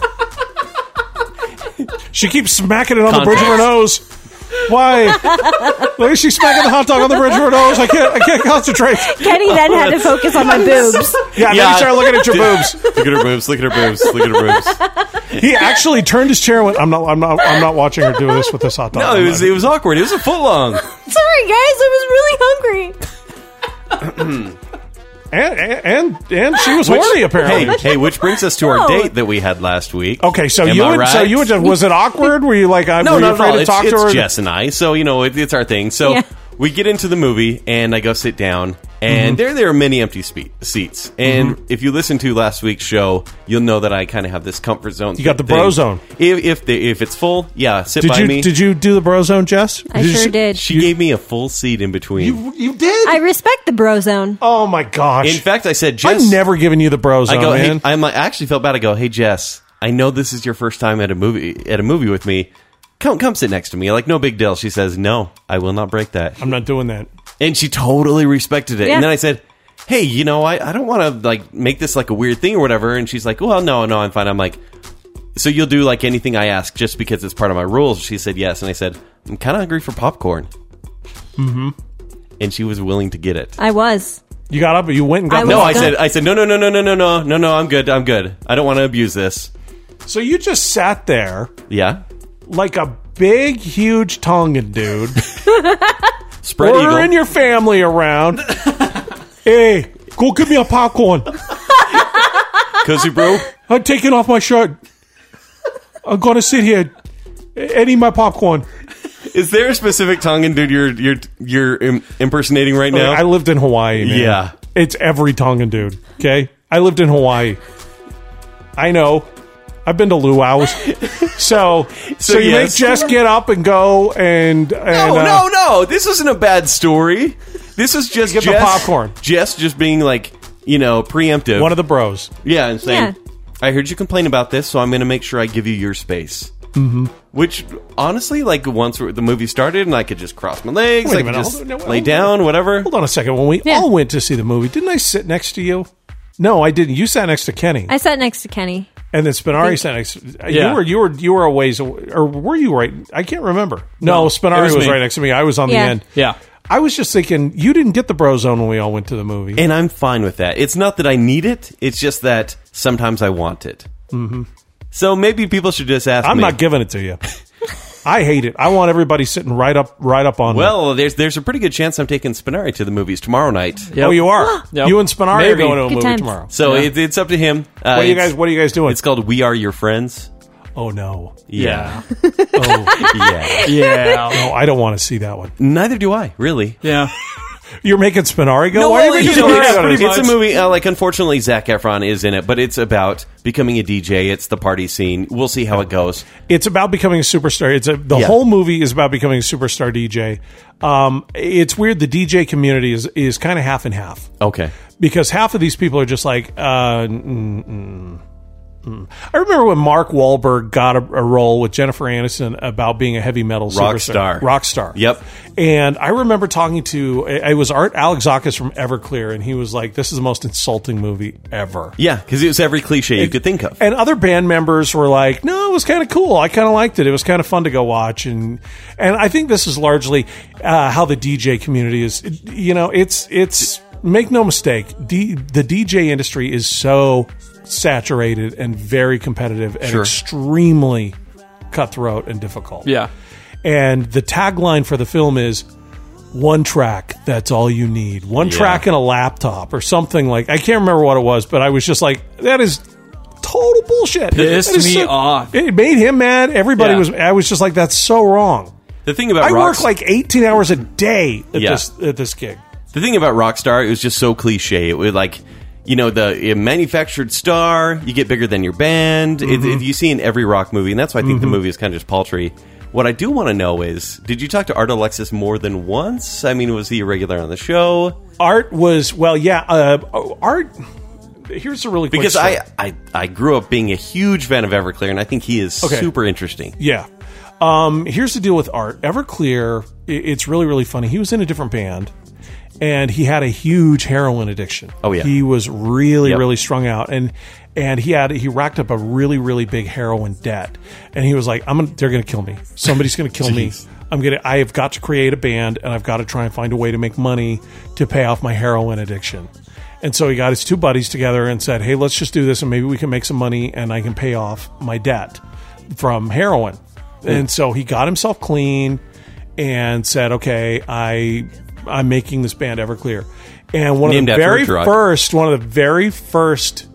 [SPEAKER 2] she keeps smacking it on the bridge of her nose. Why? Why is she smacking the hot dog on the bridge of her nose? I can't. I can't concentrate.
[SPEAKER 5] Kenny then had to focus on my boobs.
[SPEAKER 2] Yeah, then
[SPEAKER 4] Yeah.
[SPEAKER 2] he started looking at your boobs.
[SPEAKER 4] Look at her boobs. Look at her boobs. Look at her boobs.
[SPEAKER 2] He actually turned his chair. and went, I'm not. I'm not. I'm not watching her do this with this hot dog.
[SPEAKER 4] No,
[SPEAKER 2] on
[SPEAKER 4] it
[SPEAKER 2] my
[SPEAKER 4] was it was awkward. It was a foot long.
[SPEAKER 5] Sorry, guys, I was really hungry.
[SPEAKER 2] and and and- and she was horny apparently.
[SPEAKER 4] Hey, hey, which brings us to our
[SPEAKER 5] No.
[SPEAKER 4] date that we had last week.
[SPEAKER 2] Okay, so
[SPEAKER 4] Am
[SPEAKER 2] you
[SPEAKER 4] I
[SPEAKER 2] would, so
[SPEAKER 4] right?
[SPEAKER 2] you would just was it awkward? Were you like I
[SPEAKER 4] no,
[SPEAKER 2] were you
[SPEAKER 4] no,
[SPEAKER 2] afraid
[SPEAKER 4] no.
[SPEAKER 2] to
[SPEAKER 4] It's,
[SPEAKER 2] talk
[SPEAKER 4] it's
[SPEAKER 2] to her?
[SPEAKER 4] Jess and I, so you know it, it's our thing. So
[SPEAKER 5] Yeah.
[SPEAKER 4] we get into the movie, and I go sit down, and
[SPEAKER 2] Mm-hmm.
[SPEAKER 4] there there are many empty spe- seats. And if you listen to last week's show, you'll know that I kind of have this comfort zone.
[SPEAKER 2] You got the
[SPEAKER 4] thing.
[SPEAKER 2] bro zone.
[SPEAKER 4] If if, the, if it's full, yeah, sit
[SPEAKER 2] Did
[SPEAKER 4] by
[SPEAKER 2] you
[SPEAKER 4] me.
[SPEAKER 2] did you do the bro zone, Jess?
[SPEAKER 5] I
[SPEAKER 2] Did you-
[SPEAKER 5] sure did.
[SPEAKER 4] she gave me a full seat in between.
[SPEAKER 2] You, you did.
[SPEAKER 5] I respect the bro zone.
[SPEAKER 2] oh my gosh!
[SPEAKER 4] in fact, I said, Jess,
[SPEAKER 2] I've never given you the bro
[SPEAKER 4] I
[SPEAKER 2] zone,
[SPEAKER 4] go,
[SPEAKER 2] man.
[SPEAKER 4] hey, I'm like, I actually felt bad. I go, hey Jess, I know this is your first time at a movie at a movie with me. Come come sit next to me. Like no big deal. She says, no, I will not break that.
[SPEAKER 2] I'm not doing that.
[SPEAKER 4] And she totally respected it.
[SPEAKER 5] Yeah.
[SPEAKER 4] And then I said, hey, you know, I I don't want to like make this like a weird thing or whatever. And she's like, "Oh, well, no, no, I'm fine. I'm like. So you'll do like anything I ask just because it's part of my rules. She said yes, and I said I'm kind of hungry for popcorn. Mm-hmm. And she was willing to get it.
[SPEAKER 5] I was.
[SPEAKER 2] You got up, but you went and got.
[SPEAKER 5] I
[SPEAKER 2] the
[SPEAKER 5] was
[SPEAKER 4] No, I
[SPEAKER 5] Don't-
[SPEAKER 4] said, I said, no, no, no, no, no, no, no, no, no. I'm good. I'm good. I don't want to abuse this.
[SPEAKER 2] So you just sat there
[SPEAKER 4] Yeah,
[SPEAKER 2] like a big, huge Tongan dude,
[SPEAKER 4] spread eagle.
[SPEAKER 2] ordering your family around. hey, go give me a popcorn.
[SPEAKER 4] Cozy bro.
[SPEAKER 2] I'm taking off my shirt. I'm gonna sit here and eat my popcorn.
[SPEAKER 4] Is there a specific Tongan dude you're you're you're im- impersonating right now?
[SPEAKER 2] I lived in Hawaii. Man.
[SPEAKER 4] Yeah.
[SPEAKER 2] it's every Tongan dude. Okay, I lived in Hawaii. I know. I've been to luau's, so so, you
[SPEAKER 4] yes.
[SPEAKER 2] make Jess get up and go and, and
[SPEAKER 4] no,
[SPEAKER 2] uh,
[SPEAKER 4] no, no. This isn't a bad story. This is just
[SPEAKER 2] Get the
[SPEAKER 4] Jess-
[SPEAKER 2] popcorn.
[SPEAKER 4] Jess just being like you know preemptive.
[SPEAKER 2] one of the bros.
[SPEAKER 4] yeah, and saying,
[SPEAKER 5] Yeah.
[SPEAKER 4] I heard you complain about this, so I'm going to make sure I give you your space. Mm-hmm. Which honestly, like once the movie started, and I could just cross my legs,
[SPEAKER 2] Wait a
[SPEAKER 4] I could
[SPEAKER 2] minute,
[SPEAKER 4] just
[SPEAKER 2] hold on, no, hold
[SPEAKER 4] lay
[SPEAKER 2] on.
[SPEAKER 4] down, whatever.
[SPEAKER 2] Hold on a second. When we
[SPEAKER 5] Yeah.
[SPEAKER 2] all went to see the movie, didn't I sit next to you? No, I didn't. You sat next to Kenny,
[SPEAKER 5] I sat next to Kenny.
[SPEAKER 2] and then Spinari sat next. To,
[SPEAKER 4] Yeah.
[SPEAKER 2] You were you were you were a ways, away, or were you right? I can't remember. No, Spinari
[SPEAKER 4] it
[SPEAKER 2] was,
[SPEAKER 4] was me.
[SPEAKER 2] right next to me. I was on
[SPEAKER 5] Yeah.
[SPEAKER 2] the end.
[SPEAKER 3] Yeah.
[SPEAKER 2] I was just thinking, you didn't get the bro zone when we all went to the movie.
[SPEAKER 4] And I'm fine with that. It's not that I need it, it's just that sometimes I want it. Mm-hmm. So maybe people should just ask
[SPEAKER 2] I'm
[SPEAKER 4] me.
[SPEAKER 2] not giving it to you. I hate it. I want everybody sitting right up, right up on. me.
[SPEAKER 4] well, there's there's a pretty good chance I'm taking Spinari to the movies tomorrow night.
[SPEAKER 2] oh, you are.
[SPEAKER 3] Yep.
[SPEAKER 2] You and Spinari are
[SPEAKER 3] Maybe.
[SPEAKER 2] going to a
[SPEAKER 5] Good
[SPEAKER 2] movie
[SPEAKER 5] times.
[SPEAKER 2] tomorrow.
[SPEAKER 4] So it, it's up to him. Uh,
[SPEAKER 2] What are you
[SPEAKER 4] it's-
[SPEAKER 2] guys? What are you guys doing?
[SPEAKER 4] It's called We Are Your Friends.
[SPEAKER 2] oh no,
[SPEAKER 4] Yeah.
[SPEAKER 2] oh,
[SPEAKER 4] yeah.
[SPEAKER 3] Yeah.
[SPEAKER 2] no, Oh, I don't want to see that one.
[SPEAKER 4] Neither do I, really.
[SPEAKER 3] Yeah.
[SPEAKER 2] You're making Spinari go. Why
[SPEAKER 4] well,
[SPEAKER 2] are you
[SPEAKER 4] you
[SPEAKER 2] making Spinari
[SPEAKER 4] know, it's,
[SPEAKER 2] go to this?
[SPEAKER 4] it's a movie. Uh, like, unfortunately, Zach Efron is in it, but it's about becoming a DJ. It's the party scene. We'll see how it goes.
[SPEAKER 2] it's about becoming a superstar. It's a, the
[SPEAKER 4] Yeah.
[SPEAKER 2] whole movie is about becoming a superstar DJ. Um, it's weird. The DJ community is is kind of half and half
[SPEAKER 4] Okay.
[SPEAKER 2] because half of these people are just like. Uh, mm, mm, mm. I remember when Mark Wahlberg got a, a role with Jennifer Aniston about being a heavy metal
[SPEAKER 4] Rock
[SPEAKER 2] superstar.
[SPEAKER 4] star.
[SPEAKER 2] rock star.
[SPEAKER 4] Yep.
[SPEAKER 2] And I remember talking to it was Art Alexakis from Everclear, and he was like, "This is the most insulting movie ever."
[SPEAKER 4] Yeah, because it was every cliche you could think of.
[SPEAKER 2] and other band members were like, "No, it was kind of cool. I kind of liked it. It was kind of fun to go watch." And and I think this is largely uh, how the DJ community is. You know, it's it's make no mistake, D, the DJ industry is so saturated and very competitive and
[SPEAKER 4] Sure.
[SPEAKER 2] extremely cutthroat and difficult.
[SPEAKER 3] Yeah.
[SPEAKER 2] And the tagline for the film is one track, that's all you need. One
[SPEAKER 4] Yeah.
[SPEAKER 2] track and a laptop or something like I can't remember what it was, but I was just like, that is total bullshit.
[SPEAKER 3] Pissed
[SPEAKER 2] That is
[SPEAKER 3] me off.
[SPEAKER 2] It made him mad. Everybody
[SPEAKER 3] Yeah.
[SPEAKER 2] was I was just like, that's so wrong.
[SPEAKER 4] The thing about
[SPEAKER 2] I
[SPEAKER 4] rock
[SPEAKER 2] work like eighteen hours a day at
[SPEAKER 4] Yeah.
[SPEAKER 2] this at this gig.
[SPEAKER 4] The thing about Rockstar, it was just so cliche. It was like, you know, the a manufactured star, you get bigger than your band. It- It, you see in every rock movie, and that's why I think the movie is kind of just paltry. What I do want to know is, did you talk to Art Alexis more than once? I mean, was he a regular on the show?
[SPEAKER 2] Art was well, yeah, uh, art here's a really quick
[SPEAKER 4] Because
[SPEAKER 2] story.
[SPEAKER 4] I, I, I grew up being a huge fan of Everclear, and I think he is
[SPEAKER 2] Okay.
[SPEAKER 4] super interesting.
[SPEAKER 2] Yeah. Um, here's the deal with Art. Everclear, i- it's really, really funny. He was in a different band and he had a huge heroin addiction.
[SPEAKER 4] Oh, yeah.
[SPEAKER 2] He was really,
[SPEAKER 4] Yep.
[SPEAKER 2] really strung out. And and he had he racked up a really really big heroin debt, and he was like, "I'm gonna, they're going to kill me. Somebody's going to kill me. I'm gonna I have got to create a band, and I've got to try and find a way to make money to pay off my heroin addiction." And so he got his two buddies together and said, "Hey, let's just do this, and maybe we can make some money, and I can pay off my debt from heroin." And so he got himself clean and said, "Okay, I I'm making this band Everclear." And one
[SPEAKER 4] Named
[SPEAKER 2] of the
[SPEAKER 4] after
[SPEAKER 2] very
[SPEAKER 4] a drug.
[SPEAKER 2] first, one of the very first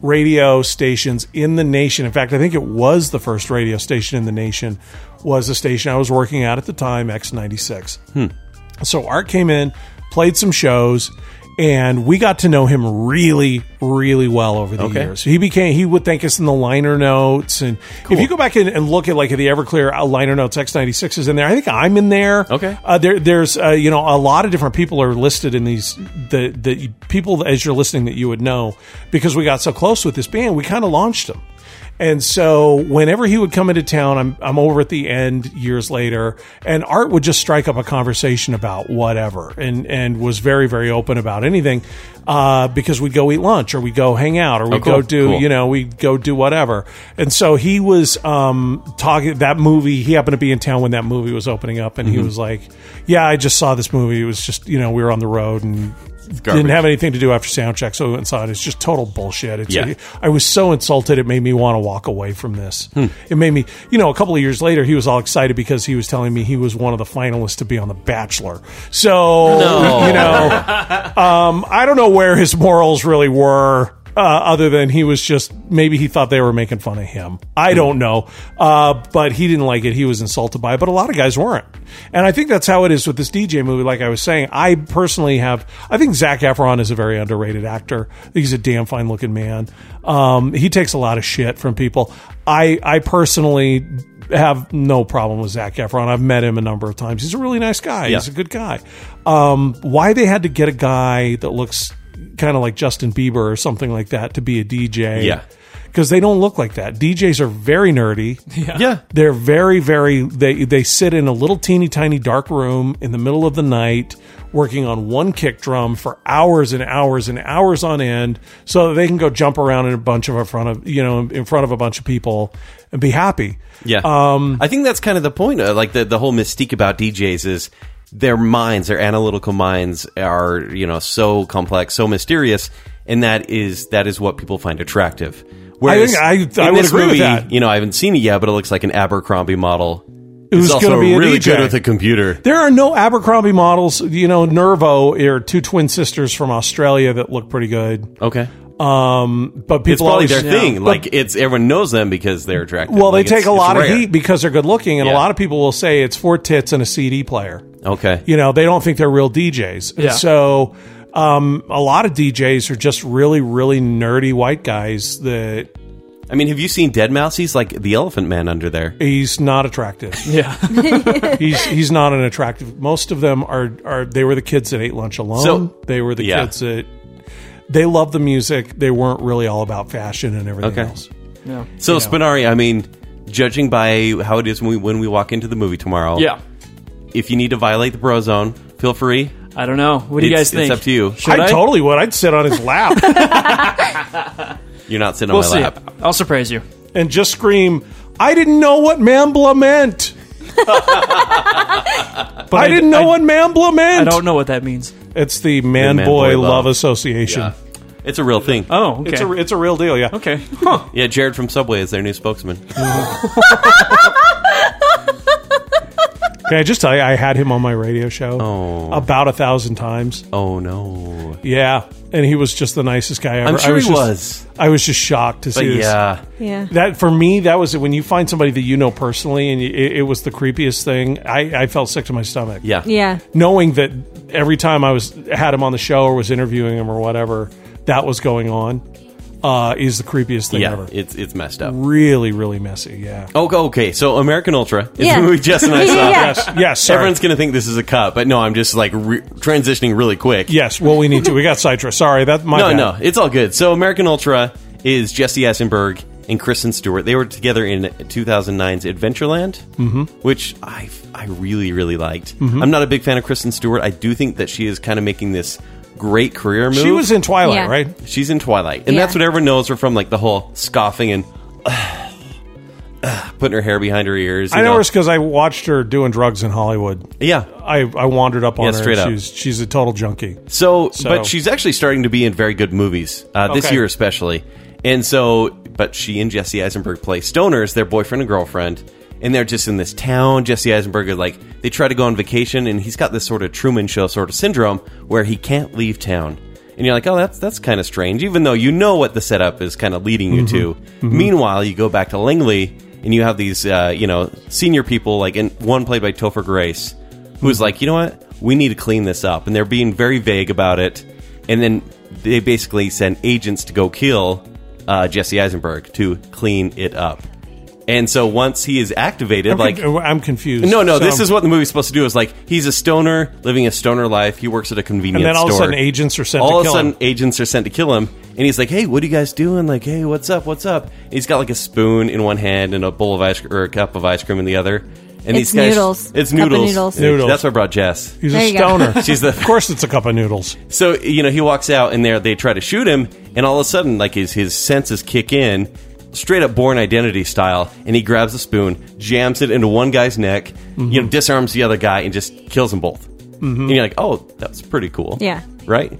[SPEAKER 2] radio stations in the nation. In fact, I think it was the first radio station in the nation was a station I was working at at the time, X96. So Art came in, played some shows, and we got to know him really, really well over the
[SPEAKER 4] Okay.
[SPEAKER 2] years. He became he would thank us in the liner notes, and if you go back in and look at like the Everclear uh, liner notes, X ninety six is in there. I think I'm in there.
[SPEAKER 4] Okay.
[SPEAKER 2] uh, there there's uh, you know a lot of different people are listed in these the the people as you're listening that you would know because we got so close with this band, we kind of launched them. And so whenever he would come into town, I'm I'm over at the end years later, and Art would just strike up a conversation about whatever, and and was very very open about anything, uh, because we'd go eat lunch or we would go hang out or we would
[SPEAKER 4] Oh, cool.
[SPEAKER 2] go do
[SPEAKER 4] Cool.
[SPEAKER 2] you know we would go do whatever. And so he was um talking that movie. He happened to be in town when that movie was opening up,
[SPEAKER 4] Mm-hmm.
[SPEAKER 2] and he was like, "Yeah, I just saw this movie. It was just you know we were on the road and."
[SPEAKER 4] garbage.
[SPEAKER 2] Didn't have anything to do after sound check, so we went inside. It's just total bullshit. It's
[SPEAKER 4] Yeah.
[SPEAKER 2] I was so insulted. It made me want to walk away from this.
[SPEAKER 4] Hmm.
[SPEAKER 2] It made me, you know, a couple of years later, he was all excited because he was telling me he was one of the finalists to be on The Bachelor. So, you know, um, I don't know where his morals really were. Uh, other than he was just maybe he thought they were making fun of him. I don't know, uh, but he didn't like it. He was insulted by it, but a lot of guys weren't, and I think that's how it is with this DJ movie. Like I was saying, I personally have. I think Zach Efron is a very underrated actor. I think he's a damn fine looking man. Um, he takes a lot of shit from people. I I personally have no problem with Zach Efron. I've met him a number of times. He's a really nice guy. He's a good guy. Um, why they had to get a guy that looks kind of like Justin Bieber or something like that to be a DJ?
[SPEAKER 4] Yeah.
[SPEAKER 2] Because they don't look like that. DJs are very nerdy.
[SPEAKER 4] Yeah.
[SPEAKER 2] They're very, very. They they sit in a little teeny tiny dark room in the middle of the night, working on one kick drum for hours and hours and hours on end, so that they can go jump around in a bunch of in front of you know in front of a bunch of people and be happy.
[SPEAKER 4] Yeah. Um, I think that's kind of the point. Uh, like the, the whole mystique about DJs is their minds, their analytical minds are, you know, so complex, so mysterious. And that is, that is what people find attractive.
[SPEAKER 2] I- I
[SPEAKER 4] in
[SPEAKER 2] would
[SPEAKER 4] this
[SPEAKER 2] agree with
[SPEAKER 4] movie,
[SPEAKER 2] that.
[SPEAKER 4] You know, I haven't seen it yet, but it looks like an Abercrombie model.
[SPEAKER 2] Who's
[SPEAKER 4] He's also
[SPEAKER 2] gonna be a
[SPEAKER 4] really
[SPEAKER 2] DJ?
[SPEAKER 4] good with a computer.
[SPEAKER 2] There are no Abercrombie models. You know, Nervo are two twin sisters from Australia that look pretty good.
[SPEAKER 4] Okay.
[SPEAKER 2] Um, but people
[SPEAKER 4] It's probably
[SPEAKER 2] always,
[SPEAKER 4] their thing.
[SPEAKER 2] But-
[SPEAKER 4] Like it's everyone knows them because they're attractive.
[SPEAKER 2] well, they
[SPEAKER 4] Like,
[SPEAKER 2] take
[SPEAKER 4] it's-
[SPEAKER 2] a
[SPEAKER 4] it's
[SPEAKER 2] lot of
[SPEAKER 4] rare.
[SPEAKER 2] heat because they're good looking, and a
[SPEAKER 4] Yeah.
[SPEAKER 2] lot of people will say it's four tits and a CD player.
[SPEAKER 4] Okay.
[SPEAKER 2] You know, they don't think they're real DJs. And
[SPEAKER 3] Yeah.
[SPEAKER 2] So um, a lot of DJs are just really, really nerdy white guys that
[SPEAKER 4] I mean, have you seen Dead Mouse? He's like the elephant man under there.
[SPEAKER 2] he's not attractive.
[SPEAKER 3] Yeah.
[SPEAKER 2] he's he's not an attractive. Most of them are are they were the kids that ate lunch alone.
[SPEAKER 4] So-
[SPEAKER 2] they were the
[SPEAKER 4] yeah.
[SPEAKER 2] kids that they loved the music. They weren't really all about fashion and everything
[SPEAKER 4] Okay.
[SPEAKER 2] else.
[SPEAKER 3] Yeah.
[SPEAKER 4] So Spinari, I mean, judging by how it is when we, when we walk into the movie tomorrow,
[SPEAKER 3] Yeah.
[SPEAKER 4] If you need to violate the bro zone, feel free.
[SPEAKER 3] I don't know. What do you
[SPEAKER 4] It's-
[SPEAKER 3] guys think?
[SPEAKER 4] It's up to you.
[SPEAKER 3] Should I?
[SPEAKER 2] I totally would. I'd sit on his lap
[SPEAKER 4] You're not sitting
[SPEAKER 3] We'll
[SPEAKER 4] on my
[SPEAKER 3] see.
[SPEAKER 4] lap.
[SPEAKER 3] I'll surprise you.
[SPEAKER 2] and just scream, "I didn't know what mambla meant.
[SPEAKER 3] But
[SPEAKER 2] I didn't know
[SPEAKER 3] I,
[SPEAKER 2] what mambla
[SPEAKER 3] I
[SPEAKER 2] meant."
[SPEAKER 3] don't know what that means.
[SPEAKER 2] It's the man,
[SPEAKER 4] man
[SPEAKER 2] boy,
[SPEAKER 4] boy
[SPEAKER 2] love,
[SPEAKER 4] love.
[SPEAKER 2] association.
[SPEAKER 4] Yeah. It's a real thing.
[SPEAKER 3] Oh, okay.
[SPEAKER 2] It's a it's a real deal. Yeah.
[SPEAKER 3] okay. Huh.
[SPEAKER 4] Yeah, Jared from Subway is their new spokesman.
[SPEAKER 2] Can I just tell you, I had him on my radio show about a thousand times.
[SPEAKER 4] oh no.
[SPEAKER 2] Yeah, and he was just the nicest guy ever.
[SPEAKER 4] I'm sure
[SPEAKER 2] I was
[SPEAKER 4] he
[SPEAKER 2] just,
[SPEAKER 4] was.
[SPEAKER 2] I was just shocked to see
[SPEAKER 4] But
[SPEAKER 2] this.
[SPEAKER 4] yeah.
[SPEAKER 5] Yeah.
[SPEAKER 2] That for me, that was when you find somebody that you know personally, and it, it was the creepiest thing. I, I felt sick to my stomach.
[SPEAKER 4] Yeah.
[SPEAKER 5] yeah.
[SPEAKER 2] knowing that every time I was had him on the show or was interviewing him or whatever, that was going on, uh, is the creepiest thing
[SPEAKER 4] Yeah.
[SPEAKER 2] ever.
[SPEAKER 4] It's it's messed up.
[SPEAKER 2] Really, really messy. Yeah.
[SPEAKER 4] Oh, okay. So American Ultra is
[SPEAKER 5] Yeah.
[SPEAKER 4] the movie Jess and I
[SPEAKER 5] Yeah,
[SPEAKER 4] saw.
[SPEAKER 5] yeah, yeah.
[SPEAKER 2] Yes. Yes. Sorry.
[SPEAKER 4] Everyone's going to think this is a cut, but no, I'm just like re- transitioning really quick.
[SPEAKER 2] yes. Well, we need to. We got sidetracked. Sorry. That my
[SPEAKER 4] No,
[SPEAKER 2] bad.
[SPEAKER 4] no, it's all good. So American Ultra is Jesse Eisenberg and Kristen Stewart. They were together in 2009's Adventureland, mm-hmm. which
[SPEAKER 2] Mm-hmm.
[SPEAKER 4] I I really really liked. I'm not a big fan of Kristen Stewart. I do think that she is kind of making this great career move.
[SPEAKER 2] She was in Twilight,
[SPEAKER 5] Yeah.
[SPEAKER 2] right?
[SPEAKER 4] She's in Twilight, and
[SPEAKER 5] Yeah.
[SPEAKER 4] that's what everyone knows her from, like the whole scoffing and putting her hair behind her ears. you
[SPEAKER 2] I know her because I watched her doing drugs in Hollywood.
[SPEAKER 4] Yeah.
[SPEAKER 2] I, I wandered up on
[SPEAKER 4] Yeah,
[SPEAKER 2] her.
[SPEAKER 4] straight
[SPEAKER 2] and
[SPEAKER 4] up.
[SPEAKER 2] She's she's a total junkie.
[SPEAKER 4] So,
[SPEAKER 2] So-
[SPEAKER 4] but she's actually starting to be in very good movies uh, this
[SPEAKER 2] Okay.
[SPEAKER 4] year, especially. And so, but she and Jesse Eisenberg play stoners, their boyfriend and girlfriend, and they're just in this town. Jesse Eisenberg is like they try to go on vacation, and he's got this sort of Truman Show sort of syndrome where he can't leave town. And you're like, oh, that's that's kind of strange, even though you know what the setup is kind of leading you to. Meanwhile, you go back to Langley, and you have these, uh, you know, senior people like, and one played by Topher Grace who's like, you know what? We need to clean this up. And they're being very vague about it. And then they basically send agents to go kill uh, Jesse Eisenberg to clean it up. And so once he is activated,
[SPEAKER 2] I'm,
[SPEAKER 4] like.
[SPEAKER 2] con- I'm confused.
[SPEAKER 4] No, no.
[SPEAKER 2] uh, So-
[SPEAKER 4] this is what the movie's supposed to do. Is like he's a stoner living a stoner life. He works at a convenience
[SPEAKER 2] And
[SPEAKER 4] store.
[SPEAKER 2] then all of a sudden, agents are sent
[SPEAKER 4] All
[SPEAKER 2] to
[SPEAKER 4] of a
[SPEAKER 2] kill
[SPEAKER 4] sudden,
[SPEAKER 2] him.
[SPEAKER 4] agents are sent to kill him, and he's like, "Hey, what are you guys doing? Like, hey, what's up? What's up?" And he's got like a spoon in one hand and a bowl of ice or a cup of ice cream in the other. And
[SPEAKER 5] It's
[SPEAKER 4] these guys,
[SPEAKER 5] noodles.
[SPEAKER 4] It's
[SPEAKER 5] Cup of
[SPEAKER 4] noodles.
[SPEAKER 5] noodles.
[SPEAKER 2] Noodles.
[SPEAKER 4] That's what brought Jess.
[SPEAKER 2] He's
[SPEAKER 5] There
[SPEAKER 2] a
[SPEAKER 5] you go.
[SPEAKER 2] stoner.
[SPEAKER 4] She's the
[SPEAKER 2] of course, it's a cup of noodles.
[SPEAKER 4] so you know he walks out and there they try to shoot him, and all of a sudden like his his senses kick in, straight up Born Identity style, and he grabs a spoon, jams it into one guy's neck, you know, disarms the other guy, and just kills them both. And you're like, oh, that's pretty cool.
[SPEAKER 5] Yeah.
[SPEAKER 4] right.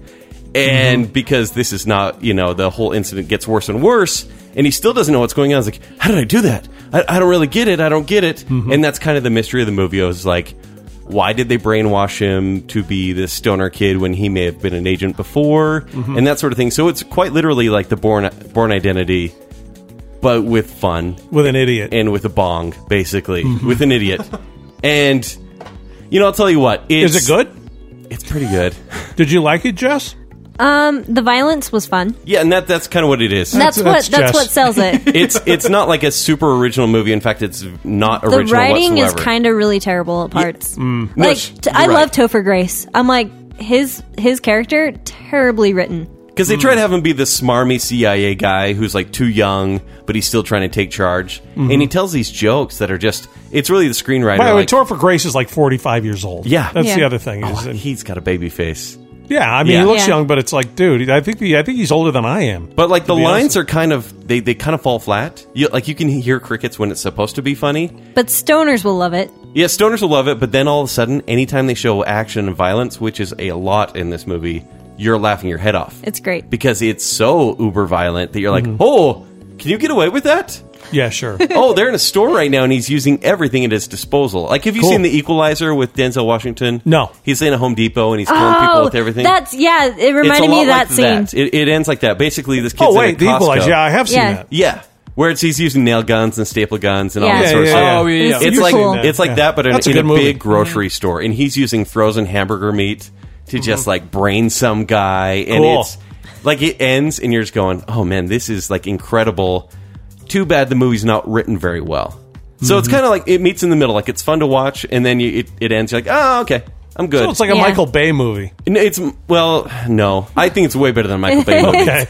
[SPEAKER 4] And
[SPEAKER 2] Mm-hmm.
[SPEAKER 4] because this is not, you know, the whole incident gets worse and worse, and he still doesn't know what's going on. He's like, how did I do that? I, I don't really get it. I don't get it.
[SPEAKER 2] Mm-hmm.
[SPEAKER 4] And that's kind of the mystery of the movie. I was like, why did they brainwash him to be this stoner kid when he may have been an agent before
[SPEAKER 2] Mm-hmm.
[SPEAKER 4] and that sort of thing so it's quite literally like the born born identity but with fun
[SPEAKER 2] with an idiot.
[SPEAKER 4] and with a bong basically
[SPEAKER 2] Mm-hmm.
[SPEAKER 4] with an idiot and you know i'll tell you what it's,
[SPEAKER 2] is it good?
[SPEAKER 4] it's pretty good
[SPEAKER 2] Did you like it, Jess?
[SPEAKER 5] Um, the violence was fun.
[SPEAKER 4] yeah and that that's kind of what it is
[SPEAKER 5] That's, what
[SPEAKER 2] that's
[SPEAKER 5] that's,
[SPEAKER 2] Jess.
[SPEAKER 5] what sells it.
[SPEAKER 4] it's it's not like a super original movie in fact it's not
[SPEAKER 5] the
[SPEAKER 4] original
[SPEAKER 5] writing
[SPEAKER 4] whatsoever.
[SPEAKER 5] is kind of really terrible at parts.
[SPEAKER 4] No,
[SPEAKER 5] Like
[SPEAKER 4] sh-
[SPEAKER 5] t- I
[SPEAKER 4] you're
[SPEAKER 5] love
[SPEAKER 4] right.
[SPEAKER 5] Topher Grace. I'm like his his character terribly written.
[SPEAKER 4] Because they try to have him be this smarmy CIA guy who's like too young, but he's still trying to take charge. And he tells these jokes that are just, it's really the screenwriter.
[SPEAKER 2] By the way,
[SPEAKER 4] like,
[SPEAKER 2] Torfer Grace is like 45 years old.
[SPEAKER 4] Yeah.
[SPEAKER 2] that's the
[SPEAKER 5] Yeah.
[SPEAKER 2] other thing. Is,
[SPEAKER 4] he's got a baby face.
[SPEAKER 2] yeah, I mean,
[SPEAKER 4] Yeah.
[SPEAKER 2] he looks
[SPEAKER 5] Yeah.
[SPEAKER 2] young, but it's like, dude, I think the, I think he's older than I am.
[SPEAKER 4] But like the
[SPEAKER 2] be
[SPEAKER 4] lines are kind of, they, they kind of fall flat. You, like you can hear crickets when it's supposed to be funny.
[SPEAKER 5] But stoners will love it.
[SPEAKER 4] Yeah, stoners will love it, but then all of a sudden, anytime they show action and violence, which is a lot in this movie, you're laughing your head off.
[SPEAKER 5] It's great.
[SPEAKER 4] Because it's so uber violent that you're like, oh, can you get away with that?
[SPEAKER 2] Mm-hmm. Yeah, sure.
[SPEAKER 4] oh, they're in a store right now, and he's using everything at his disposal. Like, have you
[SPEAKER 2] Cool.
[SPEAKER 4] seen the Equalizer with Denzel Washington?
[SPEAKER 2] No. Oh,
[SPEAKER 4] he's in a Home Depot and he's killing people with everything.
[SPEAKER 5] Oh, That's yeah. It
[SPEAKER 4] It's a
[SPEAKER 5] reminded
[SPEAKER 4] lot
[SPEAKER 5] me of that
[SPEAKER 4] like
[SPEAKER 5] scene.
[SPEAKER 4] It, it ends like that. Basically, this kid's
[SPEAKER 2] oh
[SPEAKER 4] in a
[SPEAKER 2] wait, the
[SPEAKER 4] Costco.
[SPEAKER 2] Equalizer. Yeah, I have seen
[SPEAKER 5] Yeah.
[SPEAKER 2] that.
[SPEAKER 4] yeah. Where it's he's using nail guns and staple guns and all
[SPEAKER 5] Yeah.
[SPEAKER 4] that
[SPEAKER 5] Yeah,
[SPEAKER 4] sort of
[SPEAKER 2] yeah,
[SPEAKER 4] stuff.
[SPEAKER 2] yeah.
[SPEAKER 3] Oh, yeah, yeah.
[SPEAKER 5] It's
[SPEAKER 4] It's
[SPEAKER 5] super
[SPEAKER 4] like
[SPEAKER 5] cool. Mm-hmm.
[SPEAKER 4] it's like
[SPEAKER 2] Yeah.
[SPEAKER 4] that, but in,
[SPEAKER 2] That's a
[SPEAKER 4] in
[SPEAKER 2] good
[SPEAKER 4] a
[SPEAKER 2] movie.
[SPEAKER 4] big grocery store, and he's using frozen hamburger meat to just like brain some guy, and
[SPEAKER 2] Cool.
[SPEAKER 4] it's like it ends, and you're just going, "Oh man, this is like incredible." Too bad the movie's not written very well. So it's
[SPEAKER 2] Mm-hmm.
[SPEAKER 4] kind of like it meets in the middle. Like it's fun to watch, and then you, it, it ends. You're like, "Oh, okay, I'm good."
[SPEAKER 2] So it's like a
[SPEAKER 5] Yeah.
[SPEAKER 2] Michael Bay movie.
[SPEAKER 4] And it's well, no, I think it's way better than Michael Bay movie
[SPEAKER 2] Okay.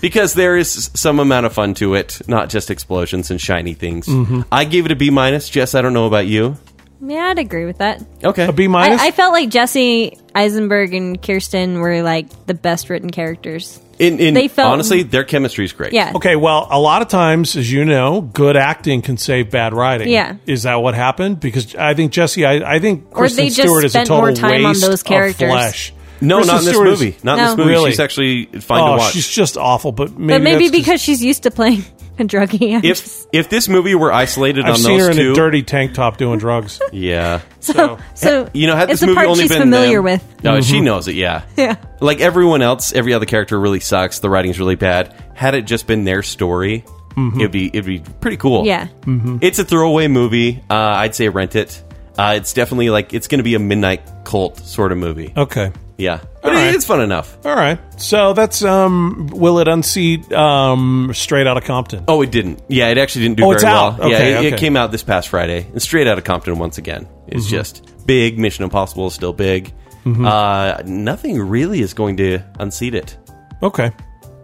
[SPEAKER 4] because there is some amount of fun to it, not just explosions and shiny things.
[SPEAKER 2] Mm-hmm.
[SPEAKER 4] I gave it a B minus. Jess, I don't know about you.
[SPEAKER 5] yeah, I'd agree with that.
[SPEAKER 4] Okay,
[SPEAKER 2] a B minus.
[SPEAKER 5] I, I felt like Jesse Eisenberg and Kirsten were like the best written characters.
[SPEAKER 4] In, in
[SPEAKER 5] They felt-
[SPEAKER 4] honestly, their chemistry is great.
[SPEAKER 5] Yeah.
[SPEAKER 2] Okay, well, a lot of times, as you know, good acting can save bad writing.
[SPEAKER 5] Yeah.
[SPEAKER 2] is that what happened? Because I think Jesse, I, I think
[SPEAKER 5] Or
[SPEAKER 2] Kristen
[SPEAKER 5] they just
[SPEAKER 2] Stewart is a
[SPEAKER 5] spent
[SPEAKER 2] total
[SPEAKER 5] more time on
[SPEAKER 2] waste
[SPEAKER 5] those characters.
[SPEAKER 2] Of flesh.
[SPEAKER 4] No,
[SPEAKER 2] Kristen
[SPEAKER 4] not in this
[SPEAKER 2] Stewart is-
[SPEAKER 4] movie. Not in this
[SPEAKER 5] No.
[SPEAKER 4] movie.
[SPEAKER 2] Really?
[SPEAKER 4] She's actually fine to
[SPEAKER 2] Oh,
[SPEAKER 4] watch.
[SPEAKER 2] she's just awful. But maybe,
[SPEAKER 5] but maybe
[SPEAKER 2] that's just-
[SPEAKER 5] because she's used to playing a druggie. I'm just-
[SPEAKER 4] if if this movie were isolated
[SPEAKER 2] I've
[SPEAKER 4] on
[SPEAKER 2] seen
[SPEAKER 4] those
[SPEAKER 2] her in
[SPEAKER 4] two,
[SPEAKER 2] a dirty tank top doing drugs.
[SPEAKER 4] yeah,
[SPEAKER 5] so, so
[SPEAKER 4] eh, you know, had
[SPEAKER 5] it's
[SPEAKER 4] this movie
[SPEAKER 5] a part
[SPEAKER 4] only
[SPEAKER 5] she's
[SPEAKER 4] been
[SPEAKER 5] familiar
[SPEAKER 4] them-
[SPEAKER 5] with.
[SPEAKER 4] No, she
[SPEAKER 2] Mm-hmm.
[SPEAKER 4] knows it. Yeah,
[SPEAKER 5] Yeah.
[SPEAKER 4] Like everyone else, every other character really sucks. The writing's really bad. Had it just been their story,
[SPEAKER 2] Mm-hmm.
[SPEAKER 4] it'd be it'd be pretty cool.
[SPEAKER 5] Yeah.
[SPEAKER 2] Mm,
[SPEAKER 4] It's a throwaway movie. Uh, I'd say rent it. Uh, it's definitely like it's going to be a midnight cult sort of movie.
[SPEAKER 2] Okay,
[SPEAKER 4] Yeah, but
[SPEAKER 2] All
[SPEAKER 4] it-
[SPEAKER 2] right.
[SPEAKER 4] it's fun enough.
[SPEAKER 2] all right. So that's um, will it unseat um, straight out of Compton?
[SPEAKER 4] Oh, it didn't. Yeah, it actually didn't do
[SPEAKER 2] Oh,
[SPEAKER 4] very
[SPEAKER 2] it's out.
[SPEAKER 4] well.
[SPEAKER 2] Okay,
[SPEAKER 4] yeah, it, it
[SPEAKER 2] okay. Mm-hmm.
[SPEAKER 4] came out this past Friday and straight out of Compton once again. It's just big. Mission Impossible is still big. Uh, nothing really is going to unseat it.
[SPEAKER 2] Okay,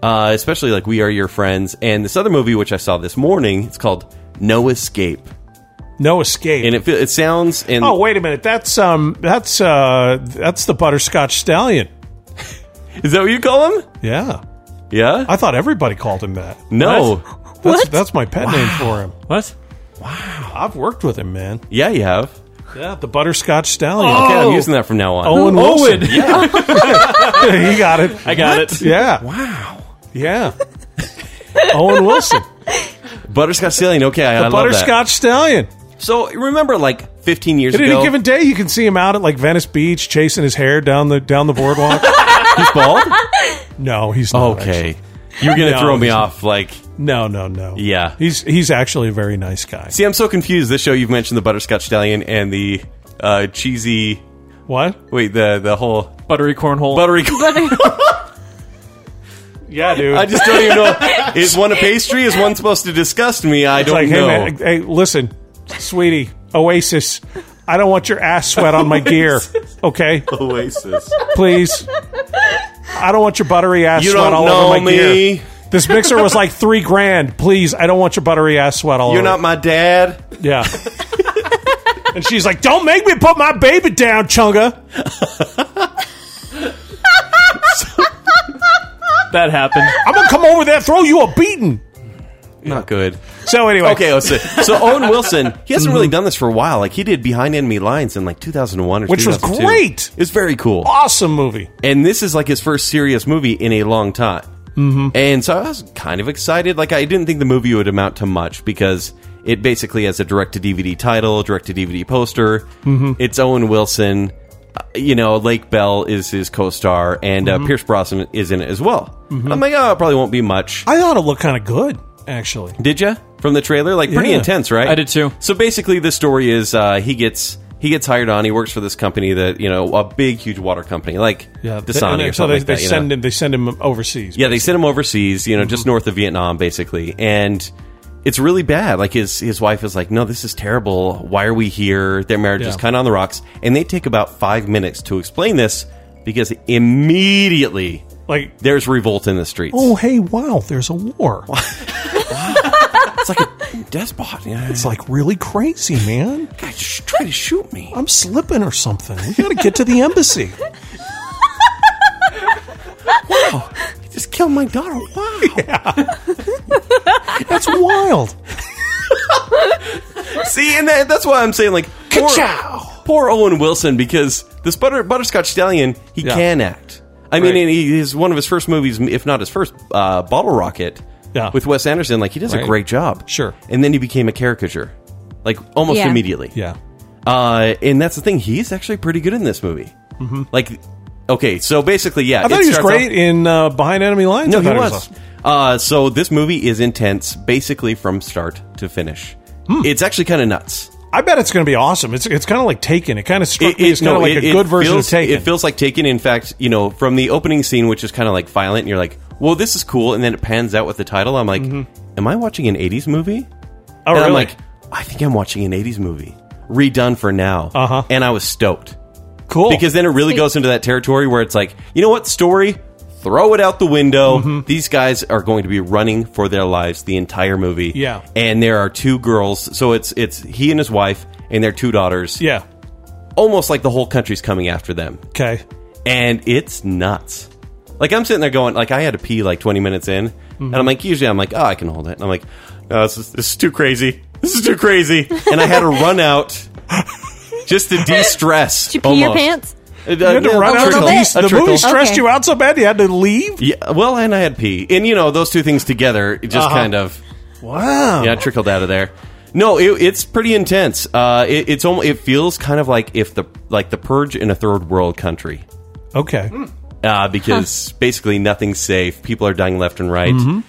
[SPEAKER 4] Uh, especially like We Are Your Friends and this other movie which I saw this morning. It's called No Escape,
[SPEAKER 2] no escape.
[SPEAKER 4] and it fe- it sounds and
[SPEAKER 2] oh wait a minute, that's um, that's uh, that's the butterscotch stallion.
[SPEAKER 4] Is that what you call him?
[SPEAKER 2] Yeah.
[SPEAKER 4] Yeah.
[SPEAKER 2] I thought everybody called him that.
[SPEAKER 4] no.
[SPEAKER 2] That's, that's my pet name for him.
[SPEAKER 3] What?
[SPEAKER 2] I've worked with him, man.
[SPEAKER 4] Yeah, you have.
[SPEAKER 2] Yeah, the butterscotch stallion.
[SPEAKER 4] Okay, I'm using that from now on.
[SPEAKER 2] Owen Wilson.
[SPEAKER 3] Owen.
[SPEAKER 2] he got it.
[SPEAKER 3] I got it.
[SPEAKER 2] Yeah. Wow. Yeah. Owen Wilson,
[SPEAKER 4] Butterscotch Stallion. Okay, I, I love
[SPEAKER 2] butterscotch
[SPEAKER 4] that.
[SPEAKER 2] stallion.
[SPEAKER 4] So remember, like 15 years
[SPEAKER 2] At
[SPEAKER 4] ago,
[SPEAKER 2] any given day, you can see him out at like Venice Beach chasing his hair down the down the boardwalk.
[SPEAKER 4] he's bald.
[SPEAKER 2] no, he's not. actually.
[SPEAKER 4] Oh, Okay, you're gonna
[SPEAKER 2] No,
[SPEAKER 4] throw me
[SPEAKER 2] he's not.
[SPEAKER 4] off. Like,
[SPEAKER 2] No, no, no.
[SPEAKER 4] Yeah.
[SPEAKER 2] He's he's actually a very nice guy.
[SPEAKER 4] see, I'm so confused. This show you've mentioned the Butterscotch Stallion and the uh, cheesy.
[SPEAKER 2] What?
[SPEAKER 4] Wait, the the whole
[SPEAKER 3] Buttery cornhole.
[SPEAKER 4] buttery.
[SPEAKER 2] Yeah, dude.
[SPEAKER 4] I just don't even know. Is one a pastry? Is one supposed to disgust me? I
[SPEAKER 2] it's
[SPEAKER 4] don't
[SPEAKER 2] like, hey
[SPEAKER 4] know.
[SPEAKER 2] man, hey, listen, sweetie, Oasis, I don't want your ass sweat on my gear. Okay?
[SPEAKER 4] Oasis.
[SPEAKER 2] Please. I don't want your buttery ass
[SPEAKER 4] You
[SPEAKER 2] sweat
[SPEAKER 4] don't
[SPEAKER 2] all
[SPEAKER 4] know
[SPEAKER 2] over my
[SPEAKER 4] me.
[SPEAKER 2] gear. This mixer was like three grand. Please, I don't want your buttery ass sweat all
[SPEAKER 4] You're
[SPEAKER 2] over.
[SPEAKER 4] not my dad.
[SPEAKER 2] yeah. and she's like, "Don't make me put my baby down, Chunga."
[SPEAKER 3] that happened.
[SPEAKER 2] I'm gonna come over there, and throw you a beating.
[SPEAKER 4] Not good.
[SPEAKER 2] So anyway,
[SPEAKER 4] Okay, let's see. So Owen Wilson, he hasn't
[SPEAKER 2] Mm-hmm.
[SPEAKER 4] really done this for a while. Like he did Behind Enemy Lines in like 2001 or
[SPEAKER 2] Which was
[SPEAKER 4] 2002.
[SPEAKER 2] great.
[SPEAKER 4] It's very cool.
[SPEAKER 2] awesome movie.
[SPEAKER 4] And this is like his first serious movie in a long time. Mm-hmm. And so I was kind of excited. Like I didn't think the movie would amount to much because it basically has a direct to DVD title, direct to DVD poster. Mm-hmm. It's Owen Wilson. Uh, You know, Lake Bell is his co-star, and
[SPEAKER 2] Mm-hmm.
[SPEAKER 4] uh, Pierce Brosnan is in it as well. And I'm like, oh, it probably won't be much.
[SPEAKER 2] I thought it looked kind of good, actually.
[SPEAKER 4] Did you from the trailer? Like pretty
[SPEAKER 2] Yeah.
[SPEAKER 4] intense, right?
[SPEAKER 3] I did too.
[SPEAKER 4] So basically, the story is uh, he gets he gets hired on. He works for this company that you know a big, huge water company like
[SPEAKER 2] Yeah,
[SPEAKER 4] Dasani
[SPEAKER 2] they- and so
[SPEAKER 4] or something
[SPEAKER 2] they,
[SPEAKER 4] like
[SPEAKER 2] they
[SPEAKER 4] that. you know?
[SPEAKER 2] send him. They send him overseas.
[SPEAKER 4] Yeah, they sent him overseas, you know, just north of Vietnam, basically, and it's really bad. Like his his wife is like, "No, this is terrible. Why are we here?" Their marriage is
[SPEAKER 2] Yeah.
[SPEAKER 4] kind of on the rocks, and they take about five minutes to explain this because immediately
[SPEAKER 2] like
[SPEAKER 4] there's revolt in the streets.
[SPEAKER 2] oh hey wow, there's a war.
[SPEAKER 4] It's like a despot. You know?
[SPEAKER 2] It's like really crazy, man.
[SPEAKER 4] "Guys, sh- try to shoot me.
[SPEAKER 2] I'm slipping or something. We gotta get to the embassy.
[SPEAKER 4] Just kill my daughter. Wow.
[SPEAKER 2] That's wild.
[SPEAKER 4] See, and that, that's why I'm saying, like, poor,
[SPEAKER 2] Ka-chow!
[SPEAKER 4] poor Owen Wilson, because this butter, butterscotch stallion, he
[SPEAKER 2] Yeah.
[SPEAKER 4] can act. I mean,
[SPEAKER 3] Right.
[SPEAKER 4] and he is one of his first movies, if not his first, uh, Bottle Rocket
[SPEAKER 2] Yeah.
[SPEAKER 4] with Wes Anderson. Like, he does a
[SPEAKER 2] Right.
[SPEAKER 4] great job.
[SPEAKER 2] Sure.
[SPEAKER 4] And then he became a caricature, like, almost
[SPEAKER 5] Yeah.
[SPEAKER 4] immediately.
[SPEAKER 2] Yeah.
[SPEAKER 4] Uh, and that's the thing. He's actually pretty good in this movie. Like, okay, so basically, yeah.
[SPEAKER 2] Mm-hmm. I thought
[SPEAKER 4] it
[SPEAKER 2] he was
[SPEAKER 4] starts off-
[SPEAKER 2] great in uh, Behind Enemy Lines.
[SPEAKER 4] no,
[SPEAKER 2] I
[SPEAKER 4] he
[SPEAKER 2] thought
[SPEAKER 4] was.
[SPEAKER 2] awesome.
[SPEAKER 4] Uh, so this movie is intense, basically from start to finish.
[SPEAKER 2] Hmm.
[SPEAKER 4] It's actually kind of nuts.
[SPEAKER 2] I bet it's going to be awesome. It's it's kind of like Taken. It kind of struck me as kind
[SPEAKER 4] no,
[SPEAKER 2] of like
[SPEAKER 4] it-
[SPEAKER 2] a
[SPEAKER 4] it
[SPEAKER 2] good version
[SPEAKER 4] feels,
[SPEAKER 2] of Taken.
[SPEAKER 4] It feels like Taken. In fact, you know, from the opening scene, which is kind of like violent, and you're like, "Well, this is cool," and then it pans out with the title. I'm like, "Am I watching an '80s movie?"
[SPEAKER 2] Mm-hmm. oh,
[SPEAKER 4] and
[SPEAKER 2] really?
[SPEAKER 4] I'm like, "I think I'm watching an '80s movie redone for now."
[SPEAKER 2] Uh-huh.
[SPEAKER 4] And I was stoked
[SPEAKER 2] cool.
[SPEAKER 4] because then it really
[SPEAKER 5] Sweet.
[SPEAKER 4] goes into that territory where it's like, you know what, story, throw it out the window.
[SPEAKER 2] Mm-hmm.
[SPEAKER 4] These guys are going to be running for their lives the entire movie.
[SPEAKER 2] Yeah.
[SPEAKER 4] and there are two girls, so it's it's he and his wife and their two daughters.
[SPEAKER 2] yeah.
[SPEAKER 4] almost like the whole country's coming after them,
[SPEAKER 2] Okay.
[SPEAKER 4] and it's nuts. Like I'm sitting there going, like I had to pee like 20 minutes in, and I'm like, usually I'm like, oh, I can hold it, and I'm like, no, this is, this is too crazy. This is too crazy, and I had to run out. Just to de-stress. Uh,
[SPEAKER 5] Did you pee your pants?
[SPEAKER 2] You had to run out of
[SPEAKER 5] trickle.
[SPEAKER 2] the beast. The movie stressed
[SPEAKER 5] Okay.
[SPEAKER 2] you out so bad you had to leave.
[SPEAKER 4] Yeah, well, and I had pee, and you know those two things together it just
[SPEAKER 2] Uh-huh.
[SPEAKER 4] kind of
[SPEAKER 2] Wow.
[SPEAKER 4] yeah trickled out of there. No, it, it's pretty intense. Uh, it, it's almost it feels kind of like if the like the purge in a third world country.
[SPEAKER 2] Okay.
[SPEAKER 4] uh, because basically nothing's safe. People are dying left and right.
[SPEAKER 2] Mm-hmm.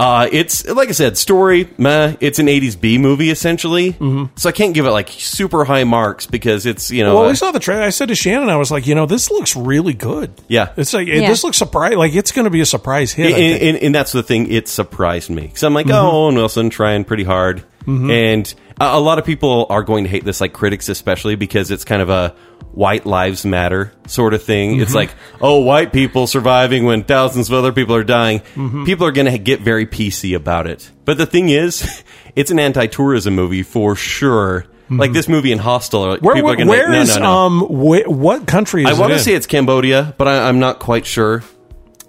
[SPEAKER 4] Uh, it's like I said, story. Meh, it's an '80s B movie essentially, so I can't give it like super high marks because it's you know
[SPEAKER 2] Mm-hmm. Well,
[SPEAKER 4] uh,
[SPEAKER 2] we saw the trailer. I said to Shannon, I was like, you know, this looks really good.
[SPEAKER 4] Yeah.
[SPEAKER 2] It's like,
[SPEAKER 5] Yeah.
[SPEAKER 2] this looks surprise. Like, it's going to be a surprise hit. I
[SPEAKER 4] and,
[SPEAKER 2] think. Mm-hmm.
[SPEAKER 4] and, and that's the thing. It surprised me because I'm like, oh, Owen Wilson trying pretty hard, and a, a lot of people are going to hate this, like critics especially, because it's kind of a white lives matter sort of thing.
[SPEAKER 2] Mm-hmm.
[SPEAKER 4] It's like, oh, white people surviving when thousands of other people are dying.
[SPEAKER 2] Mm-hmm.
[SPEAKER 4] People are going to get very PC about it. But the thing is, it's an anti-tourism movie for sure. Like this movie in Hostel, are like,
[SPEAKER 2] Mm-hmm. Where,
[SPEAKER 4] people are
[SPEAKER 2] where,
[SPEAKER 4] going to
[SPEAKER 2] where
[SPEAKER 4] no,
[SPEAKER 2] is,
[SPEAKER 4] no, no.
[SPEAKER 2] um, wh- what country is
[SPEAKER 4] I
[SPEAKER 2] it
[SPEAKER 4] want to
[SPEAKER 2] in?
[SPEAKER 4] say it's Cambodia, but I, I'm not quite sure.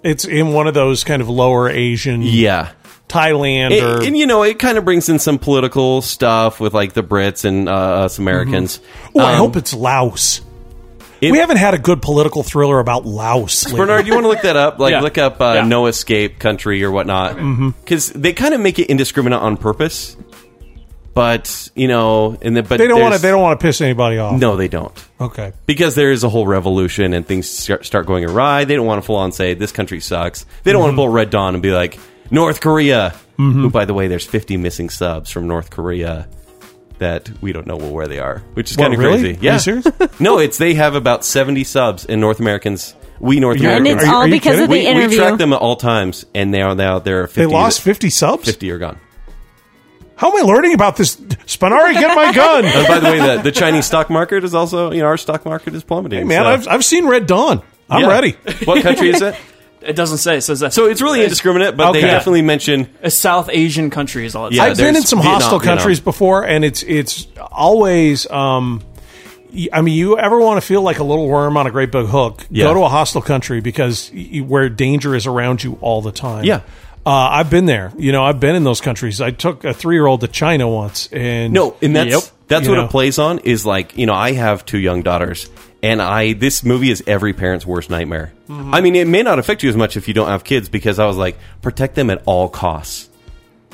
[SPEAKER 2] It's in one of those kind of lower Asian
[SPEAKER 4] Yeah.
[SPEAKER 2] Thailand
[SPEAKER 4] It-
[SPEAKER 2] or
[SPEAKER 4] and you know, it kind of brings in some political stuff with like the Brits and uh, us Americans.
[SPEAKER 2] Oh, I
[SPEAKER 4] Um,
[SPEAKER 2] hope it's Laos.
[SPEAKER 4] it-
[SPEAKER 2] we haven't had a good political thriller about Laos. lately.
[SPEAKER 4] Bernard, you want to look that up? Like,
[SPEAKER 3] Yeah.
[SPEAKER 4] look up uh,
[SPEAKER 3] Yeah.
[SPEAKER 4] no escape country or whatnot,
[SPEAKER 2] Mm-hmm.
[SPEAKER 4] because they kind of make it indiscriminate on purpose. But you know, and the, but
[SPEAKER 2] they don't want to.
[SPEAKER 4] there's-
[SPEAKER 2] They don't want to piss anybody off.
[SPEAKER 4] No, they don't,
[SPEAKER 2] Okay.
[SPEAKER 4] because there is a whole revolution and things start, start going awry. They don't want to full on say this country sucks. They don't want
[SPEAKER 2] Mm-hmm.
[SPEAKER 4] to pull Red Dawn and be like North Korea. Who, by the way, there's 50 missing subs from North Korea that we don't know where they are, which is
[SPEAKER 2] What,
[SPEAKER 4] kind of
[SPEAKER 2] really? Are
[SPEAKER 4] crazy.
[SPEAKER 2] you
[SPEAKER 4] Yeah,
[SPEAKER 2] serious?
[SPEAKER 4] no, it's they have about 70 subs in North Americans. We North
[SPEAKER 5] and
[SPEAKER 4] Americans
[SPEAKER 5] it's
[SPEAKER 2] Are you-
[SPEAKER 5] all
[SPEAKER 2] are you
[SPEAKER 5] because
[SPEAKER 2] kidding?
[SPEAKER 5] of the
[SPEAKER 4] we,
[SPEAKER 5] interview.
[SPEAKER 4] We track them at all times, and they are now there are fifty.
[SPEAKER 2] They lost fifty subs.
[SPEAKER 4] Fifty are gone.
[SPEAKER 2] How am I learning about this? Spinari, get my gun,
[SPEAKER 4] And by the way, the, the Chinese stock market is also you know our stock market is plummeting.
[SPEAKER 2] man!
[SPEAKER 4] so-
[SPEAKER 2] I've, I've seen Red Dawn. I'm
[SPEAKER 4] Yeah.
[SPEAKER 2] ready.
[SPEAKER 4] What country is it?
[SPEAKER 3] It doesn't say. It says that.
[SPEAKER 4] So it's really indiscriminate, but they
[SPEAKER 2] Okay.
[SPEAKER 4] definitely mention
[SPEAKER 3] a South Asian country is all. It
[SPEAKER 4] Yeah,
[SPEAKER 3] says.
[SPEAKER 2] I've been in
[SPEAKER 4] there's
[SPEAKER 2] some
[SPEAKER 4] Vietnam,
[SPEAKER 2] hostile
[SPEAKER 4] Vietnam.
[SPEAKER 2] countries before, and it's it's always. Um, y- I mean, you ever want to feel like a little worm on a great big hook?
[SPEAKER 4] Yeah.
[SPEAKER 2] Go to a hostile country because y y- where danger is around you all the time.
[SPEAKER 4] Yeah.
[SPEAKER 2] Uh, I've been there. You know, I've been in those countries. I took a three-year-old to China once, and
[SPEAKER 4] no, and that's
[SPEAKER 3] Yep.
[SPEAKER 4] that's
[SPEAKER 2] You
[SPEAKER 4] what
[SPEAKER 2] know.
[SPEAKER 4] it plays on is like you know I have two young daughters, and I this movie is every parent's worst nightmare.
[SPEAKER 2] Mm-hmm.
[SPEAKER 4] I mean, it may not affect you as much if you don't have kids because I was like protect them at all costs,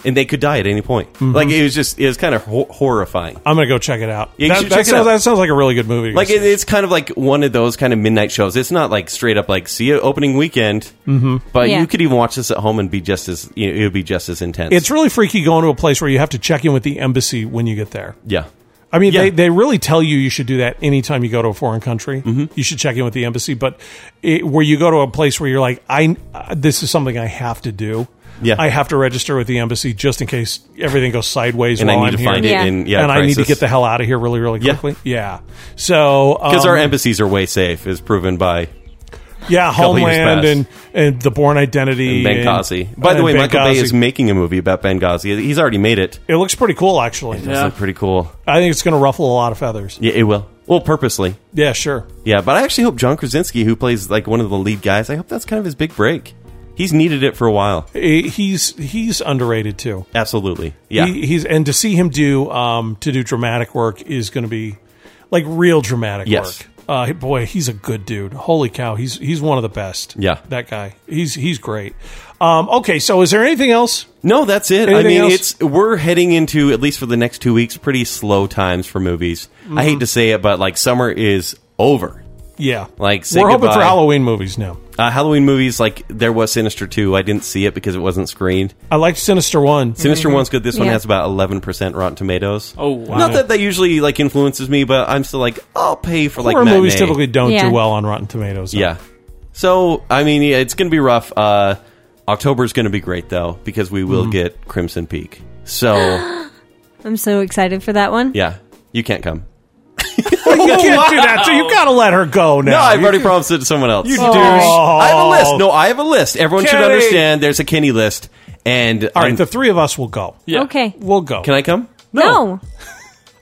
[SPEAKER 4] and they could die at any point.
[SPEAKER 2] Mm-hmm.
[SPEAKER 4] Like it was just it was kind of ho- horrifying.
[SPEAKER 2] I'm going to go check it out.
[SPEAKER 4] Yeah, you
[SPEAKER 2] that,
[SPEAKER 4] should
[SPEAKER 2] that
[SPEAKER 4] check it
[SPEAKER 2] sounds,
[SPEAKER 4] out.
[SPEAKER 2] that sounds like a really good movie.
[SPEAKER 4] like it, it's kind of like one of those kind of midnight shows. It's not like straight up like see you opening weekend, mm-hmm. but
[SPEAKER 5] Yeah.
[SPEAKER 4] you could even watch this at home and be just as you know, it would be just as intense.
[SPEAKER 2] it's really freaky going to a place where you have to check in with the embassy when you get there.
[SPEAKER 4] yeah,
[SPEAKER 2] I mean,
[SPEAKER 4] Yeah.
[SPEAKER 2] they, they really tell you you should do that anytime you go to a foreign country.
[SPEAKER 4] Mm-hmm.
[SPEAKER 2] You should check in with the embassy. But it, where you go to a place where you're like, I uh, this is something I have to do.
[SPEAKER 4] Yeah.
[SPEAKER 2] I have to register with the embassy just in case everything goes sideways.
[SPEAKER 4] and
[SPEAKER 2] while
[SPEAKER 4] I need
[SPEAKER 2] am
[SPEAKER 4] to
[SPEAKER 2] here.
[SPEAKER 4] find
[SPEAKER 5] Yeah.
[SPEAKER 4] it in yeah,
[SPEAKER 2] and I need to get the hell out of here really, really
[SPEAKER 4] Yeah.
[SPEAKER 2] quickly. Yeah. So
[SPEAKER 4] because
[SPEAKER 2] um,
[SPEAKER 4] our embassies are way safe, is proven by
[SPEAKER 2] yeah,
[SPEAKER 4] couple years
[SPEAKER 2] Homeland
[SPEAKER 4] past.
[SPEAKER 2] and and the Born Identity, and-
[SPEAKER 4] Benghazi. by the
[SPEAKER 2] Oh, and
[SPEAKER 4] way, Michael Bay
[SPEAKER 2] Benghazi.
[SPEAKER 4] is making a movie about Benghazi. He's already made it.
[SPEAKER 2] It looks pretty cool, actually.
[SPEAKER 4] Yeah. pretty cool.
[SPEAKER 2] I think it's going to ruffle a lot of feathers.
[SPEAKER 4] Yeah, it will. Well, purposely.
[SPEAKER 2] Yeah, sure.
[SPEAKER 4] Yeah, but I actually hope John Krasinski, who plays like one of the lead guys, I hope that's kind of his big break. He's needed it for a while.
[SPEAKER 2] Eh, He's he's underrated too.
[SPEAKER 4] Absolutely. Yeah.
[SPEAKER 2] He, he's and to see him do um to do dramatic work is going to be like real dramatic
[SPEAKER 4] Yes.
[SPEAKER 2] work. Uh, boy, he's a good dude. Holy cow, he's he's one of the best.
[SPEAKER 4] Yeah.
[SPEAKER 2] that guy. He's he's great. Um, okay, so is there anything else?
[SPEAKER 4] No, that's it. I
[SPEAKER 2] Anything
[SPEAKER 4] mean,
[SPEAKER 2] else?
[SPEAKER 4] it's we're heading into at least for the next two weeks pretty slow times for movies. I
[SPEAKER 2] Mm-hmm.
[SPEAKER 4] hate to say it, but like summer is over.
[SPEAKER 2] Yeah,
[SPEAKER 4] Like, say
[SPEAKER 2] we're hoping for
[SPEAKER 4] goodbye.
[SPEAKER 2] Halloween movies now.
[SPEAKER 4] Uh, Halloween movies like there was Sinister Two. I didn't see it because it wasn't screened.
[SPEAKER 2] I liked Sinister One.
[SPEAKER 4] Sinister One's good. This one
[SPEAKER 5] Mm-hmm. Yeah.
[SPEAKER 4] has about eleven percent Rotten Tomatoes.
[SPEAKER 3] Oh, wow.
[SPEAKER 4] not that that usually like influences me, but I'm still like I'll pay for like
[SPEAKER 2] Horror
[SPEAKER 4] matinee.
[SPEAKER 2] movies typically don't
[SPEAKER 5] Yeah.
[SPEAKER 2] do well on Rotten Tomatoes. though.
[SPEAKER 4] Yeah. So I mean, yeah, it's going to be rough. Uh, October's going to be great though because we
[SPEAKER 2] Mm-hmm.
[SPEAKER 4] will get Crimson Peak. So
[SPEAKER 5] I'm so excited for that one.
[SPEAKER 4] yeah, you can't come.
[SPEAKER 2] you can't do that. So you got to let her go now. Oh.
[SPEAKER 4] No, I've
[SPEAKER 2] You-
[SPEAKER 4] already promised it to someone else. You
[SPEAKER 2] douche.
[SPEAKER 4] I have a list. No, I have a list. Everyone should
[SPEAKER 2] Kenny.
[SPEAKER 4] understand. There's a Kenny list. And
[SPEAKER 2] All right,
[SPEAKER 4] I'm-
[SPEAKER 2] the three of us will go.
[SPEAKER 3] Yeah.
[SPEAKER 5] Okay.
[SPEAKER 2] We'll go.
[SPEAKER 4] can I come?
[SPEAKER 5] No.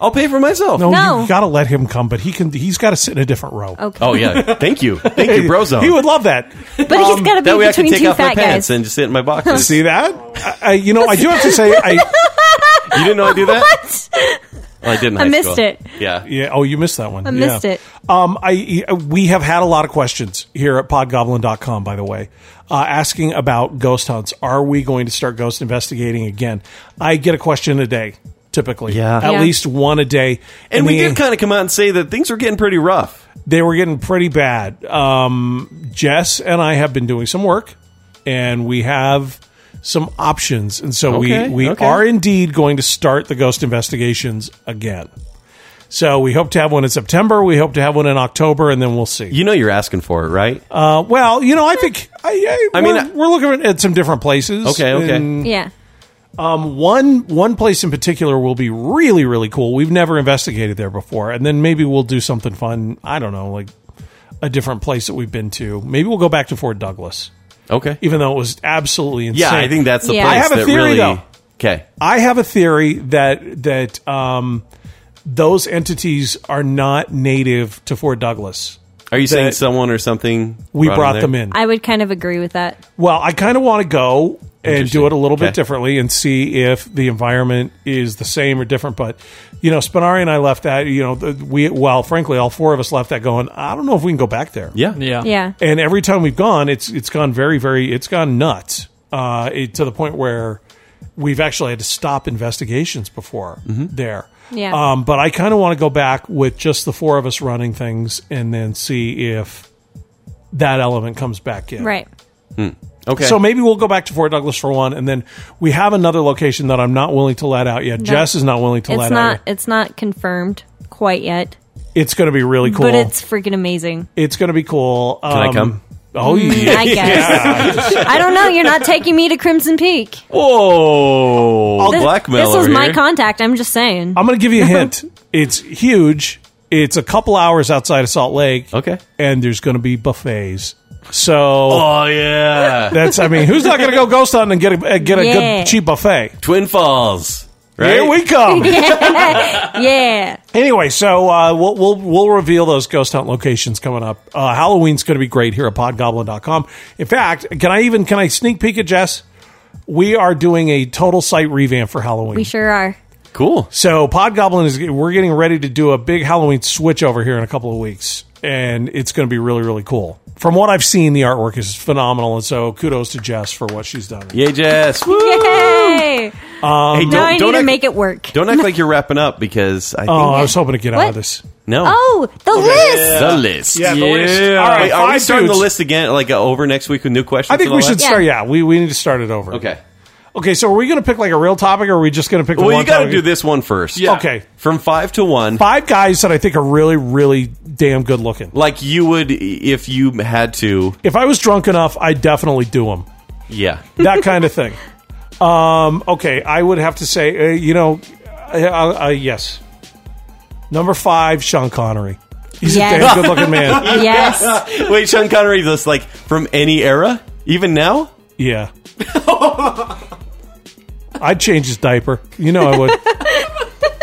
[SPEAKER 4] I'll pay for myself.
[SPEAKER 2] No,
[SPEAKER 5] No.
[SPEAKER 2] you got to let him come, but he can. He's got to sit in a different row.
[SPEAKER 5] Okay.
[SPEAKER 4] Oh yeah. Thank you. Thank you, Brozone.
[SPEAKER 2] He would love that.
[SPEAKER 5] but he's got to
[SPEAKER 4] Um, that
[SPEAKER 5] be
[SPEAKER 4] way I can
[SPEAKER 5] between
[SPEAKER 4] take
[SPEAKER 5] two
[SPEAKER 4] off my
[SPEAKER 5] fat
[SPEAKER 4] pants
[SPEAKER 5] guys.
[SPEAKER 4] and just sit in my boxes.
[SPEAKER 2] See that? I, I, you know, I do have to say, I
[SPEAKER 4] you didn't know I do that? Well, I didn't.
[SPEAKER 5] I missed it.
[SPEAKER 4] Yeah.
[SPEAKER 2] yeah. Oh, you missed that one. I
[SPEAKER 5] missed it.
[SPEAKER 2] Um, I we have had a lot of questions here at Podgoblin.com, by the way, uh, asking about ghost hunts. Are we going to start ghost investigating again? I get a question a day, typically.
[SPEAKER 4] Yeah.
[SPEAKER 2] at
[SPEAKER 5] Yeah.
[SPEAKER 2] least one a day.
[SPEAKER 4] And we
[SPEAKER 2] the-
[SPEAKER 4] did kind of come out and say that things are getting pretty rough.
[SPEAKER 2] they were getting pretty bad. Um, Jess and I have been doing some work, and we have some options, and so
[SPEAKER 4] Okay,
[SPEAKER 2] we we
[SPEAKER 4] okay.
[SPEAKER 2] are indeed going to start the ghost investigations again. So we hope to have one in September. We hope to have one in October, and then we'll see.
[SPEAKER 4] You know you're asking for it, right?
[SPEAKER 2] Uh, well, you know, I think I, I,
[SPEAKER 4] I mean,
[SPEAKER 2] we're,
[SPEAKER 4] I-
[SPEAKER 2] we're looking at some different places.
[SPEAKER 4] Okay, okay.
[SPEAKER 2] and
[SPEAKER 5] Yeah.
[SPEAKER 2] one one place in particular will be really really cool. We've never investigated there before, and then maybe we'll do something fun. I don't know, like a different place that we've been to. Maybe we'll go back to Fort Douglas,
[SPEAKER 4] okay.
[SPEAKER 2] even though it was absolutely insane.
[SPEAKER 4] Yeah, I think that's the
[SPEAKER 5] Yeah.
[SPEAKER 4] place
[SPEAKER 5] I
[SPEAKER 2] have a
[SPEAKER 4] that
[SPEAKER 2] theory,
[SPEAKER 4] really.
[SPEAKER 2] though.
[SPEAKER 4] Okay.
[SPEAKER 2] I have a theory that that um, those entities are not native to Fort Douglas.
[SPEAKER 4] Are you saying
[SPEAKER 2] that-
[SPEAKER 4] someone or something?
[SPEAKER 2] We brought them in.
[SPEAKER 5] I would kind of agree with that.
[SPEAKER 2] Well, I kind of want to go and
[SPEAKER 4] Interesting.
[SPEAKER 2] do it a little
[SPEAKER 4] Okay.
[SPEAKER 2] bit differently and see if the environment is the same or different. But you know, Spinari and I left that. You know, the- we well, frankly, all four of us left that going. I don't know if we can go back there.
[SPEAKER 4] Yeah.
[SPEAKER 3] Yeah.
[SPEAKER 5] Yeah.
[SPEAKER 2] And every time we've gone, it's it's gone very very it's gone nuts uh, it, to the point where we've actually had to stop investigations before
[SPEAKER 4] Mm-hmm.
[SPEAKER 2] there.
[SPEAKER 5] Yeah.
[SPEAKER 2] Um, but I kind of want to go back with just the four of us running things and then see if that element comes back in.
[SPEAKER 5] Right.
[SPEAKER 4] Okay.
[SPEAKER 2] So maybe we'll go back to Fort Douglas for one, and then we have another location that I'm not willing to let out yet. Jess is not willing to
[SPEAKER 5] It's
[SPEAKER 2] let
[SPEAKER 5] not
[SPEAKER 2] out. Yet.
[SPEAKER 5] it's not confirmed quite yet,
[SPEAKER 2] It's going to be really cool.
[SPEAKER 5] but it's freaking amazing.
[SPEAKER 2] it's going to be cool. Um,
[SPEAKER 4] I come?
[SPEAKER 2] Oh yeah.
[SPEAKER 5] I guess. I don't know. You're not taking me to Crimson Peak.
[SPEAKER 4] Whoa!
[SPEAKER 5] This,
[SPEAKER 4] blackmail.
[SPEAKER 5] this was
[SPEAKER 4] over
[SPEAKER 5] my
[SPEAKER 4] here.
[SPEAKER 5] contact. I'm just saying.
[SPEAKER 2] I'm going to give you a hint. it's huge. It's a couple hours outside of Salt Lake.
[SPEAKER 4] Okay.
[SPEAKER 2] And there's going to be buffets. So
[SPEAKER 4] Oh yeah,
[SPEAKER 2] that's. I mean, who's not going to go ghost hunting and get a uh, get a
[SPEAKER 5] Yeah.
[SPEAKER 2] good cheap buffet?
[SPEAKER 4] Twin Falls. Right?
[SPEAKER 2] Here we come.
[SPEAKER 5] yeah.
[SPEAKER 2] Anyway, so uh, we'll, we'll we'll reveal those ghost hunt locations coming up. Uh, Halloween's going to be great here at podgoblin.com. In fact, can I even can I sneak peek at Jess? We are doing a total site revamp for Halloween.
[SPEAKER 5] We sure are.
[SPEAKER 4] cool.
[SPEAKER 2] So Podgoblin is we're getting ready to do a big Halloween switch over here in a couple of weeks, and it's going to be really really cool. From what I've seen, the artwork is phenomenal, and so kudos to Jess for what she's done.
[SPEAKER 4] Yay, Jess! Woo.
[SPEAKER 5] Yay.
[SPEAKER 4] hey, don't,
[SPEAKER 5] now I need
[SPEAKER 4] don't
[SPEAKER 5] to
[SPEAKER 4] act,
[SPEAKER 5] make it work.
[SPEAKER 4] Don't act like you're wrapping up because I think
[SPEAKER 2] Oh, I was hoping to get out of
[SPEAKER 5] What?
[SPEAKER 2] this.
[SPEAKER 4] no.
[SPEAKER 5] Oh, the list.
[SPEAKER 4] The list.
[SPEAKER 2] Yeah, the list.
[SPEAKER 4] All
[SPEAKER 2] All
[SPEAKER 4] right,
[SPEAKER 2] right,
[SPEAKER 4] are we
[SPEAKER 2] five
[SPEAKER 4] starting
[SPEAKER 2] dudes.
[SPEAKER 4] the list again? Like uh, over next week with new questions.
[SPEAKER 2] I think
[SPEAKER 4] and
[SPEAKER 2] we
[SPEAKER 4] all
[SPEAKER 2] should
[SPEAKER 4] that?
[SPEAKER 2] start. Yeah, we, we need to start it over.
[SPEAKER 4] Okay.
[SPEAKER 2] Okay. So are we going to pick like a real topic, or are we just going to pick? The
[SPEAKER 4] Well,
[SPEAKER 2] one
[SPEAKER 4] you got to
[SPEAKER 2] topic?
[SPEAKER 4] do this one first.
[SPEAKER 3] Yeah.
[SPEAKER 2] Okay.
[SPEAKER 4] From five to one,
[SPEAKER 2] Five guys that I think are really really damn good looking.
[SPEAKER 4] like you would if you had to.
[SPEAKER 2] If I was drunk enough, I'd definitely do them.
[SPEAKER 4] Yeah.
[SPEAKER 2] that kind of thing. Um, okay, I would have to say, uh, you know, uh, uh, uh, yes. Number five, Sean Connery. He's a
[SPEAKER 5] Yes.
[SPEAKER 2] damn good-looking man.
[SPEAKER 5] Yes.
[SPEAKER 4] Wait, Sean Connery, this like from any era, even now.
[SPEAKER 2] Yeah. I'd change his diaper. You know I would.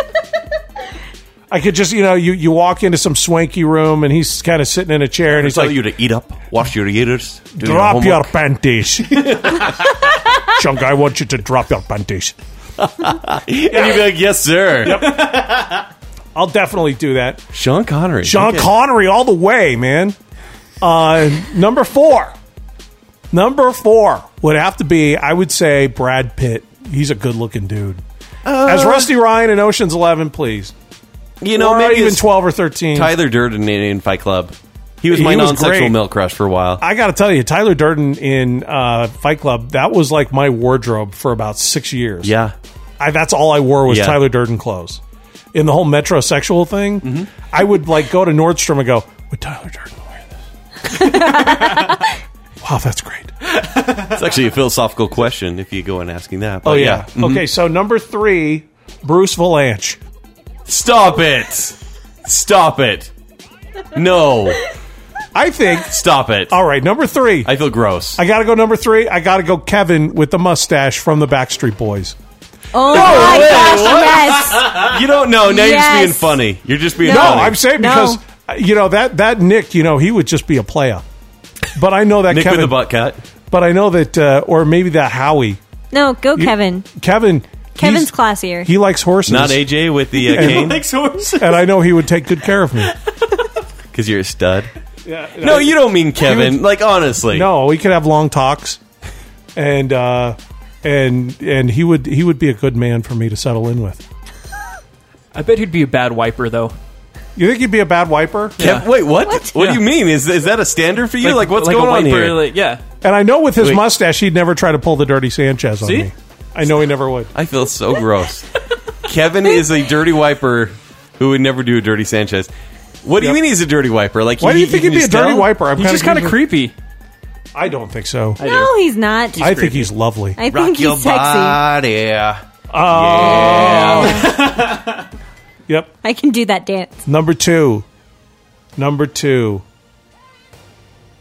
[SPEAKER 2] I could just, you know, you, you walk into some swanky room and he's kind of sitting in a chair and he's
[SPEAKER 4] Tell
[SPEAKER 2] like,
[SPEAKER 4] you to eat up, wash your ears, do your
[SPEAKER 2] drop your
[SPEAKER 4] homework.
[SPEAKER 2] panties. Chunk, I want you to drop your panties.
[SPEAKER 4] and you'd be like, "Yes, sir."
[SPEAKER 2] I'll definitely do that.
[SPEAKER 4] Sean Connery.
[SPEAKER 2] Sean
[SPEAKER 4] Okay.
[SPEAKER 2] Connery all the way, man. Uh, number four. Number four would have to be, I would say, Brad Pitt. He's a good looking dude. As Rusty Ryan in Ocean's Eleven, please.
[SPEAKER 4] You know,
[SPEAKER 2] or
[SPEAKER 4] maybe
[SPEAKER 2] even
[SPEAKER 4] it's
[SPEAKER 2] 12 or 13.
[SPEAKER 4] Tyler Durden in, in Fight Club. He was
[SPEAKER 2] He
[SPEAKER 4] my
[SPEAKER 2] was
[SPEAKER 4] non-sexual
[SPEAKER 2] great.
[SPEAKER 4] male crush for a while.
[SPEAKER 2] I got to tell you, Tyler Durden in uh, Fight Club, that was like my wardrobe for about six years.
[SPEAKER 4] yeah,
[SPEAKER 2] I, that's all I wore was
[SPEAKER 4] Yeah.
[SPEAKER 2] Tyler Durden clothes. In the whole metrosexual thing, I would like go to Nordstrom and go, would Tyler Durden wear this? wow, that's great.
[SPEAKER 4] Oh, it's actually a philosophical question if you go on asking that. but
[SPEAKER 2] Oh yeah. Okay, so number three, Bruce Valanche.
[SPEAKER 4] Stop it! Stop it! No,
[SPEAKER 2] I think.
[SPEAKER 4] stop it!
[SPEAKER 2] All right, number three. I,
[SPEAKER 4] I feel gross.
[SPEAKER 2] got to go number three. I got to go Kevin with the mustache from the Backstreet Boys.
[SPEAKER 5] Oh my
[SPEAKER 4] wait,
[SPEAKER 5] gosh.
[SPEAKER 4] what?
[SPEAKER 5] Yes.
[SPEAKER 4] you don't know. Now you're just
[SPEAKER 5] Yes.
[SPEAKER 4] being funny. You're just being
[SPEAKER 5] No,
[SPEAKER 2] No,
[SPEAKER 4] funny.
[SPEAKER 2] I'm saying
[SPEAKER 5] No.
[SPEAKER 2] because uh, you know that that Nick, you know, he would just be a player. But I know that
[SPEAKER 4] Nick
[SPEAKER 2] Kevin.
[SPEAKER 4] with the butt cut.
[SPEAKER 2] But I know that, uh, or maybe that Howie.
[SPEAKER 5] No, go Kevin.
[SPEAKER 2] Kevin.
[SPEAKER 5] Kevin's
[SPEAKER 2] he's-
[SPEAKER 5] classier.
[SPEAKER 2] He likes horses.
[SPEAKER 4] Not AJ with the uh,
[SPEAKER 2] And-
[SPEAKER 4] cane
[SPEAKER 3] Next horse.
[SPEAKER 2] And I know he would take good care of me.
[SPEAKER 4] because you're a stud. no, you don't mean Kevin. Like honestly,
[SPEAKER 2] No, we could have long talks, and uh, and and he would he would be a good man for me to settle in with.
[SPEAKER 3] I bet he'd be a bad wiper though.
[SPEAKER 2] You think he'd be a bad wiper?
[SPEAKER 4] Kev-
[SPEAKER 3] Yeah.
[SPEAKER 4] Wait, what? What,
[SPEAKER 5] What?
[SPEAKER 4] do you mean? Is is that a standard for you? Like, what's
[SPEAKER 3] a
[SPEAKER 4] going on
[SPEAKER 3] wiper,
[SPEAKER 4] here?
[SPEAKER 3] like- yeah.
[SPEAKER 2] And I know with his
[SPEAKER 4] Wait.
[SPEAKER 2] mustache, he'd never try to pull the dirty Sanchez on
[SPEAKER 3] See?
[SPEAKER 2] me. I know he never would.
[SPEAKER 4] I feel so gross. Kevin is a dirty wiper who would never do a dirty Sanchez. What do you
[SPEAKER 2] Yep.
[SPEAKER 4] mean he's a dirty wiper? Like,
[SPEAKER 2] Why do you
[SPEAKER 4] he-
[SPEAKER 2] think
[SPEAKER 4] he
[SPEAKER 2] he'd be a
[SPEAKER 4] just
[SPEAKER 2] dirty
[SPEAKER 4] tell?
[SPEAKER 2] wiper? I'm
[SPEAKER 3] He's just kind of creepy.
[SPEAKER 2] I don't think so. I,
[SPEAKER 5] No, he's not. I,
[SPEAKER 2] think he's lovely.
[SPEAKER 5] think
[SPEAKER 4] Rock
[SPEAKER 5] he's
[SPEAKER 4] your
[SPEAKER 5] sexy.
[SPEAKER 4] body.
[SPEAKER 2] yep.
[SPEAKER 5] I can do that dance.
[SPEAKER 2] Number two. Number two.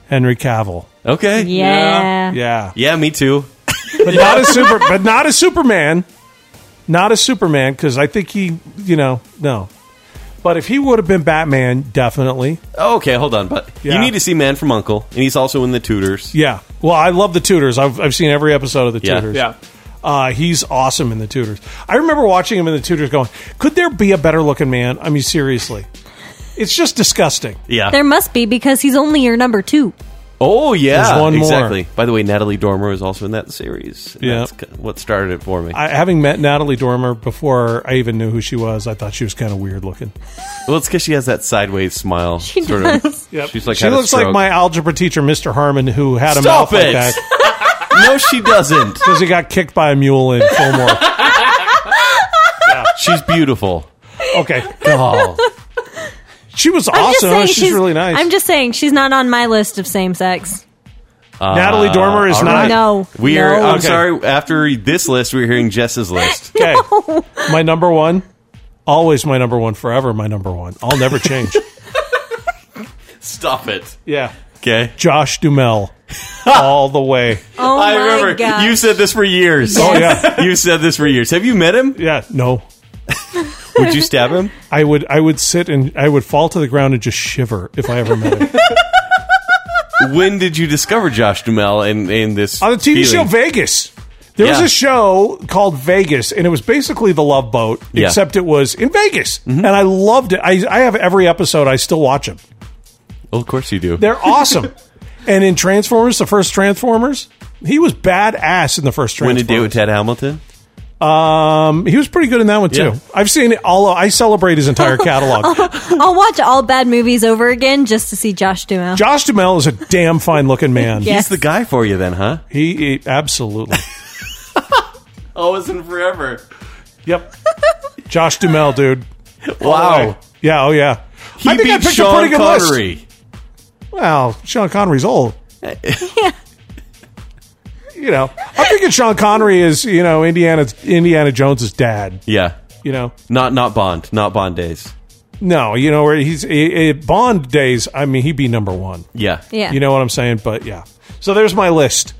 [SPEAKER 2] Henry Cavill.
[SPEAKER 4] Okay.
[SPEAKER 5] Yeah.
[SPEAKER 2] Yeah.
[SPEAKER 4] Yeah, me too.
[SPEAKER 2] But not a super. But not a Superman. Not a Superman because I think he. You know. No. But if he would have been Batman, definitely.
[SPEAKER 4] Okay, hold on, but
[SPEAKER 2] Yeah.
[SPEAKER 4] you need to see Man from Uncle, and he's also in the Tudors.
[SPEAKER 2] Yeah. Well, I love the Tudors. I've, I've seen every episode of the
[SPEAKER 4] Yeah.
[SPEAKER 2] Tudors.
[SPEAKER 3] Yeah.
[SPEAKER 2] Uh, he's awesome in the Tudors. I remember watching him in the Tudors going, could there be a better looking man? I mean, seriously. It's just disgusting.
[SPEAKER 4] Yeah.
[SPEAKER 5] There must be because he's only your number two.
[SPEAKER 4] oh yeah,
[SPEAKER 2] There's one more.
[SPEAKER 4] exactly. By the way, Natalie Dormer is also in that series. and
[SPEAKER 2] Yeah.
[SPEAKER 4] that's ki- what started it for me.
[SPEAKER 2] I, having met Natalie Dormer before I even knew who she was, I thought she was kind of weird looking.
[SPEAKER 4] well, it's because she has that sideways smile. She sort
[SPEAKER 5] does.
[SPEAKER 4] Of, She's like
[SPEAKER 2] she
[SPEAKER 4] had a
[SPEAKER 2] looks like
[SPEAKER 4] stroke.
[SPEAKER 2] my algebra teacher, Mr. Harmon, who had a mouth
[SPEAKER 4] Stop
[SPEAKER 2] like
[SPEAKER 4] it!
[SPEAKER 2] that
[SPEAKER 4] no, she doesn't.
[SPEAKER 2] because he got kicked by a mule in Fillmore.
[SPEAKER 4] She's beautiful.
[SPEAKER 2] okay,
[SPEAKER 4] Oh,
[SPEAKER 2] she was
[SPEAKER 5] I'm just
[SPEAKER 2] awesome.
[SPEAKER 5] saying
[SPEAKER 2] Oh, She's, really nice.
[SPEAKER 5] I'm just saying she's not on my list of same sex.
[SPEAKER 2] Natalie Dormer is
[SPEAKER 4] Uh, all
[SPEAKER 2] not. uh,
[SPEAKER 4] right.
[SPEAKER 5] No.
[SPEAKER 4] We are.
[SPEAKER 5] No.
[SPEAKER 4] I'm
[SPEAKER 2] Okay.
[SPEAKER 4] sorry. After this list, we're hearing Jess's list.
[SPEAKER 2] Okay, my number one, always my number one, forever my number one. I'll never change.
[SPEAKER 4] Stop it.
[SPEAKER 2] yeah,
[SPEAKER 4] Okay.
[SPEAKER 2] Josh Dumel, all the way.
[SPEAKER 5] Oh
[SPEAKER 4] I
[SPEAKER 5] my
[SPEAKER 4] remember
[SPEAKER 5] gosh.
[SPEAKER 4] you said this for years.
[SPEAKER 2] Oh yeah,
[SPEAKER 4] you said this for years. Have you met him?
[SPEAKER 2] yeah. No,
[SPEAKER 4] Would you stab him?
[SPEAKER 2] I would, I would sit and I would fall to the ground and just shiver if I ever met him.
[SPEAKER 4] when did you discover Josh Dumel in, in this
[SPEAKER 2] on the TV show
[SPEAKER 4] feeling?
[SPEAKER 2] Vegas. There was
[SPEAKER 4] Yeah.
[SPEAKER 2] a show called Vegas, and it was basically The Love Boat,
[SPEAKER 4] Yeah. Mm-hmm.
[SPEAKER 2] except it was in Vegas, and I loved it. I, I have every episode; I still watch them.
[SPEAKER 4] Well, of course you do.
[SPEAKER 2] They're awesome. and in Transformers, the first Transformers, he was badass in the first
[SPEAKER 4] when did date with
[SPEAKER 2] Transformers.
[SPEAKER 4] Ted Hamilton?
[SPEAKER 2] Um, he was pretty good in that one too.
[SPEAKER 4] Yeah.
[SPEAKER 2] I've seen it all. I celebrate his entire catalog.
[SPEAKER 5] I'll watch all bad movies over again just to see Josh Dumel.
[SPEAKER 2] Josh Duhamel is a damn fine looking man.
[SPEAKER 5] Yeah.
[SPEAKER 4] He's the guy for you then, huh?
[SPEAKER 2] He, he absolutely.
[SPEAKER 4] Always and Oh, forever.
[SPEAKER 2] Yep. Josh Duhamel, dude.
[SPEAKER 4] Wow.
[SPEAKER 2] Yeah. Oh yeah.
[SPEAKER 4] He
[SPEAKER 2] I think
[SPEAKER 4] beat
[SPEAKER 2] I picked
[SPEAKER 4] Sean
[SPEAKER 2] a pretty good list.
[SPEAKER 4] Connery.
[SPEAKER 2] Well, Sean Connery's old.
[SPEAKER 5] Yeah.
[SPEAKER 2] You know, I'm thinking Sean Connery is you know Indiana Indiana Jones's dad.
[SPEAKER 4] Yeah.
[SPEAKER 2] You know,
[SPEAKER 4] Not not Bond. Not Bond days.
[SPEAKER 2] no, you know where he's i i Bond days. I mean, he'd be number one.
[SPEAKER 4] Yeah.
[SPEAKER 5] Yeah.
[SPEAKER 2] You know what I'm saying? But yeah, so there's my list.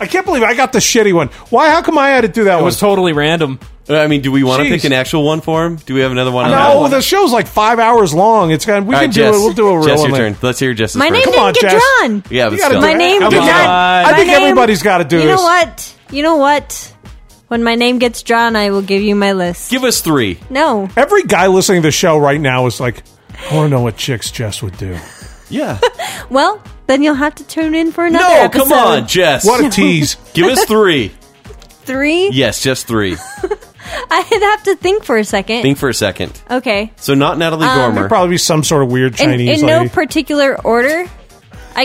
[SPEAKER 2] I can't believe I got the shitty one. Why? How come I had to do that
[SPEAKER 3] It
[SPEAKER 2] one?
[SPEAKER 3] was totally random.
[SPEAKER 4] Uh, I mean, do we want to
[SPEAKER 2] Jeez.
[SPEAKER 4] pick an actual one for him? Do we have another one? on that
[SPEAKER 2] no,
[SPEAKER 4] one?
[SPEAKER 2] the show's like five hours long. It's kind. We
[SPEAKER 4] All
[SPEAKER 2] can
[SPEAKER 4] right,
[SPEAKER 2] do
[SPEAKER 4] Jess.
[SPEAKER 2] it. We'll do a real
[SPEAKER 4] Jess,
[SPEAKER 2] one.
[SPEAKER 4] your
[SPEAKER 2] later.
[SPEAKER 4] turn. Let's hear Jess's
[SPEAKER 5] My
[SPEAKER 4] first.
[SPEAKER 5] name
[SPEAKER 2] Come
[SPEAKER 5] didn't
[SPEAKER 2] on,
[SPEAKER 5] get
[SPEAKER 2] Jess.
[SPEAKER 5] drawn.
[SPEAKER 4] Yeah, but
[SPEAKER 2] You gotta
[SPEAKER 4] still.
[SPEAKER 2] do
[SPEAKER 5] My
[SPEAKER 2] it.
[SPEAKER 5] name
[SPEAKER 2] Come
[SPEAKER 5] did
[SPEAKER 2] on.
[SPEAKER 5] not.
[SPEAKER 2] I
[SPEAKER 5] my
[SPEAKER 2] think
[SPEAKER 5] name-
[SPEAKER 2] everybody's got to do
[SPEAKER 5] You
[SPEAKER 2] this.
[SPEAKER 5] know what? You know what? When my name gets drawn, I will give you my list.
[SPEAKER 4] Give us three.
[SPEAKER 5] no.
[SPEAKER 2] Every guy listening to the show right now is like, I want to know what chicks Jess would do.
[SPEAKER 4] Yeah.
[SPEAKER 5] Well, then you'll have to tune in for another
[SPEAKER 4] no,
[SPEAKER 5] episode.
[SPEAKER 4] come on, Jess.
[SPEAKER 2] What a tease.
[SPEAKER 4] Give us three.
[SPEAKER 5] Three?
[SPEAKER 4] Yes, just three.
[SPEAKER 5] I'd have to think for a second.
[SPEAKER 4] Think for a second.
[SPEAKER 5] okay.
[SPEAKER 4] So not Natalie
[SPEAKER 5] Um,
[SPEAKER 4] Dormer.
[SPEAKER 2] Probably be some sort of weird
[SPEAKER 5] In,
[SPEAKER 2] Chinese
[SPEAKER 5] in no
[SPEAKER 2] lady.
[SPEAKER 5] particular order, I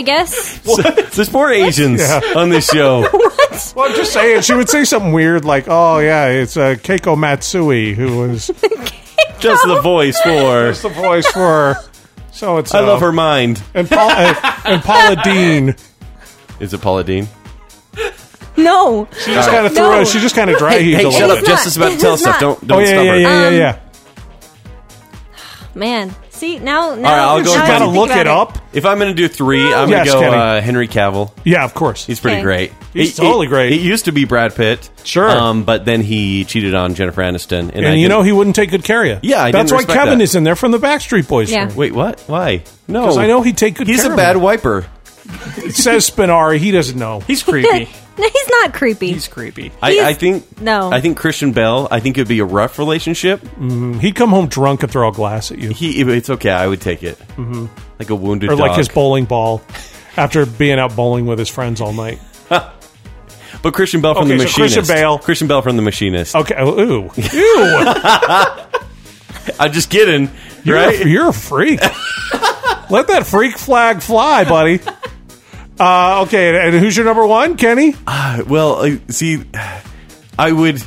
[SPEAKER 5] guess.
[SPEAKER 4] There's more Asians on this show.
[SPEAKER 2] well, I'm just saying, she would say something weird like, "Oh yeah, it's uh, Keiko Matsui who was
[SPEAKER 4] Just the voice for.
[SPEAKER 2] the voice for so it's
[SPEAKER 4] I love her mind.
[SPEAKER 2] and Paul uh, and Paula Dean."
[SPEAKER 4] Is it Paula Dean?
[SPEAKER 5] No.
[SPEAKER 2] She just kind of threw.
[SPEAKER 5] No.
[SPEAKER 2] us- She just kind of dry heaved
[SPEAKER 4] Hey,
[SPEAKER 2] a
[SPEAKER 4] shut
[SPEAKER 2] little
[SPEAKER 4] up.
[SPEAKER 2] bit.
[SPEAKER 4] Jess is about to
[SPEAKER 5] It's
[SPEAKER 4] tell us
[SPEAKER 5] not.
[SPEAKER 4] stuff. Don't,
[SPEAKER 2] Oh
[SPEAKER 4] don't
[SPEAKER 2] yeah,
[SPEAKER 4] stop
[SPEAKER 2] yeah,
[SPEAKER 4] her.
[SPEAKER 2] yeah, yeah,
[SPEAKER 5] Um,
[SPEAKER 2] yeah.
[SPEAKER 5] Man. See, now, now
[SPEAKER 4] I'll
[SPEAKER 5] now
[SPEAKER 4] go
[SPEAKER 5] I have
[SPEAKER 4] with Kenny.
[SPEAKER 2] Gotta
[SPEAKER 5] think
[SPEAKER 2] look
[SPEAKER 5] about
[SPEAKER 2] it up.
[SPEAKER 4] If I'm going to do three, I'm
[SPEAKER 2] Yes,
[SPEAKER 4] going to
[SPEAKER 2] Kenny.
[SPEAKER 4] go uh, Henry Cavill.
[SPEAKER 2] Yeah, of course.
[SPEAKER 4] He's pretty
[SPEAKER 5] Okay.
[SPEAKER 4] great.
[SPEAKER 2] He's
[SPEAKER 4] It-
[SPEAKER 2] totally
[SPEAKER 4] it-
[SPEAKER 2] great.
[SPEAKER 4] It used to be Brad Pitt.
[SPEAKER 2] Sure.
[SPEAKER 4] Um, but then he cheated on Jennifer Aniston. And, I
[SPEAKER 2] and you
[SPEAKER 4] didn't-
[SPEAKER 2] know he wouldn't take good care of you.
[SPEAKER 4] Yeah, I
[SPEAKER 2] that's
[SPEAKER 4] didn't
[SPEAKER 2] why
[SPEAKER 4] respect
[SPEAKER 2] Kevin
[SPEAKER 4] that.
[SPEAKER 2] is in there from the Backstreet Boys.
[SPEAKER 5] Yeah.
[SPEAKER 2] for me.
[SPEAKER 4] Wait, what? Why? No.
[SPEAKER 2] 'Cause I know he'd take good
[SPEAKER 4] He's
[SPEAKER 2] care
[SPEAKER 4] a
[SPEAKER 2] of
[SPEAKER 4] bad
[SPEAKER 2] me.
[SPEAKER 4] wiper.
[SPEAKER 2] It says Spinari. He doesn't know.
[SPEAKER 3] He's creepy.
[SPEAKER 5] No, he's not creepy.
[SPEAKER 3] He's creepy.
[SPEAKER 4] I,
[SPEAKER 5] He's-
[SPEAKER 4] I think
[SPEAKER 5] no.
[SPEAKER 4] I think Christian Bell. I think it'd be a rough relationship.
[SPEAKER 2] He'd come home drunk and throw a glass at you,
[SPEAKER 4] He, it's okay. I would take it. Like a wounded
[SPEAKER 2] Mm-hmm. or like
[SPEAKER 4] dog.
[SPEAKER 2] his bowling ball after being out bowling with his friends all night.
[SPEAKER 4] But Christian Bell from
[SPEAKER 2] Okay, so
[SPEAKER 4] the Machinist.
[SPEAKER 2] Christian Bale.
[SPEAKER 4] Christian Bell from the Machinist.
[SPEAKER 2] Okay. oh, Ooh. Ew.
[SPEAKER 4] I'm just kidding,
[SPEAKER 2] You're,
[SPEAKER 4] right?
[SPEAKER 2] a, you're a freak. Let that freak flag fly, buddy. Uh, okay, and, and who's your number one, Kenny?
[SPEAKER 4] well, I- see, I would.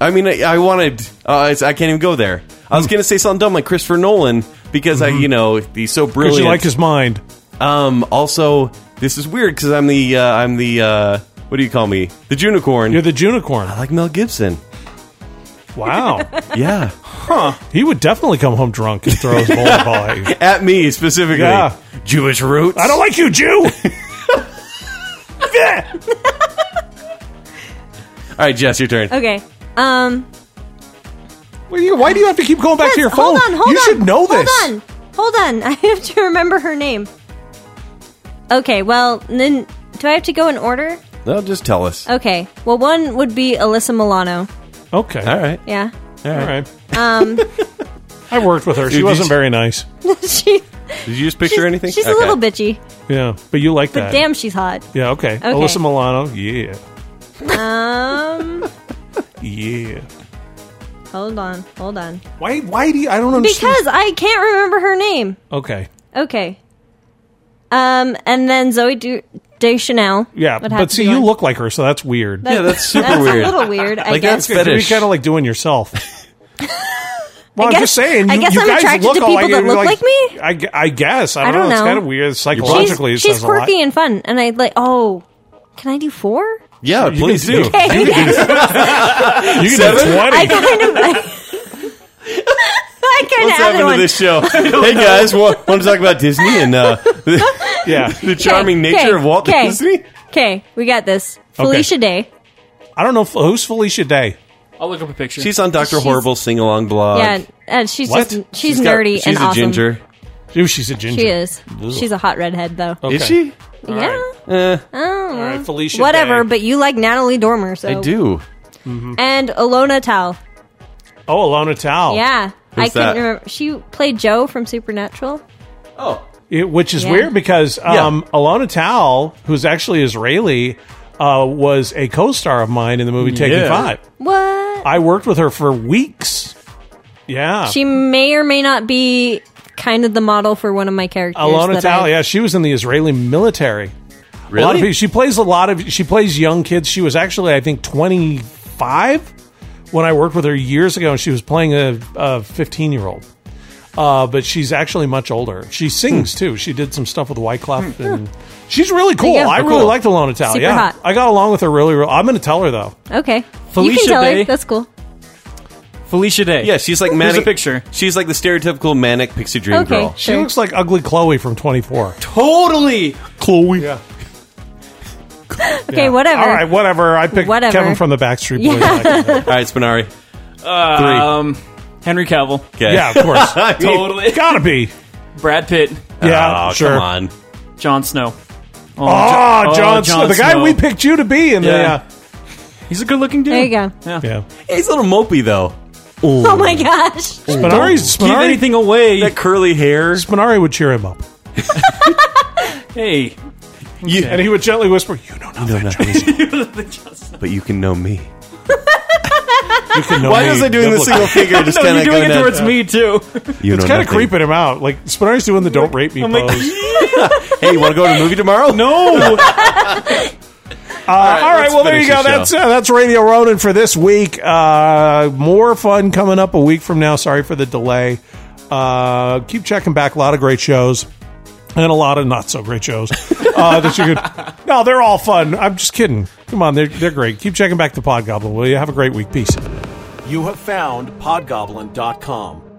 [SPEAKER 4] I mean, I, I wanted. Uh, it's- I can't even go there. I
[SPEAKER 2] Hmm.
[SPEAKER 4] was gonna say something dumb like Christopher Nolan because I, you know, he's so
[SPEAKER 2] Mm-hmm. Because
[SPEAKER 4] brilliant.
[SPEAKER 2] you like his mind.
[SPEAKER 4] um, also, this is weird because I'm the uh, I'm the uh, what do you call me? The unicorn.
[SPEAKER 2] You're the Junicorn.
[SPEAKER 4] like Mel Gibson.
[SPEAKER 2] Wow.
[SPEAKER 4] Yeah,
[SPEAKER 2] he would definitely come home drunk and throw his bowling ball at you.
[SPEAKER 4] at me specifically.
[SPEAKER 2] Yeah.
[SPEAKER 4] Jewish roots.
[SPEAKER 2] I don't like you, Jew.
[SPEAKER 4] All right, Jess, your turn.
[SPEAKER 5] Okay. Um
[SPEAKER 2] Well, you- Why do you have to keep going back to your phone?
[SPEAKER 5] Hold on, hold on.
[SPEAKER 2] you should know
[SPEAKER 5] hold
[SPEAKER 2] this.
[SPEAKER 5] on. Hold on. I have to remember her name. Okay, well, then do I have to go in order?
[SPEAKER 4] No, just tell us.
[SPEAKER 5] Okay. Well, one would be Alyssa Milano.
[SPEAKER 2] Okay.
[SPEAKER 4] All right.
[SPEAKER 5] Yeah.
[SPEAKER 2] All right. Um, I worked with her. She
[SPEAKER 4] Dude,
[SPEAKER 2] wasn't
[SPEAKER 4] these-
[SPEAKER 2] very nice.
[SPEAKER 5] she,
[SPEAKER 4] Did you just picture
[SPEAKER 5] she's,
[SPEAKER 4] anything?
[SPEAKER 5] She's
[SPEAKER 4] Okay.
[SPEAKER 5] a little bitchy,
[SPEAKER 2] Yeah, but you like
[SPEAKER 5] but
[SPEAKER 2] that.
[SPEAKER 5] damn, she's hot.
[SPEAKER 2] Yeah. Okay. Alyssa Milano. Yeah.
[SPEAKER 5] Um,
[SPEAKER 2] Yeah.
[SPEAKER 5] hold on, hold on.
[SPEAKER 2] Why? Why do you? I don't understand.
[SPEAKER 5] Because I can't remember her name.
[SPEAKER 2] okay.
[SPEAKER 5] Okay. Um, and then Zoe Du- Deschanel.
[SPEAKER 2] Yeah,
[SPEAKER 5] would have
[SPEAKER 2] but
[SPEAKER 5] to
[SPEAKER 2] see,
[SPEAKER 5] be
[SPEAKER 2] you
[SPEAKER 5] on.
[SPEAKER 2] look like her, so that's weird.
[SPEAKER 4] Yeah, that's super
[SPEAKER 5] That's
[SPEAKER 4] weird.
[SPEAKER 5] a little weird. I
[SPEAKER 4] Like,
[SPEAKER 5] guess.
[SPEAKER 4] that's
[SPEAKER 2] It could be
[SPEAKER 4] fetish.
[SPEAKER 2] kind of like doing yourself. Well, I'm
[SPEAKER 5] guess-
[SPEAKER 2] just saying. You,
[SPEAKER 5] I guess
[SPEAKER 2] you
[SPEAKER 5] I'm
[SPEAKER 2] guys
[SPEAKER 5] attracted
[SPEAKER 2] look
[SPEAKER 5] to
[SPEAKER 2] all
[SPEAKER 5] people that look like me?
[SPEAKER 2] I, gu- I guess I don't,
[SPEAKER 5] I don't
[SPEAKER 2] know. It's
[SPEAKER 5] know.
[SPEAKER 2] kind of weird
[SPEAKER 5] She's,
[SPEAKER 2] psychologically. it
[SPEAKER 5] she's
[SPEAKER 2] says a lot.
[SPEAKER 5] quirky and fun, and I like. Oh, can I do four?
[SPEAKER 4] Yeah, please
[SPEAKER 2] do.
[SPEAKER 4] do.
[SPEAKER 5] Okay.
[SPEAKER 2] You can do
[SPEAKER 5] I
[SPEAKER 2] twenty.
[SPEAKER 5] kind of. I, kind
[SPEAKER 4] What's
[SPEAKER 5] of added
[SPEAKER 4] happened
[SPEAKER 5] one.
[SPEAKER 4] to this show? hey guys, wa- want to talk about Disney and uh, the,
[SPEAKER 2] Yeah,
[SPEAKER 4] the charming
[SPEAKER 5] Okay,
[SPEAKER 4] nature of Walt
[SPEAKER 5] okay.
[SPEAKER 4] Disney?
[SPEAKER 5] Okay, we got this. Felicia Day.
[SPEAKER 2] I don't know f- who's Felicia Day.
[SPEAKER 3] I'll look up a picture.
[SPEAKER 4] She's on Doctor
[SPEAKER 5] She's-
[SPEAKER 4] Horrible sing along blog.
[SPEAKER 5] Yeah, and she's
[SPEAKER 2] What?
[SPEAKER 5] just she's,
[SPEAKER 4] Uh, She's got-
[SPEAKER 5] nerdy
[SPEAKER 4] she's
[SPEAKER 5] and
[SPEAKER 4] a
[SPEAKER 5] awesome.
[SPEAKER 4] ginger.
[SPEAKER 2] Ooh, she's a ginger.
[SPEAKER 5] She is. She's a hot redhead though.
[SPEAKER 4] Is she?
[SPEAKER 5] yeah.
[SPEAKER 2] right.
[SPEAKER 5] Oh,
[SPEAKER 2] All right, Felicia.
[SPEAKER 5] whatever.
[SPEAKER 2] Day.
[SPEAKER 5] But you like Natalie Dormer, so
[SPEAKER 4] I do.
[SPEAKER 5] And Alona Tal.
[SPEAKER 2] oh, Alona Tal.
[SPEAKER 5] Yeah. I
[SPEAKER 4] Who's
[SPEAKER 5] couldn't
[SPEAKER 4] that?
[SPEAKER 5] remember. She played Joe from Supernatural.
[SPEAKER 4] Oh,
[SPEAKER 2] It- which is
[SPEAKER 5] Yeah.
[SPEAKER 2] weird because
[SPEAKER 4] Yeah.
[SPEAKER 2] um, Alona Tal, who's actually Israeli, uh, was a co-star of mine in the movie Taking
[SPEAKER 4] Yeah.
[SPEAKER 2] Five.
[SPEAKER 5] What?
[SPEAKER 2] I worked with her for weeks. Yeah,
[SPEAKER 5] She may or may not be kind of the model for one of my characters.
[SPEAKER 2] Alona
[SPEAKER 5] that
[SPEAKER 2] Tal.
[SPEAKER 5] I-
[SPEAKER 2] Yeah, she was in the Israeli military.
[SPEAKER 4] really?
[SPEAKER 2] A lot of people, she plays a lot of she plays young kids. She was actually I think 25 when I worked with her years ago and she was playing a, a 15 year old. Uh, but she's actually much older. She
[SPEAKER 5] Hmm.
[SPEAKER 2] sings too. She did some stuff with Wyclef and she's really cool.
[SPEAKER 5] There you go.
[SPEAKER 2] I really
[SPEAKER 5] Hmm. Cool.
[SPEAKER 2] liked Alona Tal.
[SPEAKER 5] Super
[SPEAKER 2] yeah.
[SPEAKER 5] hot.
[SPEAKER 2] I got along with her really real. I'm going to tell her though.
[SPEAKER 5] Okay. you
[SPEAKER 3] Felicia
[SPEAKER 5] can tell
[SPEAKER 3] Day.
[SPEAKER 5] her. That's cool.
[SPEAKER 3] Felicia Day.
[SPEAKER 4] Yeah, she's like manic.
[SPEAKER 3] a picture.
[SPEAKER 4] She's like the stereotypical manic pixie dream
[SPEAKER 5] Okay.
[SPEAKER 4] girl.
[SPEAKER 2] She
[SPEAKER 5] Sure.
[SPEAKER 2] looks like ugly Chloe from 24.
[SPEAKER 3] totally.
[SPEAKER 2] Chloe. Yeah.
[SPEAKER 5] Okay,
[SPEAKER 2] Yeah.
[SPEAKER 5] whatever.
[SPEAKER 2] All right, whatever. I picked
[SPEAKER 5] Whatever.
[SPEAKER 2] Kevin from the Backstreet Boys.
[SPEAKER 4] All right, Spinari. Three.
[SPEAKER 3] Um, Henry Cavill.
[SPEAKER 4] okay.
[SPEAKER 2] yeah, of course.
[SPEAKER 4] I mean,
[SPEAKER 3] Totally.
[SPEAKER 2] Gotta be.
[SPEAKER 3] Brad Pitt.
[SPEAKER 2] Yeah,
[SPEAKER 4] oh,
[SPEAKER 2] sure.
[SPEAKER 4] Come on.
[SPEAKER 3] Jon Snow. Oh,
[SPEAKER 2] Oh,
[SPEAKER 3] Jo- oh,
[SPEAKER 2] John, Snow, the guy
[SPEAKER 3] Snow.
[SPEAKER 2] we picked you to be in uh,
[SPEAKER 3] Yeah. He's a good looking dude.
[SPEAKER 5] There you go.
[SPEAKER 2] the. Uh, yeah.
[SPEAKER 4] He's a little mopey though.
[SPEAKER 5] Oh my gosh.
[SPEAKER 2] Spinari,
[SPEAKER 3] Give
[SPEAKER 2] Spinari,
[SPEAKER 3] anything away.
[SPEAKER 4] That curly hair.
[SPEAKER 2] Spinari would cheer him up.
[SPEAKER 3] hey.
[SPEAKER 4] You-
[SPEAKER 2] And he would gently whisper, You know nothing.
[SPEAKER 4] No,
[SPEAKER 2] You,
[SPEAKER 4] no, but you can know me.
[SPEAKER 2] can know
[SPEAKER 4] Why
[SPEAKER 2] me.
[SPEAKER 4] was I doing the
[SPEAKER 2] Biblical-
[SPEAKER 4] single figure? Just
[SPEAKER 3] No,
[SPEAKER 4] kind
[SPEAKER 3] you're
[SPEAKER 4] of
[SPEAKER 3] doing it towards me too.
[SPEAKER 4] You
[SPEAKER 2] It's
[SPEAKER 4] know
[SPEAKER 2] kind of
[SPEAKER 4] nothing.
[SPEAKER 2] creeping him out. Like, Spinari's doing the don't rape me
[SPEAKER 3] I'm like,
[SPEAKER 2] pose.
[SPEAKER 4] Hey, you want to go to a movie tomorrow?
[SPEAKER 2] No. Uh, all right,
[SPEAKER 4] let's
[SPEAKER 2] well there you go.
[SPEAKER 4] finish the show.
[SPEAKER 2] That's uh, that's Radio Ronin for this week. Uh, more fun coming up a week from now. Sorry for the delay. Uh, keep checking back. A lot of great shows and a lot of not so great shows uh, that you could. No, they're all fun. I'm just kidding. Come on, they're they're great. Keep checking back the Pod Goblin. Will you have a great week? Peace.
[SPEAKER 1] You have found podgoblin.com.